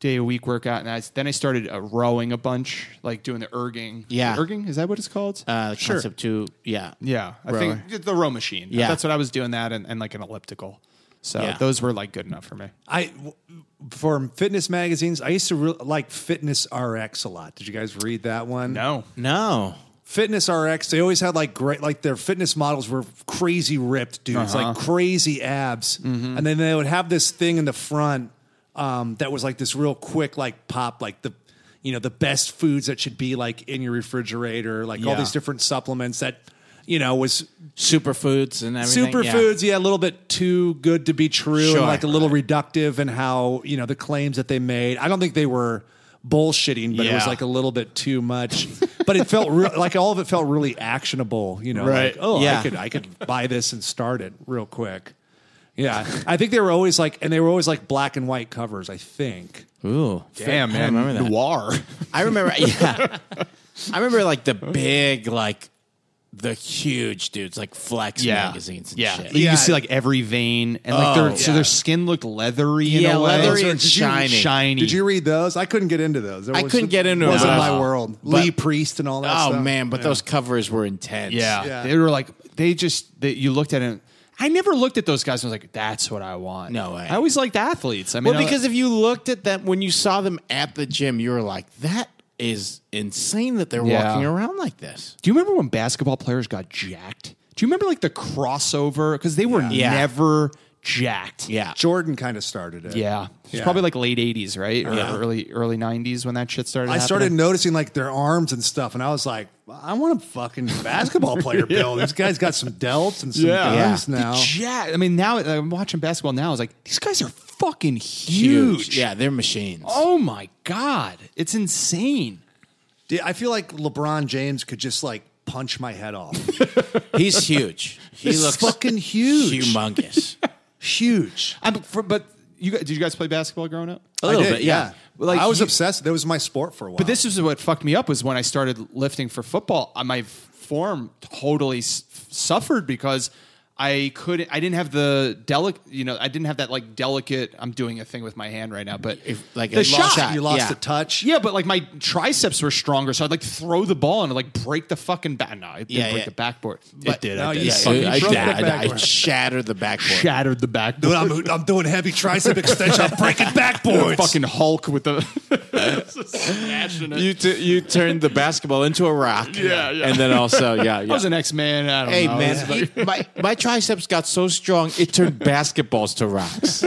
[SPEAKER 4] day a week workout, and I, then I started uh, rowing a bunch, like doing the erging.
[SPEAKER 2] Yeah.
[SPEAKER 4] Erging is that what it's called?
[SPEAKER 2] Uh, Concept two, yeah,
[SPEAKER 4] Yeah, I
[SPEAKER 2] Rower.
[SPEAKER 4] think the row machine.
[SPEAKER 2] Yeah.
[SPEAKER 4] That's what I was doing that, and, and like an elliptical. So
[SPEAKER 2] Yeah.
[SPEAKER 4] those were like good enough for me.
[SPEAKER 3] I w- for fitness magazines, I used to re- like Fitness RX a lot. Did you guys read that one?
[SPEAKER 4] No.
[SPEAKER 2] no,
[SPEAKER 3] Fitness RX, they always had like great, like their fitness models were crazy ripped dudes, like crazy abs. And then they would have this thing in the front um, that was like this real quick, like pop, like the, you know, the best foods that should be like in your refrigerator, like all
[SPEAKER 4] Yeah.
[SPEAKER 3] these different supplements that, you know, was
[SPEAKER 2] superfoods and everything. yeah.
[SPEAKER 3] superfoods, yeah. a little bit too good to be true,
[SPEAKER 2] Sure.
[SPEAKER 3] and like a little reductive in how you know the claims that they made. I don't think they were bullshitting, but it was
[SPEAKER 4] Yeah.
[SPEAKER 3] like a little bit too much. but it felt real like all of it felt really actionable. You know,
[SPEAKER 4] Right.
[SPEAKER 3] like, oh,
[SPEAKER 2] Yeah.
[SPEAKER 3] I could I could buy this and start it real quick. Yeah, I think they were always like, and they were always like black and white covers. I think.
[SPEAKER 2] Ooh,
[SPEAKER 4] Damn, man.
[SPEAKER 2] I remember that.
[SPEAKER 4] Noir.
[SPEAKER 2] I remember, yeah. I remember like the big, like the huge dudes, like Flex magazines and
[SPEAKER 4] yeah.
[SPEAKER 2] shit.
[SPEAKER 4] You
[SPEAKER 3] Yeah.
[SPEAKER 4] can see like every vein and like
[SPEAKER 2] Oh.
[SPEAKER 4] their so
[SPEAKER 2] Yeah.
[SPEAKER 4] their skin looked leathery in
[SPEAKER 2] Yeah,
[SPEAKER 4] a way.
[SPEAKER 2] leathery
[SPEAKER 4] So
[SPEAKER 2] and
[SPEAKER 4] it's really
[SPEAKER 2] shiny.
[SPEAKER 4] shiny.
[SPEAKER 3] Did you read those? I couldn't get into those. There
[SPEAKER 2] I couldn't get into
[SPEAKER 3] wasn't
[SPEAKER 2] them.
[SPEAKER 3] my
[SPEAKER 2] Wow.
[SPEAKER 3] world.
[SPEAKER 2] But-
[SPEAKER 3] Lee Priest and all that.
[SPEAKER 2] Oh
[SPEAKER 3] stuff.
[SPEAKER 2] man, but those covers were intense.
[SPEAKER 4] Yeah.
[SPEAKER 3] Yeah.
[SPEAKER 4] They were like they just they, you looked at it. I never looked at those guys and was like, that's what I want.
[SPEAKER 2] No way.
[SPEAKER 4] I always liked athletes. I mean
[SPEAKER 2] Well,
[SPEAKER 4] I-
[SPEAKER 2] because if you looked at them when you saw them at the gym, you were like, "That is insane that they're
[SPEAKER 4] Yeah.
[SPEAKER 2] walking around like this."
[SPEAKER 4] do you remember when basketball players got jacked? Do you remember like the crossover? Because they were
[SPEAKER 2] Yeah.
[SPEAKER 4] never jacked.
[SPEAKER 2] Yeah,
[SPEAKER 3] Jordan kind of started it.
[SPEAKER 4] Yeah. It's
[SPEAKER 3] Yeah.
[SPEAKER 4] probably like late eighties, right? Or
[SPEAKER 2] Yeah.
[SPEAKER 4] early early nineties when that shit started.
[SPEAKER 3] I started
[SPEAKER 4] happening.
[SPEAKER 3] noticing like their arms and stuff, and I was like, I want a fucking basketball player build. This guy's got some delts and some
[SPEAKER 4] Yeah.
[SPEAKER 3] guns
[SPEAKER 2] Yeah.
[SPEAKER 3] now.
[SPEAKER 4] Yeah, I mean now I'm watching basketball now. I was like, these guys are fucking huge.
[SPEAKER 2] Yeah, they're machines.
[SPEAKER 4] Oh my god, it's insane.
[SPEAKER 3] Dude, I feel like LeBron James could just like punch my head off.
[SPEAKER 2] He's huge. He
[SPEAKER 3] He's
[SPEAKER 2] looks
[SPEAKER 3] fucking huge.
[SPEAKER 2] humongous.
[SPEAKER 3] Huge.
[SPEAKER 4] I'm, for, but you guys- did you guys play basketball growing up?
[SPEAKER 2] A little
[SPEAKER 3] I did,
[SPEAKER 2] bit, yeah.
[SPEAKER 4] Well, like,
[SPEAKER 3] I was
[SPEAKER 4] you-
[SPEAKER 3] obsessed. That was my sport for a while.
[SPEAKER 4] But this is what fucked me up was when I started lifting for football. uh, My f- form totally s- suffered because I couldn't. I didn't have the delicate. You know, I didn't have that like delicate. I'm doing a thing with my hand right now, but
[SPEAKER 2] If, like,
[SPEAKER 4] the
[SPEAKER 2] a
[SPEAKER 4] shot.
[SPEAKER 2] shot.
[SPEAKER 3] You lost
[SPEAKER 2] yeah.
[SPEAKER 3] the touch.
[SPEAKER 4] Yeah, but like my triceps were stronger, so I'd like throw the ball and I'd, like break the fucking back. No, it didn't
[SPEAKER 2] Yeah,
[SPEAKER 4] break
[SPEAKER 2] yeah.
[SPEAKER 4] the backboard.
[SPEAKER 2] But-
[SPEAKER 4] it did.
[SPEAKER 3] No,
[SPEAKER 4] I did.
[SPEAKER 3] you
[SPEAKER 2] Yeah,
[SPEAKER 3] suck.
[SPEAKER 2] I, I,
[SPEAKER 3] Broke the
[SPEAKER 2] I, I
[SPEAKER 3] backboard.
[SPEAKER 2] shattered the backboard.
[SPEAKER 4] Shattered the backboard.
[SPEAKER 3] Dude, I'm, I'm doing heavy tricep extension. I'm breaking backboards.
[SPEAKER 4] fucking Hulk with the smashing it.
[SPEAKER 2] You t- you turned the basketball into a rock.
[SPEAKER 4] Yeah, yeah.
[SPEAKER 2] And then also, yeah,
[SPEAKER 4] I
[SPEAKER 2] yeah.
[SPEAKER 4] was an X Man. I don't
[SPEAKER 2] Hey
[SPEAKER 4] know.
[SPEAKER 2] man, it- my my triceps got so strong it turned basketballs to rocks.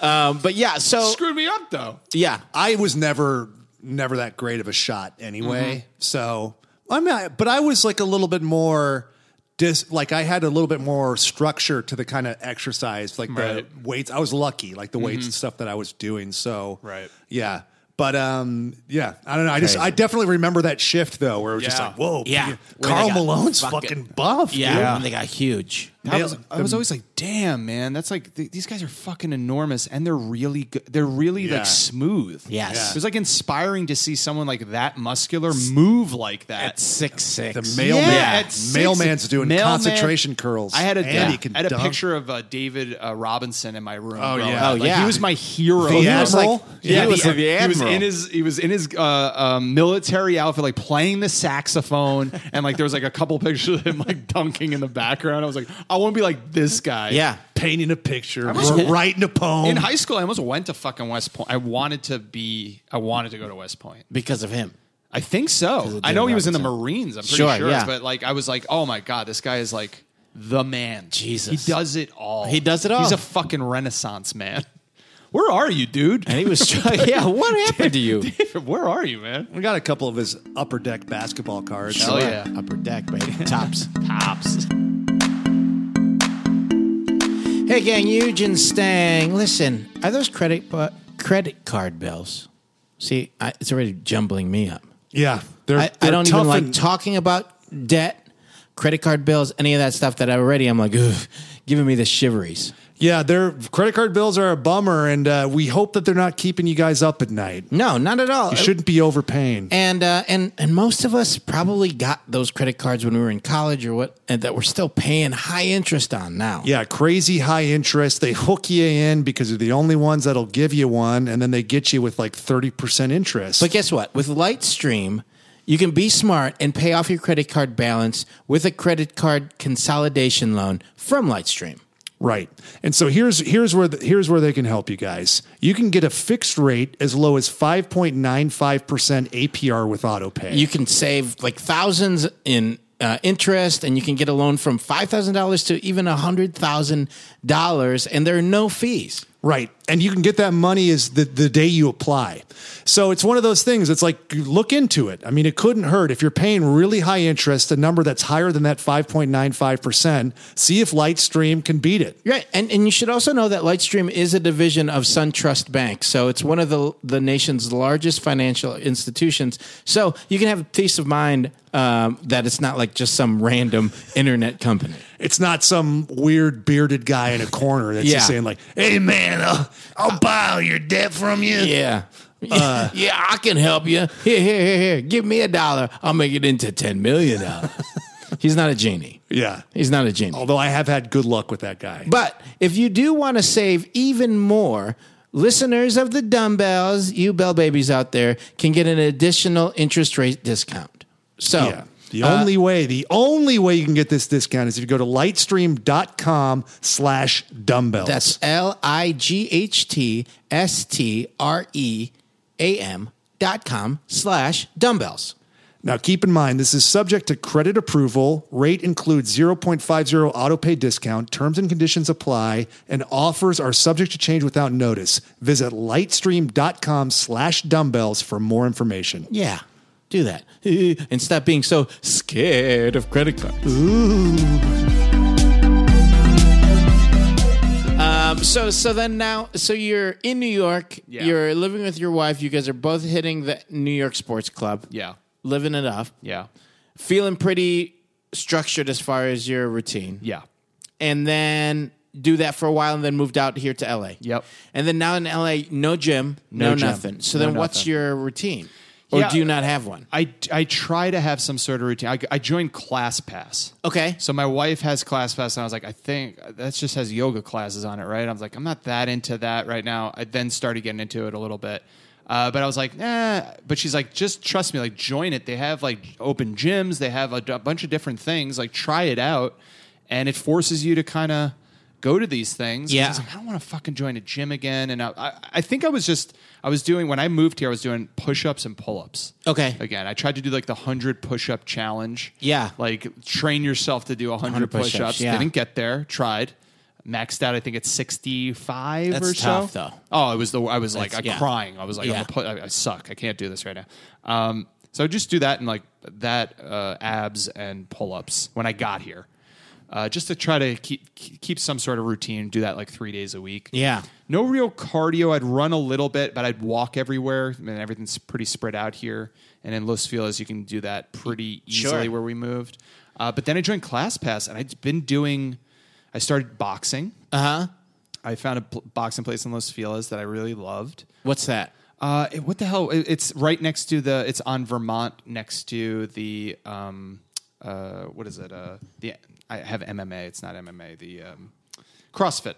[SPEAKER 2] um, but yeah, so
[SPEAKER 4] screwed me up though.
[SPEAKER 2] yeah,
[SPEAKER 3] I was never never that great of a shot anyway. So I mean, I, but I was like a little bit more dis like I had a little bit more structure to the kind of exercise, like
[SPEAKER 4] Right.
[SPEAKER 3] the weights. I was lucky, like the weights and stuff that I was doing. So
[SPEAKER 4] Right.
[SPEAKER 3] yeah. But um, yeah, I don't know. I just I definitely remember that shift though, where it was just
[SPEAKER 4] Yeah.
[SPEAKER 3] like, whoa,
[SPEAKER 2] Yeah. When
[SPEAKER 3] Carl
[SPEAKER 2] they got
[SPEAKER 3] Malone's
[SPEAKER 2] fucking-
[SPEAKER 3] fucking buff,
[SPEAKER 2] yeah,
[SPEAKER 4] Yeah.
[SPEAKER 2] when they got huge.
[SPEAKER 4] I was, I was always like, damn, man, that's like th- these guys are fucking enormous, and they're really good. They're really
[SPEAKER 3] Yeah.
[SPEAKER 4] like smooth.
[SPEAKER 2] Yes. Yeah.
[SPEAKER 4] it was like inspiring to see someone like that muscular move like that.
[SPEAKER 2] At six six.
[SPEAKER 3] The mailman,
[SPEAKER 4] Yeah, at six-
[SPEAKER 3] mailman's doing
[SPEAKER 4] mailman-
[SPEAKER 3] concentration curls.
[SPEAKER 4] I had a,
[SPEAKER 3] and he
[SPEAKER 4] yeah,
[SPEAKER 3] can
[SPEAKER 4] I had a
[SPEAKER 3] dunk.
[SPEAKER 4] picture of uh, David uh, Robinson in my room.
[SPEAKER 3] Oh,
[SPEAKER 4] growing
[SPEAKER 3] yeah.
[SPEAKER 2] Oh,
[SPEAKER 4] up. Like,
[SPEAKER 2] yeah.
[SPEAKER 4] he was my hero.
[SPEAKER 3] The
[SPEAKER 4] He was, like,
[SPEAKER 3] Admiral?
[SPEAKER 4] yeah,
[SPEAKER 2] He was
[SPEAKER 4] the,
[SPEAKER 2] the
[SPEAKER 4] he was
[SPEAKER 2] Admiral.
[SPEAKER 4] in his he was in his uh, um, military outfit, like playing the saxophone, and like there was like a couple pictures of him like dunking in the background. I was like, I want to be like this guy.
[SPEAKER 2] Yeah.
[SPEAKER 3] painting a picture,
[SPEAKER 4] was-
[SPEAKER 3] writing a poem.
[SPEAKER 4] In high school, I almost went to fucking West Point. I wanted to be. I wanted to go to West Point.
[SPEAKER 2] Because of him.
[SPEAKER 4] I think so.
[SPEAKER 2] of
[SPEAKER 4] I know
[SPEAKER 2] David
[SPEAKER 4] he was in the
[SPEAKER 2] Robinson.
[SPEAKER 4] Marines. I'm pretty sure.
[SPEAKER 2] Sure, yeah.
[SPEAKER 4] But like, I was like, oh my god, this guy is like the man.
[SPEAKER 2] Jesus.
[SPEAKER 4] he does it all.
[SPEAKER 2] He does it all.
[SPEAKER 4] He's a fucking Renaissance man. Where are you, dude?
[SPEAKER 2] And he was trying yeah, what happened to you?
[SPEAKER 4] David, where are you, man?
[SPEAKER 3] We got a couple of his upper deck basketball cards.
[SPEAKER 4] Sure. Oh, yeah.
[SPEAKER 2] Upper deck, baby. Tops.
[SPEAKER 4] Tops.
[SPEAKER 2] Hey gang, Eugen Stang. Listen, are those credit bu- credit card bills? See, I, it's already jumbling me up.
[SPEAKER 3] Yeah, they're,
[SPEAKER 2] I, I
[SPEAKER 3] they're
[SPEAKER 2] don't
[SPEAKER 3] tough
[SPEAKER 2] even like
[SPEAKER 3] and-
[SPEAKER 2] talking about debt, credit card bills, any of that stuff that I already I'm like, ugh, giving me the shiveries.
[SPEAKER 3] yeah, their credit card bills are a bummer, and uh, we hope that they're not keeping you guys up at night.
[SPEAKER 2] No, not at all.
[SPEAKER 3] You shouldn't be overpaying.
[SPEAKER 2] Uh, And uh, and and most of us probably got those credit cards when we were in college or what, and that we're still paying high interest on now.
[SPEAKER 3] yeah, crazy high interest. They hook you in because they're the only ones that'll give you one, and then they get you with like thirty percent interest.
[SPEAKER 2] But guess what? With Lightstream, you can be smart and pay off your credit card balance with a credit card consolidation loan from Lightstream.
[SPEAKER 3] Right. And so here's here's where the, here's where they can help you guys. You can get a fixed rate as low as 5.95% APR with AutoPay.
[SPEAKER 2] You can save like thousands in uh, interest, and you can get a loan from five thousand dollars to even hundred thousand dollars, and there are no fees.
[SPEAKER 3] Right. And you can get that money is the, the day you apply. So it's one of those things. It's like look into it. I mean, it couldn't hurt if you're paying really high interest, a number that's higher than that 5.95%, see if Lightstream can beat it.
[SPEAKER 2] Right, and and you should also know that Lightstream is a division of SunTrust Bank, so it's one of the the nation's largest financial institutions. So you can have peace of mind um, that it's not like just some random internet company.
[SPEAKER 3] It's not some weird bearded guy in a corner that's
[SPEAKER 2] Yeah.
[SPEAKER 3] just saying like, "Hey man, I'll, I'll buy all your debt from you."
[SPEAKER 2] Yeah. yeah, I can help you. Here, here, here, here. Give me a dollar. I'll make it into ten million dollars. He's not a genie.
[SPEAKER 3] Yeah.
[SPEAKER 2] He's not a genie.
[SPEAKER 3] Although I have had good luck with that guy.
[SPEAKER 2] But if you do want to save even more, listeners of the dumbbells, you bell babies out there, can get an additional interest rate discount. So, uh,
[SPEAKER 3] Yeah. The only way, the only way you can get this discount is if you go to lightstream.com slash dumbbells.
[SPEAKER 2] that's L I G H T S T R E A M dot com slash dumbbells.
[SPEAKER 3] now keep in mind this is subject to credit approval. Rate includes 0.50 autopay discount. Terms and conditions apply, and offers are subject to change without notice. Visit lightstream.com slash dumbbells for more information.
[SPEAKER 2] Yeah, do that. And stop being so scared of credit cards. Um, so so then now so you're in New York,
[SPEAKER 4] Yeah.
[SPEAKER 2] you're living with your wife, you guys are both hitting the New York sports club.
[SPEAKER 4] Yeah.
[SPEAKER 2] Living it up.
[SPEAKER 4] Yeah.
[SPEAKER 2] Feeling pretty structured as far as your routine.
[SPEAKER 4] Yeah.
[SPEAKER 2] And then do that for a while and then moved out here to LA.
[SPEAKER 4] Yep.
[SPEAKER 2] And then now in LA, no gym, no,
[SPEAKER 4] gym,
[SPEAKER 2] nothing. So
[SPEAKER 4] no
[SPEAKER 2] then what's
[SPEAKER 4] nothing.
[SPEAKER 2] your routine? or
[SPEAKER 4] Yeah.
[SPEAKER 2] do you not have one?
[SPEAKER 4] I, I try to have some sort of routine. I, I joined Class Pass.
[SPEAKER 2] Okay.
[SPEAKER 4] So my wife has class pass, and I was like, I think that just has yoga classes on it, right? I was like, I'm not that into that right now. I then started getting into it a little bit, uh, but I was like, nah. But she's like, just trust me, like join it. They have like open gyms, they have a, d- a bunch of different things. Like try it out, and it forces you to kind of go to these things.
[SPEAKER 2] Yeah.
[SPEAKER 4] I, was like, I don't want to fucking join a gym again. And I, I, I think I was just, I was doing when I moved here, I was doing push ups and pull ups
[SPEAKER 2] Okay.
[SPEAKER 4] again. I tried to do like the 100 push up challenge.
[SPEAKER 2] Yeah.
[SPEAKER 4] Like train yourself to do 100,
[SPEAKER 2] 100
[SPEAKER 4] push
[SPEAKER 2] push-ups,
[SPEAKER 4] ups.
[SPEAKER 2] yeah.
[SPEAKER 4] Didn't get there. Tried. Maxed out, I think it's 65
[SPEAKER 2] That's
[SPEAKER 4] or
[SPEAKER 2] tough,
[SPEAKER 4] so.
[SPEAKER 2] though.
[SPEAKER 4] Oh, it was the, I was like,
[SPEAKER 2] That's-
[SPEAKER 4] I
[SPEAKER 2] yeah.
[SPEAKER 4] crying. I was like,
[SPEAKER 2] Yeah.
[SPEAKER 4] I'm a pu- I, I suck. I can't do this right now. Um, so I just do that and like that uh, abs and pull ups when I got here. Uh, just to try to keep keep some sort of routine, do that like three days a week.
[SPEAKER 2] Yeah.
[SPEAKER 4] No real cardio. I'd run a little bit, but I'd walk everywhere. I mean, everything's pretty spread out here. And in Los Feliz, you can do that pretty easily
[SPEAKER 2] Sure.
[SPEAKER 4] where we moved. Uh, but then I joined ClassPass, and I'd been doing. I started boxing.
[SPEAKER 2] Uh huh.
[SPEAKER 4] I found a pl- boxing place in Los Feliz that I really loved.
[SPEAKER 2] What's that?
[SPEAKER 4] Uh, it- what the hell? It- it's right next to the. It's on Vermont, next to the. Um, uh, what is it? Uh, the I have MMA. It's not MMA. The um, CrossFit.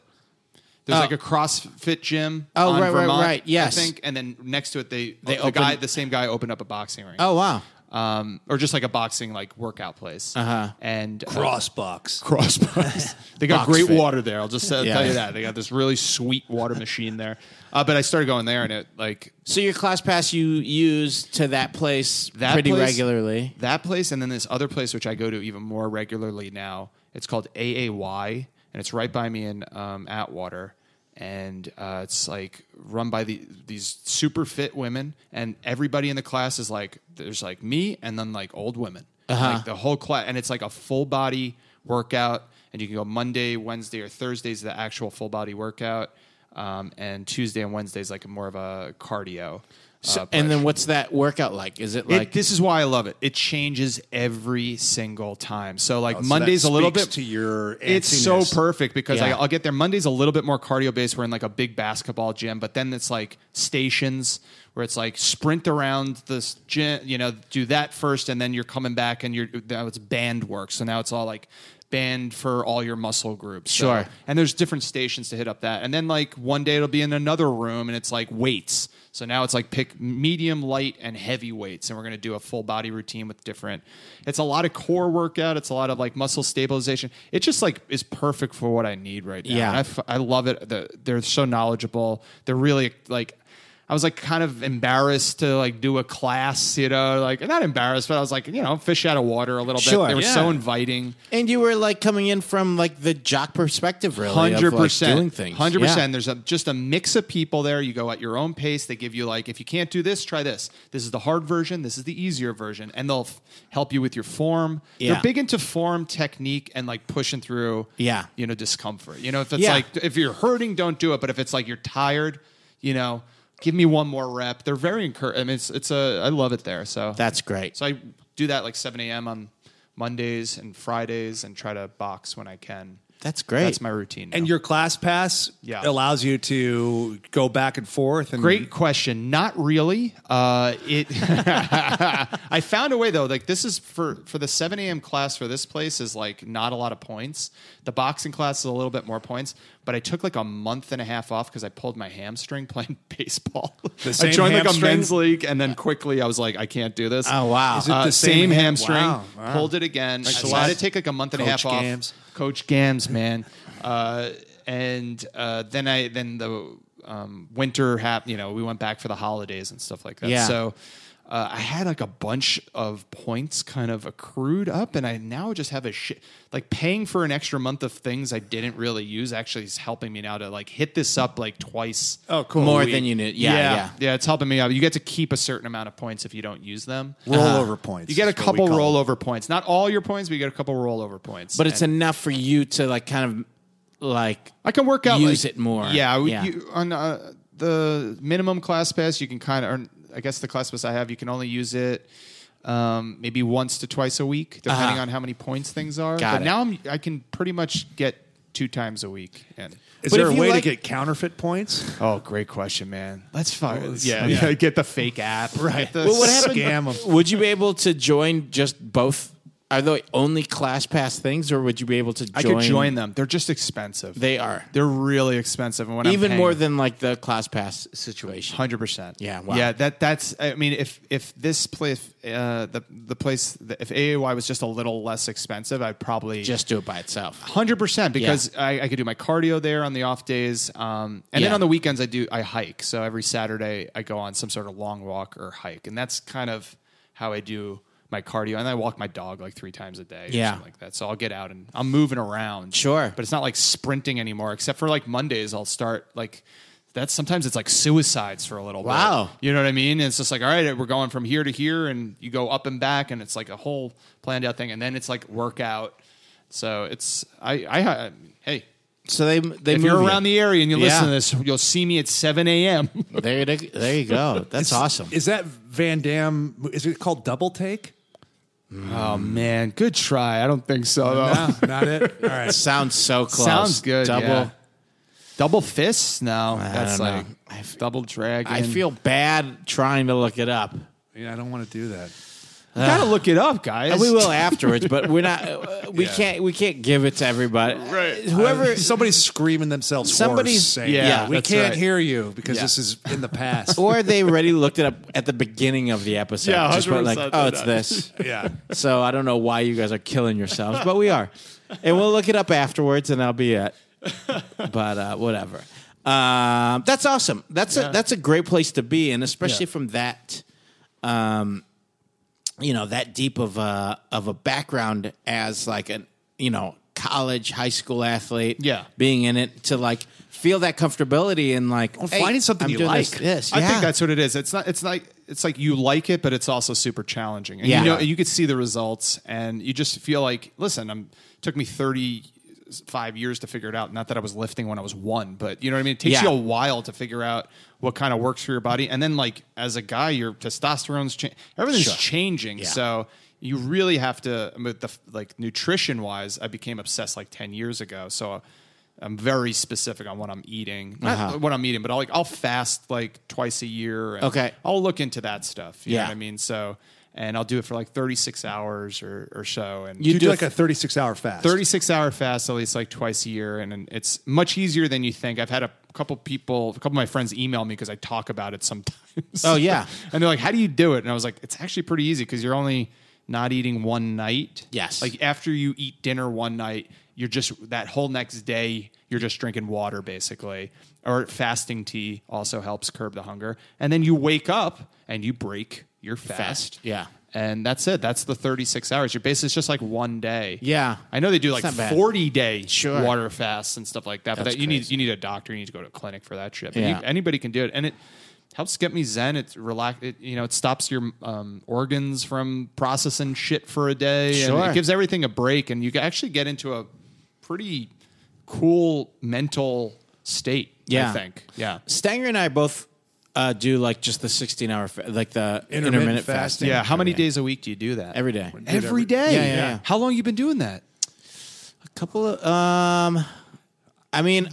[SPEAKER 4] There's
[SPEAKER 2] Oh.
[SPEAKER 4] like a CrossFit gym.
[SPEAKER 2] Oh,
[SPEAKER 4] on
[SPEAKER 2] right, right,
[SPEAKER 4] Vermont,
[SPEAKER 2] right. Yes.
[SPEAKER 4] I think. And then next to it, they,
[SPEAKER 2] They
[SPEAKER 4] the guy,
[SPEAKER 2] opened-
[SPEAKER 4] the same guy, opened up a boxing ring.
[SPEAKER 2] Oh wow.
[SPEAKER 4] um, or just like a boxing like workout place. Uh-huh. And, uh
[SPEAKER 3] Crossbox.
[SPEAKER 4] crossbones. they got
[SPEAKER 2] Box
[SPEAKER 4] great
[SPEAKER 2] fit.
[SPEAKER 4] water there. I'll just uh,
[SPEAKER 2] Yeah.
[SPEAKER 4] tell you that they got this really sweet water machine there. Uh, but I started going there, and it like
[SPEAKER 2] So your class pass you use to that place
[SPEAKER 4] that
[SPEAKER 2] pretty
[SPEAKER 4] place-
[SPEAKER 2] regularly.
[SPEAKER 4] That place, and then this other place which I go to even more regularly now. It's called AAY, and it's right by me in um, Atwater, and uh, it's like run by the, these super fit women, and everybody in the class is like there's like me, and then like old women,
[SPEAKER 2] Uh-huh.
[SPEAKER 4] like the whole class, and it's like a full body workout, and you can go Monday, Wednesday, or Thursday's the actual full body workout. Um, and Tuesday and Wednesday's like more of a cardio.
[SPEAKER 2] So,
[SPEAKER 4] uh,
[SPEAKER 2] and
[SPEAKER 4] push.
[SPEAKER 2] then what's that workout like? Is Oh, it
[SPEAKER 4] It-
[SPEAKER 2] like
[SPEAKER 4] this is why I love it. It changes every single time. So like
[SPEAKER 3] Oh, so that
[SPEAKER 4] Monday's a little
[SPEAKER 3] speaks
[SPEAKER 4] bit
[SPEAKER 3] to your
[SPEAKER 4] It's so
[SPEAKER 3] antsiness.
[SPEAKER 4] perfect because
[SPEAKER 2] Yeah.
[SPEAKER 4] I, I'll get there. Monday's a little bit more cardio based. We're in like a big basketball gym, but then it's like stations where it's like sprint around this gym. You know, do that first, and then you're coming back, and you're now it's band work. So now it's all like band for all your muscle groups. So-
[SPEAKER 2] Sure.
[SPEAKER 4] and there's different stations to hit up that. And then like one day it'll be in another room and it's like weights. So now it's like pick medium, light, and heavy weights. And we're going to do a full body routine with different. It's a lot of core workout. It's a lot of like muscle stabilization. It just like is perfect for what I need right now.
[SPEAKER 2] Yeah.
[SPEAKER 4] And I, f- I love it. The, they're so knowledgeable. They're really like, I was like kind of embarrassed to like do a class, you know, like not embarrassed, but I was like, you know, fish out of water a little bit.
[SPEAKER 2] Sure.
[SPEAKER 4] They were
[SPEAKER 2] Yeah.
[SPEAKER 4] so inviting.
[SPEAKER 2] and you were like coming in from like the jock perspective really of, like,
[SPEAKER 4] Hundred percent,
[SPEAKER 2] doing things.
[SPEAKER 4] Hundred
[SPEAKER 2] Yeah.
[SPEAKER 4] percent. There's a, just a mix of people there. You go at your own pace. They give you like, if you can't do this, try this. This is the hard version. This is the easier version, and they'll f- help you with your form.
[SPEAKER 2] Yeah.
[SPEAKER 4] They're big into form, technique, and like pushing through.
[SPEAKER 2] Yeah.
[SPEAKER 4] you know, discomfort. You know, if it's
[SPEAKER 2] Yeah.
[SPEAKER 4] like if you're hurting, don't do it. But if it's like you're tired, you know, give me one more rep. They're very encouraging. I mean, it's it's a I love it there. So
[SPEAKER 2] That's great.
[SPEAKER 4] so I do that like 7 a.m. on Mondays and Fridays, and try to box when I can.
[SPEAKER 2] That's great.
[SPEAKER 4] That's my routine. now.
[SPEAKER 3] And your class pass
[SPEAKER 4] Yeah.
[SPEAKER 3] allows you to go back and forth. And
[SPEAKER 4] Great question. Not really. Uh, it. I found a way though. Like this is for for the seven a.m. class for this place is like not a lot of points. The boxing class is a little bit more points. But I took like a month and a half off because I pulled my hamstring playing baseball.
[SPEAKER 3] same
[SPEAKER 4] I joined like a
[SPEAKER 3] hamstring?
[SPEAKER 4] men's league and then quickly I was like, I can't do this.
[SPEAKER 2] Oh, wow.
[SPEAKER 3] Is it
[SPEAKER 4] Uh,
[SPEAKER 3] the same
[SPEAKER 4] same,
[SPEAKER 3] ham-
[SPEAKER 4] hamstring?
[SPEAKER 3] Wow, wow.
[SPEAKER 4] Pulled it again. I
[SPEAKER 3] a
[SPEAKER 4] decided
[SPEAKER 3] lot.
[SPEAKER 4] to take like a month and a
[SPEAKER 3] Coach
[SPEAKER 4] half off.
[SPEAKER 3] Gams.
[SPEAKER 4] Coach Gams, man. Uh, and uh, then I then the um, winter happened. You know, we went back for the holidays and stuff like that.
[SPEAKER 2] Yeah.
[SPEAKER 4] So uh, I had like a bunch of points kind of accrued up, and I now just have a shit. Like paying for an extra month of things I didn't really use actually is helping me now to like hit this up like twice.
[SPEAKER 3] Oh, cool.
[SPEAKER 2] More
[SPEAKER 3] We-
[SPEAKER 2] than you knew. Yeah, yeah.
[SPEAKER 4] yeah, it's helping me out. You get to keep a certain amount of points if you don't use them.
[SPEAKER 3] rollover points.
[SPEAKER 4] You get a
[SPEAKER 3] is what we
[SPEAKER 4] couple
[SPEAKER 3] call them.
[SPEAKER 4] rollover points. Not all your points, but you get a couple rollover points.
[SPEAKER 2] But it's
[SPEAKER 4] And
[SPEAKER 2] enough for you to like kind of like
[SPEAKER 4] I can work out
[SPEAKER 2] use
[SPEAKER 4] like-
[SPEAKER 2] it more.
[SPEAKER 4] Yeah, I would-
[SPEAKER 2] Yeah.
[SPEAKER 4] You, on uh, the minimum class pass, you can kind of earn. I guess the class pass I have, you can only use it um, maybe once to twice a week, depending
[SPEAKER 2] Uh-huh.
[SPEAKER 4] on how many points things are.
[SPEAKER 2] Got
[SPEAKER 4] but
[SPEAKER 2] it.
[SPEAKER 4] now I'm, I can pretty much get two times a week. And
[SPEAKER 3] Is
[SPEAKER 2] But
[SPEAKER 3] there
[SPEAKER 2] if
[SPEAKER 3] a
[SPEAKER 2] you
[SPEAKER 3] way
[SPEAKER 2] like-
[SPEAKER 3] to get counterfeit points?
[SPEAKER 4] oh, great question, man. Let's fuck.
[SPEAKER 3] yeah.
[SPEAKER 4] yeah, yeah, get the fake app. Right.
[SPEAKER 2] Well, what happened?
[SPEAKER 3] Scam 'em.
[SPEAKER 2] Would you be able to join just both? Are they only class pass things, or would you be able to? Join?
[SPEAKER 4] I could join them. They're just expensive.
[SPEAKER 2] They are
[SPEAKER 4] They're really expensive. And when
[SPEAKER 2] even more than like the class pass situation.
[SPEAKER 4] hundred percent.
[SPEAKER 2] Yeah, wow.
[SPEAKER 4] Yeah. That that's. I mean, if if this place, uh, the the place, if AAY was just a little less expensive, I'd probably
[SPEAKER 2] Just do it by itself.
[SPEAKER 4] Hundred percent, because I, I could do my cardio there on the off days, um, and then
[SPEAKER 2] Yeah.
[SPEAKER 4] on the weekends I do I hike. So every Saturday I go on some sort of long walk or hike, and that's kind of how I do my cardio. And I walk my dog like three times a day, or
[SPEAKER 2] Yeah.
[SPEAKER 4] something like that. So I'll get out and I'm moving around,
[SPEAKER 2] Sure.
[SPEAKER 4] but it's not like sprinting anymore. Except for like Mondays, I'll start like that's sometimes it's like suicides for a little
[SPEAKER 2] Wow.
[SPEAKER 4] bit. You know what I mean? It's just like, all right, we're going from here to here, and you go up and back, and it's like a whole planned out thing, and then it's like workout. So it's I I, I hey,
[SPEAKER 2] So they they
[SPEAKER 4] if
[SPEAKER 2] move
[SPEAKER 4] you're
[SPEAKER 2] you.
[SPEAKER 4] around the area and you
[SPEAKER 2] Yeah.
[SPEAKER 4] listen to this, you'll see me at seven a.m.
[SPEAKER 2] there. They, there you go. That's awesome.
[SPEAKER 3] Is that Van Damme? Is it called Double Take?
[SPEAKER 4] oh man, good try. I don't think so though.
[SPEAKER 3] No, not it. All right.
[SPEAKER 2] Sounds so close.
[SPEAKER 4] Sounds good.
[SPEAKER 2] Double.
[SPEAKER 4] yeah. double fists. No, that's
[SPEAKER 2] don't know.
[SPEAKER 4] like double dragon.
[SPEAKER 2] I feel bad trying to look it up.
[SPEAKER 3] Yeah, I don't want to do that.
[SPEAKER 4] you gotta look it up, guys.
[SPEAKER 2] And we will afterwards, but we're not. uh, We
[SPEAKER 3] Yeah.
[SPEAKER 2] can't. We can't give it to everybody. Right. Whoever.
[SPEAKER 3] Uh, somebody's screaming themselves
[SPEAKER 2] Somebody's-
[SPEAKER 3] hoarse, saying,
[SPEAKER 4] yeah,
[SPEAKER 3] "We
[SPEAKER 4] that's
[SPEAKER 3] can't
[SPEAKER 4] right.
[SPEAKER 3] hear you because
[SPEAKER 4] Yeah.
[SPEAKER 3] this is in the past."
[SPEAKER 2] or they already looked it up at the beginning of the episode.
[SPEAKER 4] Yeah,
[SPEAKER 2] just went like,
[SPEAKER 4] 100%
[SPEAKER 2] oh,
[SPEAKER 4] they're
[SPEAKER 2] it's
[SPEAKER 4] not.
[SPEAKER 2] this.
[SPEAKER 3] yeah,
[SPEAKER 2] So I don't know why you guys are killing yourselves, but we are, and we'll look it up afterwards, and that'll be it. But uh, whatever. Um, that's awesome. That's a that's a great place to be, and especially
[SPEAKER 4] Yeah.
[SPEAKER 2] from that, um, you know, that deep of a of a background as like an you know college high school athlete.
[SPEAKER 4] Yeah.
[SPEAKER 2] being in it to like feel that comfortability and like hey,
[SPEAKER 3] finding something
[SPEAKER 2] I'm
[SPEAKER 3] you
[SPEAKER 2] doing
[SPEAKER 3] like.
[SPEAKER 2] This, this.
[SPEAKER 4] I
[SPEAKER 2] Yeah.
[SPEAKER 4] think that's what it is. It's not. It's like it's like you like it, but it's also super challenging. And
[SPEAKER 2] Yeah.
[SPEAKER 4] you know, you could see the results, and you just feel like, listen, I'm took me thirty five years to figure it out. Not that I was lifting when I was one, but you know what I mean. It takes
[SPEAKER 2] Yeah.
[SPEAKER 4] you a while to figure out what kind of works for your body, and then like as a guy, your testosterone's cha- everything's
[SPEAKER 2] Sure.
[SPEAKER 4] changing.
[SPEAKER 2] Yeah.
[SPEAKER 4] So. You really have to, I mean, the, like nutrition wise, I became obsessed like 10 years ago. So I'm very specific on what I'm eating. Not
[SPEAKER 2] Uh-huh.
[SPEAKER 4] what I'm eating, but I'll like I'll fast like twice a year. And
[SPEAKER 2] Okay.
[SPEAKER 4] I'll look into that stuff. You
[SPEAKER 2] Yeah.
[SPEAKER 4] know what I mean? So and I'll do it for like 36 hours or, or so. And
[SPEAKER 3] you,
[SPEAKER 2] You
[SPEAKER 3] do,
[SPEAKER 2] do
[SPEAKER 3] like a thirty-six hour fast.
[SPEAKER 4] 36 hour fast at least like twice a year. And, and it's much easier than you think. I've had a couple people, a couple of my friends email me because I talk about it sometimes.
[SPEAKER 2] Oh, yeah.
[SPEAKER 4] and they're like, how do you do it? And I was like, it's actually pretty easy because you're only not eating one night.
[SPEAKER 2] Yes.
[SPEAKER 4] Like after you eat dinner one night, you're just that whole next day, you're just drinking water basically. Or fasting tea also helps curb the hunger. And then you wake up and you break your fast.
[SPEAKER 2] yeah.
[SPEAKER 4] And that's it. That's the 36 hours. Your base is just like one day.
[SPEAKER 2] Yeah.
[SPEAKER 4] I know they do like
[SPEAKER 2] not bad.
[SPEAKER 4] 40 day
[SPEAKER 2] Sure.
[SPEAKER 4] water fasts and stuff like that, but
[SPEAKER 2] That's
[SPEAKER 4] that, you need
[SPEAKER 2] crazy.
[SPEAKER 4] you need a doctor, you need to go to a clinic for that shit. But
[SPEAKER 2] Yeah.
[SPEAKER 4] you, anybody can do it and it helps get me zen. It's relax it, you know, it stops your um, organs from processing shit for a day and
[SPEAKER 2] Sure.
[SPEAKER 4] it gives everything a break and you can actually get into a pretty cool mental state,
[SPEAKER 2] Yeah.
[SPEAKER 4] I think. Yeah.
[SPEAKER 2] Stanger and I both uh, do like just the 16 hour, fa- like the intermittent, fasting.
[SPEAKER 4] Yeah, how many days a week do you do that?
[SPEAKER 2] Every day. A
[SPEAKER 4] Every day.
[SPEAKER 2] Yeah, yeah, yeah.
[SPEAKER 4] How long you been doing that?
[SPEAKER 2] couple of, um, I mean,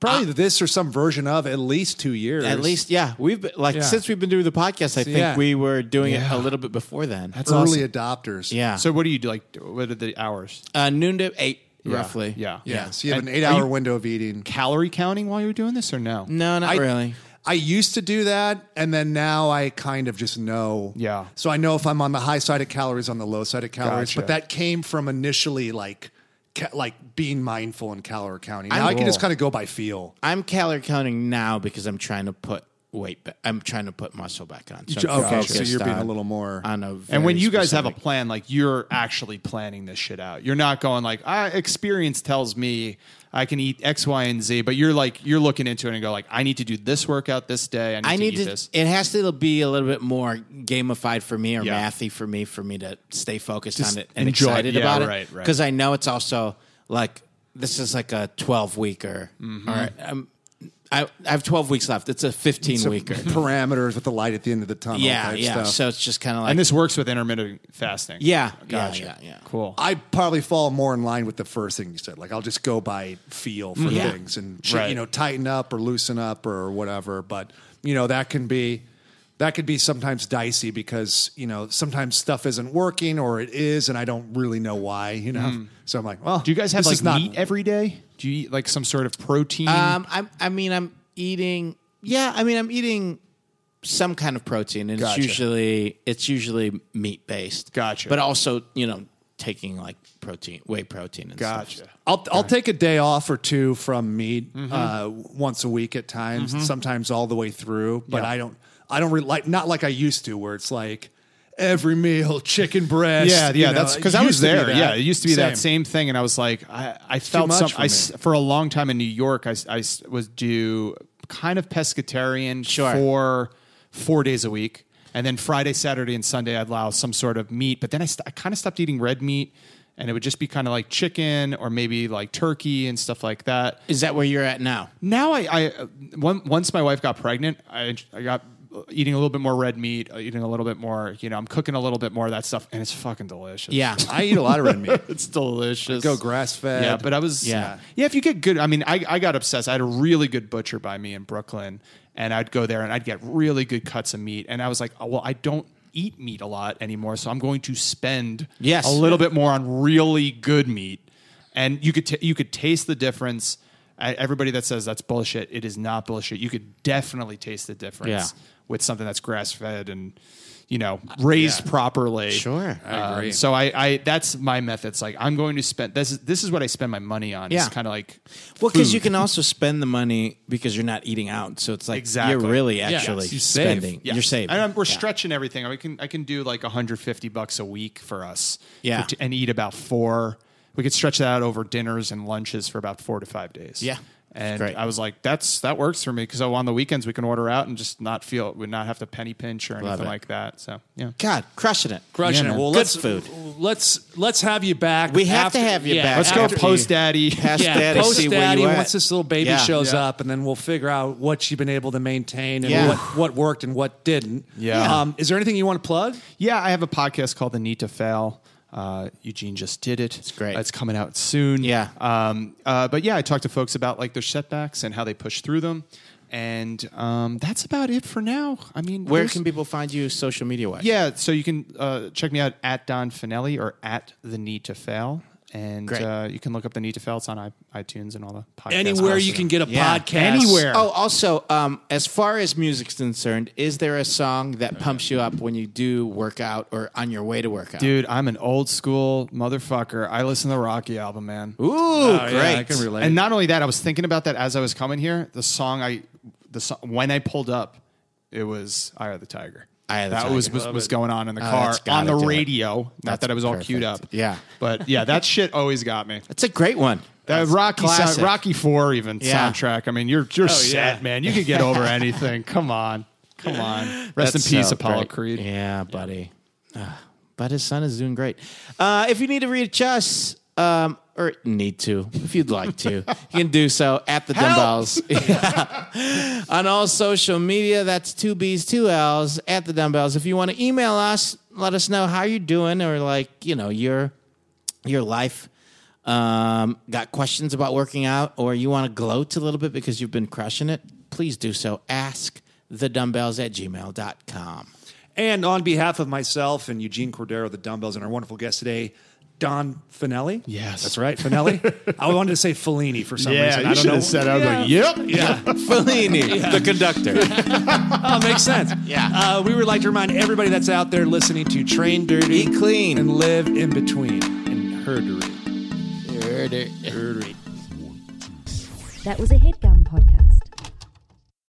[SPEAKER 3] Probably this or some version of at least two years.
[SPEAKER 2] at least, yeah, we've been, like,
[SPEAKER 3] Yeah.
[SPEAKER 2] since we've been doing the podcast, I think
[SPEAKER 3] Yeah.
[SPEAKER 2] we were doing it
[SPEAKER 4] Yeah.
[SPEAKER 2] a little bit before then.
[SPEAKER 4] That's
[SPEAKER 3] early adopters.
[SPEAKER 2] yeah.
[SPEAKER 4] So what do you do? Like, what are the hours?
[SPEAKER 2] uh, noon to eight, roughly.
[SPEAKER 4] Yeah.
[SPEAKER 3] yeah. So you have
[SPEAKER 4] And
[SPEAKER 3] an eight
[SPEAKER 4] are
[SPEAKER 3] hour
[SPEAKER 4] you
[SPEAKER 3] window of eating.
[SPEAKER 4] Calorie counting while you're doing this or no?
[SPEAKER 2] No, not
[SPEAKER 3] I-
[SPEAKER 2] really.
[SPEAKER 3] I used to do that, and then now I kind of just know.
[SPEAKER 4] Yeah.
[SPEAKER 3] So I know if I'm on the high side of calories, on the low side of calories.
[SPEAKER 4] Gotcha.
[SPEAKER 3] But that came from initially like ca- like being mindful in calorie counting. Now
[SPEAKER 2] I'm-
[SPEAKER 3] i can just
[SPEAKER 2] Cool.
[SPEAKER 3] kind of go by feel.
[SPEAKER 2] I'm calorie counting now because I'm trying to put weight back. I'm trying to put muscle back on.
[SPEAKER 4] oh,
[SPEAKER 2] So I'm
[SPEAKER 3] Okay, so
[SPEAKER 2] focused
[SPEAKER 3] you're being a
[SPEAKER 2] on-
[SPEAKER 3] little more.
[SPEAKER 2] on a
[SPEAKER 4] And when
[SPEAKER 2] very
[SPEAKER 4] you guys have a
[SPEAKER 2] specific-
[SPEAKER 4] plan, like you're actually planning this shit out. You're not going like, I experience tells me I can eat X, Y, and Z, but you're like you're looking into it and go like, I need to do this workout this day. I need,
[SPEAKER 2] I
[SPEAKER 4] to,
[SPEAKER 2] need
[SPEAKER 4] eat
[SPEAKER 2] to.
[SPEAKER 4] this.
[SPEAKER 2] It has to be a little bit more gamified for me or
[SPEAKER 4] Yeah.
[SPEAKER 2] mathy for me for me to stay focused on it and
[SPEAKER 4] enjoy it.
[SPEAKER 2] excited
[SPEAKER 4] Yeah,
[SPEAKER 2] about it.
[SPEAKER 4] right, right. Mm-hmm.
[SPEAKER 2] Because I know it's also like this is like a twelve week or or um, I, I have 12 weeks left. It's a 15 weeker.
[SPEAKER 3] parameters with the light at the end of the tunnel.
[SPEAKER 2] Yeah,
[SPEAKER 3] type
[SPEAKER 2] yeah.
[SPEAKER 3] Stuff.
[SPEAKER 2] So it's just kind of like
[SPEAKER 4] And this works with intermittent fasting.
[SPEAKER 2] Yeah,
[SPEAKER 4] Gotcha.
[SPEAKER 2] yeah, yeah, yeah.
[SPEAKER 4] Cool.
[SPEAKER 3] I probably fall more in line with the first thing you said. Like I'll just go by feel for
[SPEAKER 2] Yeah.
[SPEAKER 3] things and ch-
[SPEAKER 4] Mm-hmm. Right.
[SPEAKER 3] you know tighten up or loosen up or whatever. But you know that can be that could be sometimes dicey because you know sometimes stuff isn't working or it is and I don't really know why. You know, so I'm like, well,
[SPEAKER 4] Mm-hmm. Do you guys have
[SPEAKER 3] this
[SPEAKER 4] like
[SPEAKER 3] is not-
[SPEAKER 4] meat every day? Do you eat like some sort of protein?
[SPEAKER 2] Um, I, I mean, I'm eating. Yeah, I mean, I'm eating some kind of protein, and
[SPEAKER 4] Gotcha.
[SPEAKER 2] it's usually it's usually meat based.
[SPEAKER 4] Gotcha.
[SPEAKER 2] But also, you know, taking like protein, whey protein, and
[SPEAKER 4] gotcha.
[SPEAKER 2] stuff.
[SPEAKER 3] I'll I'll take a day off or two from meat
[SPEAKER 4] Mm-hmm.
[SPEAKER 3] uh, once a week at times, sometimes all the way through. But I don't I don't really like not like I used to, where it's like every meal chicken breast.
[SPEAKER 4] Yeah,
[SPEAKER 3] you
[SPEAKER 4] yeah,
[SPEAKER 3] know,
[SPEAKER 4] that's because
[SPEAKER 3] it
[SPEAKER 4] I
[SPEAKER 3] used
[SPEAKER 4] was
[SPEAKER 3] to be
[SPEAKER 4] there.
[SPEAKER 3] that.
[SPEAKER 4] Yeah, it used to be that same thing, and I was like, I, I felt
[SPEAKER 3] much
[SPEAKER 4] some.
[SPEAKER 3] for
[SPEAKER 4] I s-
[SPEAKER 3] me.
[SPEAKER 4] for a long time in New York, I, s- I s- was do kind of pescatarian
[SPEAKER 2] Sure.
[SPEAKER 4] for four days a week, and then Friday, Saturday, and Sunday I'd allow some sort of meat, but then I, st- I kind of stopped eating red meat, and it would just be kind of like chicken or maybe like turkey and stuff like that
[SPEAKER 2] Is that where you're at now?
[SPEAKER 4] now I, I uh, one, once my wife got pregnant, I, I got eating a little bit more red meat, uh, eating a little bit more, you know, I'm cooking a little bit more of that stuff, and it's fucking delicious.
[SPEAKER 2] Yeah.
[SPEAKER 3] I eat a lot of red meat.
[SPEAKER 4] it's delicious.
[SPEAKER 3] Go grass fed.
[SPEAKER 4] Yeah, but I was
[SPEAKER 2] Yeah.
[SPEAKER 4] yeah. if you get good, I mean, I, I got obsessed. I had a really good butcher by me in Brooklyn, and I'd go there and I'd get really good cuts of meat, and I was like, oh, well, I don't eat meat a lot anymore, so I'm going to spend
[SPEAKER 2] Yes.
[SPEAKER 4] a little bit more on really good meat, and you could t- you could taste the difference. I, everybody that says that's bullshit, it is not bullshit. You could definitely taste the difference
[SPEAKER 2] Yeah.
[SPEAKER 4] with something that's grass fed and you know raised properly.
[SPEAKER 2] Sure. I
[SPEAKER 4] Um,
[SPEAKER 3] agree.
[SPEAKER 4] so I, I that's my method. It's like I'm going to spend this is this is what I spend my money on.
[SPEAKER 2] Yeah.
[SPEAKER 4] It's kind of like
[SPEAKER 2] Well, because
[SPEAKER 4] food.
[SPEAKER 2] you can also spend the money because you're not eating out, so it's like
[SPEAKER 4] Exactly.
[SPEAKER 2] you're really
[SPEAKER 4] Yeah.
[SPEAKER 2] actually
[SPEAKER 4] You
[SPEAKER 3] save.
[SPEAKER 2] spending.
[SPEAKER 4] Yeah.
[SPEAKER 2] You're saving.
[SPEAKER 4] And I'm, we're
[SPEAKER 2] Yeah.
[SPEAKER 4] stretching everything. I can I can do like 150 bucks a week for us.
[SPEAKER 2] Yeah.
[SPEAKER 4] for t- and eat about four. We could stretch that out over dinners and lunches for about four to five days.
[SPEAKER 2] Yeah.
[SPEAKER 4] And
[SPEAKER 2] Great.
[SPEAKER 4] I was like, that's that works for me because on the weekends we can order out and just not feel we not have to penny pinch or anything
[SPEAKER 2] it.
[SPEAKER 4] like that. So yeah.
[SPEAKER 2] God, crushing it.
[SPEAKER 3] Crushing it.
[SPEAKER 4] Yeah, man.
[SPEAKER 3] Well,
[SPEAKER 2] Good
[SPEAKER 3] let's,
[SPEAKER 2] food.
[SPEAKER 3] Let's let's have you back.
[SPEAKER 2] We have to have you back.
[SPEAKER 4] Let's go
[SPEAKER 2] After you-
[SPEAKER 4] post daddy.
[SPEAKER 2] Past
[SPEAKER 3] Yeah,
[SPEAKER 2] daddy,
[SPEAKER 3] post
[SPEAKER 2] see where
[SPEAKER 3] daddy
[SPEAKER 2] you at.
[SPEAKER 3] once this little baby
[SPEAKER 2] Yeah.
[SPEAKER 3] shows
[SPEAKER 4] Yeah.
[SPEAKER 3] up, and then we'll figure out what you've been able to maintain and
[SPEAKER 2] Yeah.
[SPEAKER 3] what, what worked and what didn't.
[SPEAKER 4] Yeah.
[SPEAKER 3] Um, is there anything you want to plug?
[SPEAKER 4] Yeah, I have a podcast called The Need to Fail. Uh, Eugene just did it. It's
[SPEAKER 2] great.
[SPEAKER 4] It's coming out soon.
[SPEAKER 2] Yeah.
[SPEAKER 4] Um, uh, but yeah, I talk to folks about like their setbacks and how they push through them, and um, that's about it for now. I mean,
[SPEAKER 2] Where
[SPEAKER 4] there's-
[SPEAKER 2] can people find you social media wise?
[SPEAKER 4] Yeah, so you can uh, check me out at Don Finelli or at The Need to Fail, and
[SPEAKER 2] Great.
[SPEAKER 4] Uh, you can look up The Need to Fail. It's on I- iTunes and all the podcasts.
[SPEAKER 3] Anywhere you can get a
[SPEAKER 2] Yeah.
[SPEAKER 3] podcast.
[SPEAKER 4] Anywhere.
[SPEAKER 2] Oh, also, um, as far as music's concerned, is there a song that pumps you up when you do work out or on your way to work out?
[SPEAKER 4] Dude, I'm an old school motherfucker. I listen to the Rocky album, man.
[SPEAKER 2] Ooh, great.
[SPEAKER 3] yeah, I can relate.
[SPEAKER 4] And not only that, I was thinking about that as I was coming here. The song I, the song, when I pulled up, it was "Eye of the Tiger."
[SPEAKER 2] Eye of the
[SPEAKER 4] that
[SPEAKER 2] Tiger. Oh,
[SPEAKER 4] was was, was going on in the car
[SPEAKER 2] that's gotta
[SPEAKER 4] on the
[SPEAKER 2] do it.
[SPEAKER 4] radio. Not
[SPEAKER 2] That's
[SPEAKER 4] that I was all queued
[SPEAKER 2] perfect.
[SPEAKER 4] up.
[SPEAKER 2] Yeah.
[SPEAKER 4] but yeah, that shit always got me.
[SPEAKER 2] That's a great one.
[SPEAKER 4] That Rocky sound,
[SPEAKER 2] classic.
[SPEAKER 4] Rocky Four even
[SPEAKER 2] Yeah.
[SPEAKER 4] soundtrack. I mean, you're you're set,
[SPEAKER 3] yeah.
[SPEAKER 4] man. You could get over anything. Come on, come on. Rest
[SPEAKER 2] That's
[SPEAKER 4] in peace,
[SPEAKER 2] so
[SPEAKER 4] Apollo
[SPEAKER 2] great.
[SPEAKER 4] Creed.
[SPEAKER 2] Yeah, buddy. Ah, but his son is doing great. Uh, if you need to reach us, um, or need to, if you'd like to, you can do so at the dumbbells. Yeah. On all social media, that's two B's, two L's at the dumbbells. If you want to email us, let us know how you're doing or like, you know, your your life. Um, got questions about working out or you want to gloat a little bit because you've been crushing it, please do so. Ask the dumbbells at gmail.com.
[SPEAKER 3] And on behalf of myself and Eugene Cordero, the dumbbells, and our wonderful guest today, Don Finelli.
[SPEAKER 4] Yes.
[SPEAKER 3] that's right, Finelli. I wanted to say Fellini for some reason. I don't know.
[SPEAKER 4] I was like, "Yep,
[SPEAKER 2] Fellini, the conductor.
[SPEAKER 3] Oh, makes sense.
[SPEAKER 2] Yeah.
[SPEAKER 3] Uh, we would like to remind everybody that's out there listening to Train Dirty,
[SPEAKER 2] Eat clean.
[SPEAKER 3] and live in between and herdery.
[SPEAKER 5] That was a hit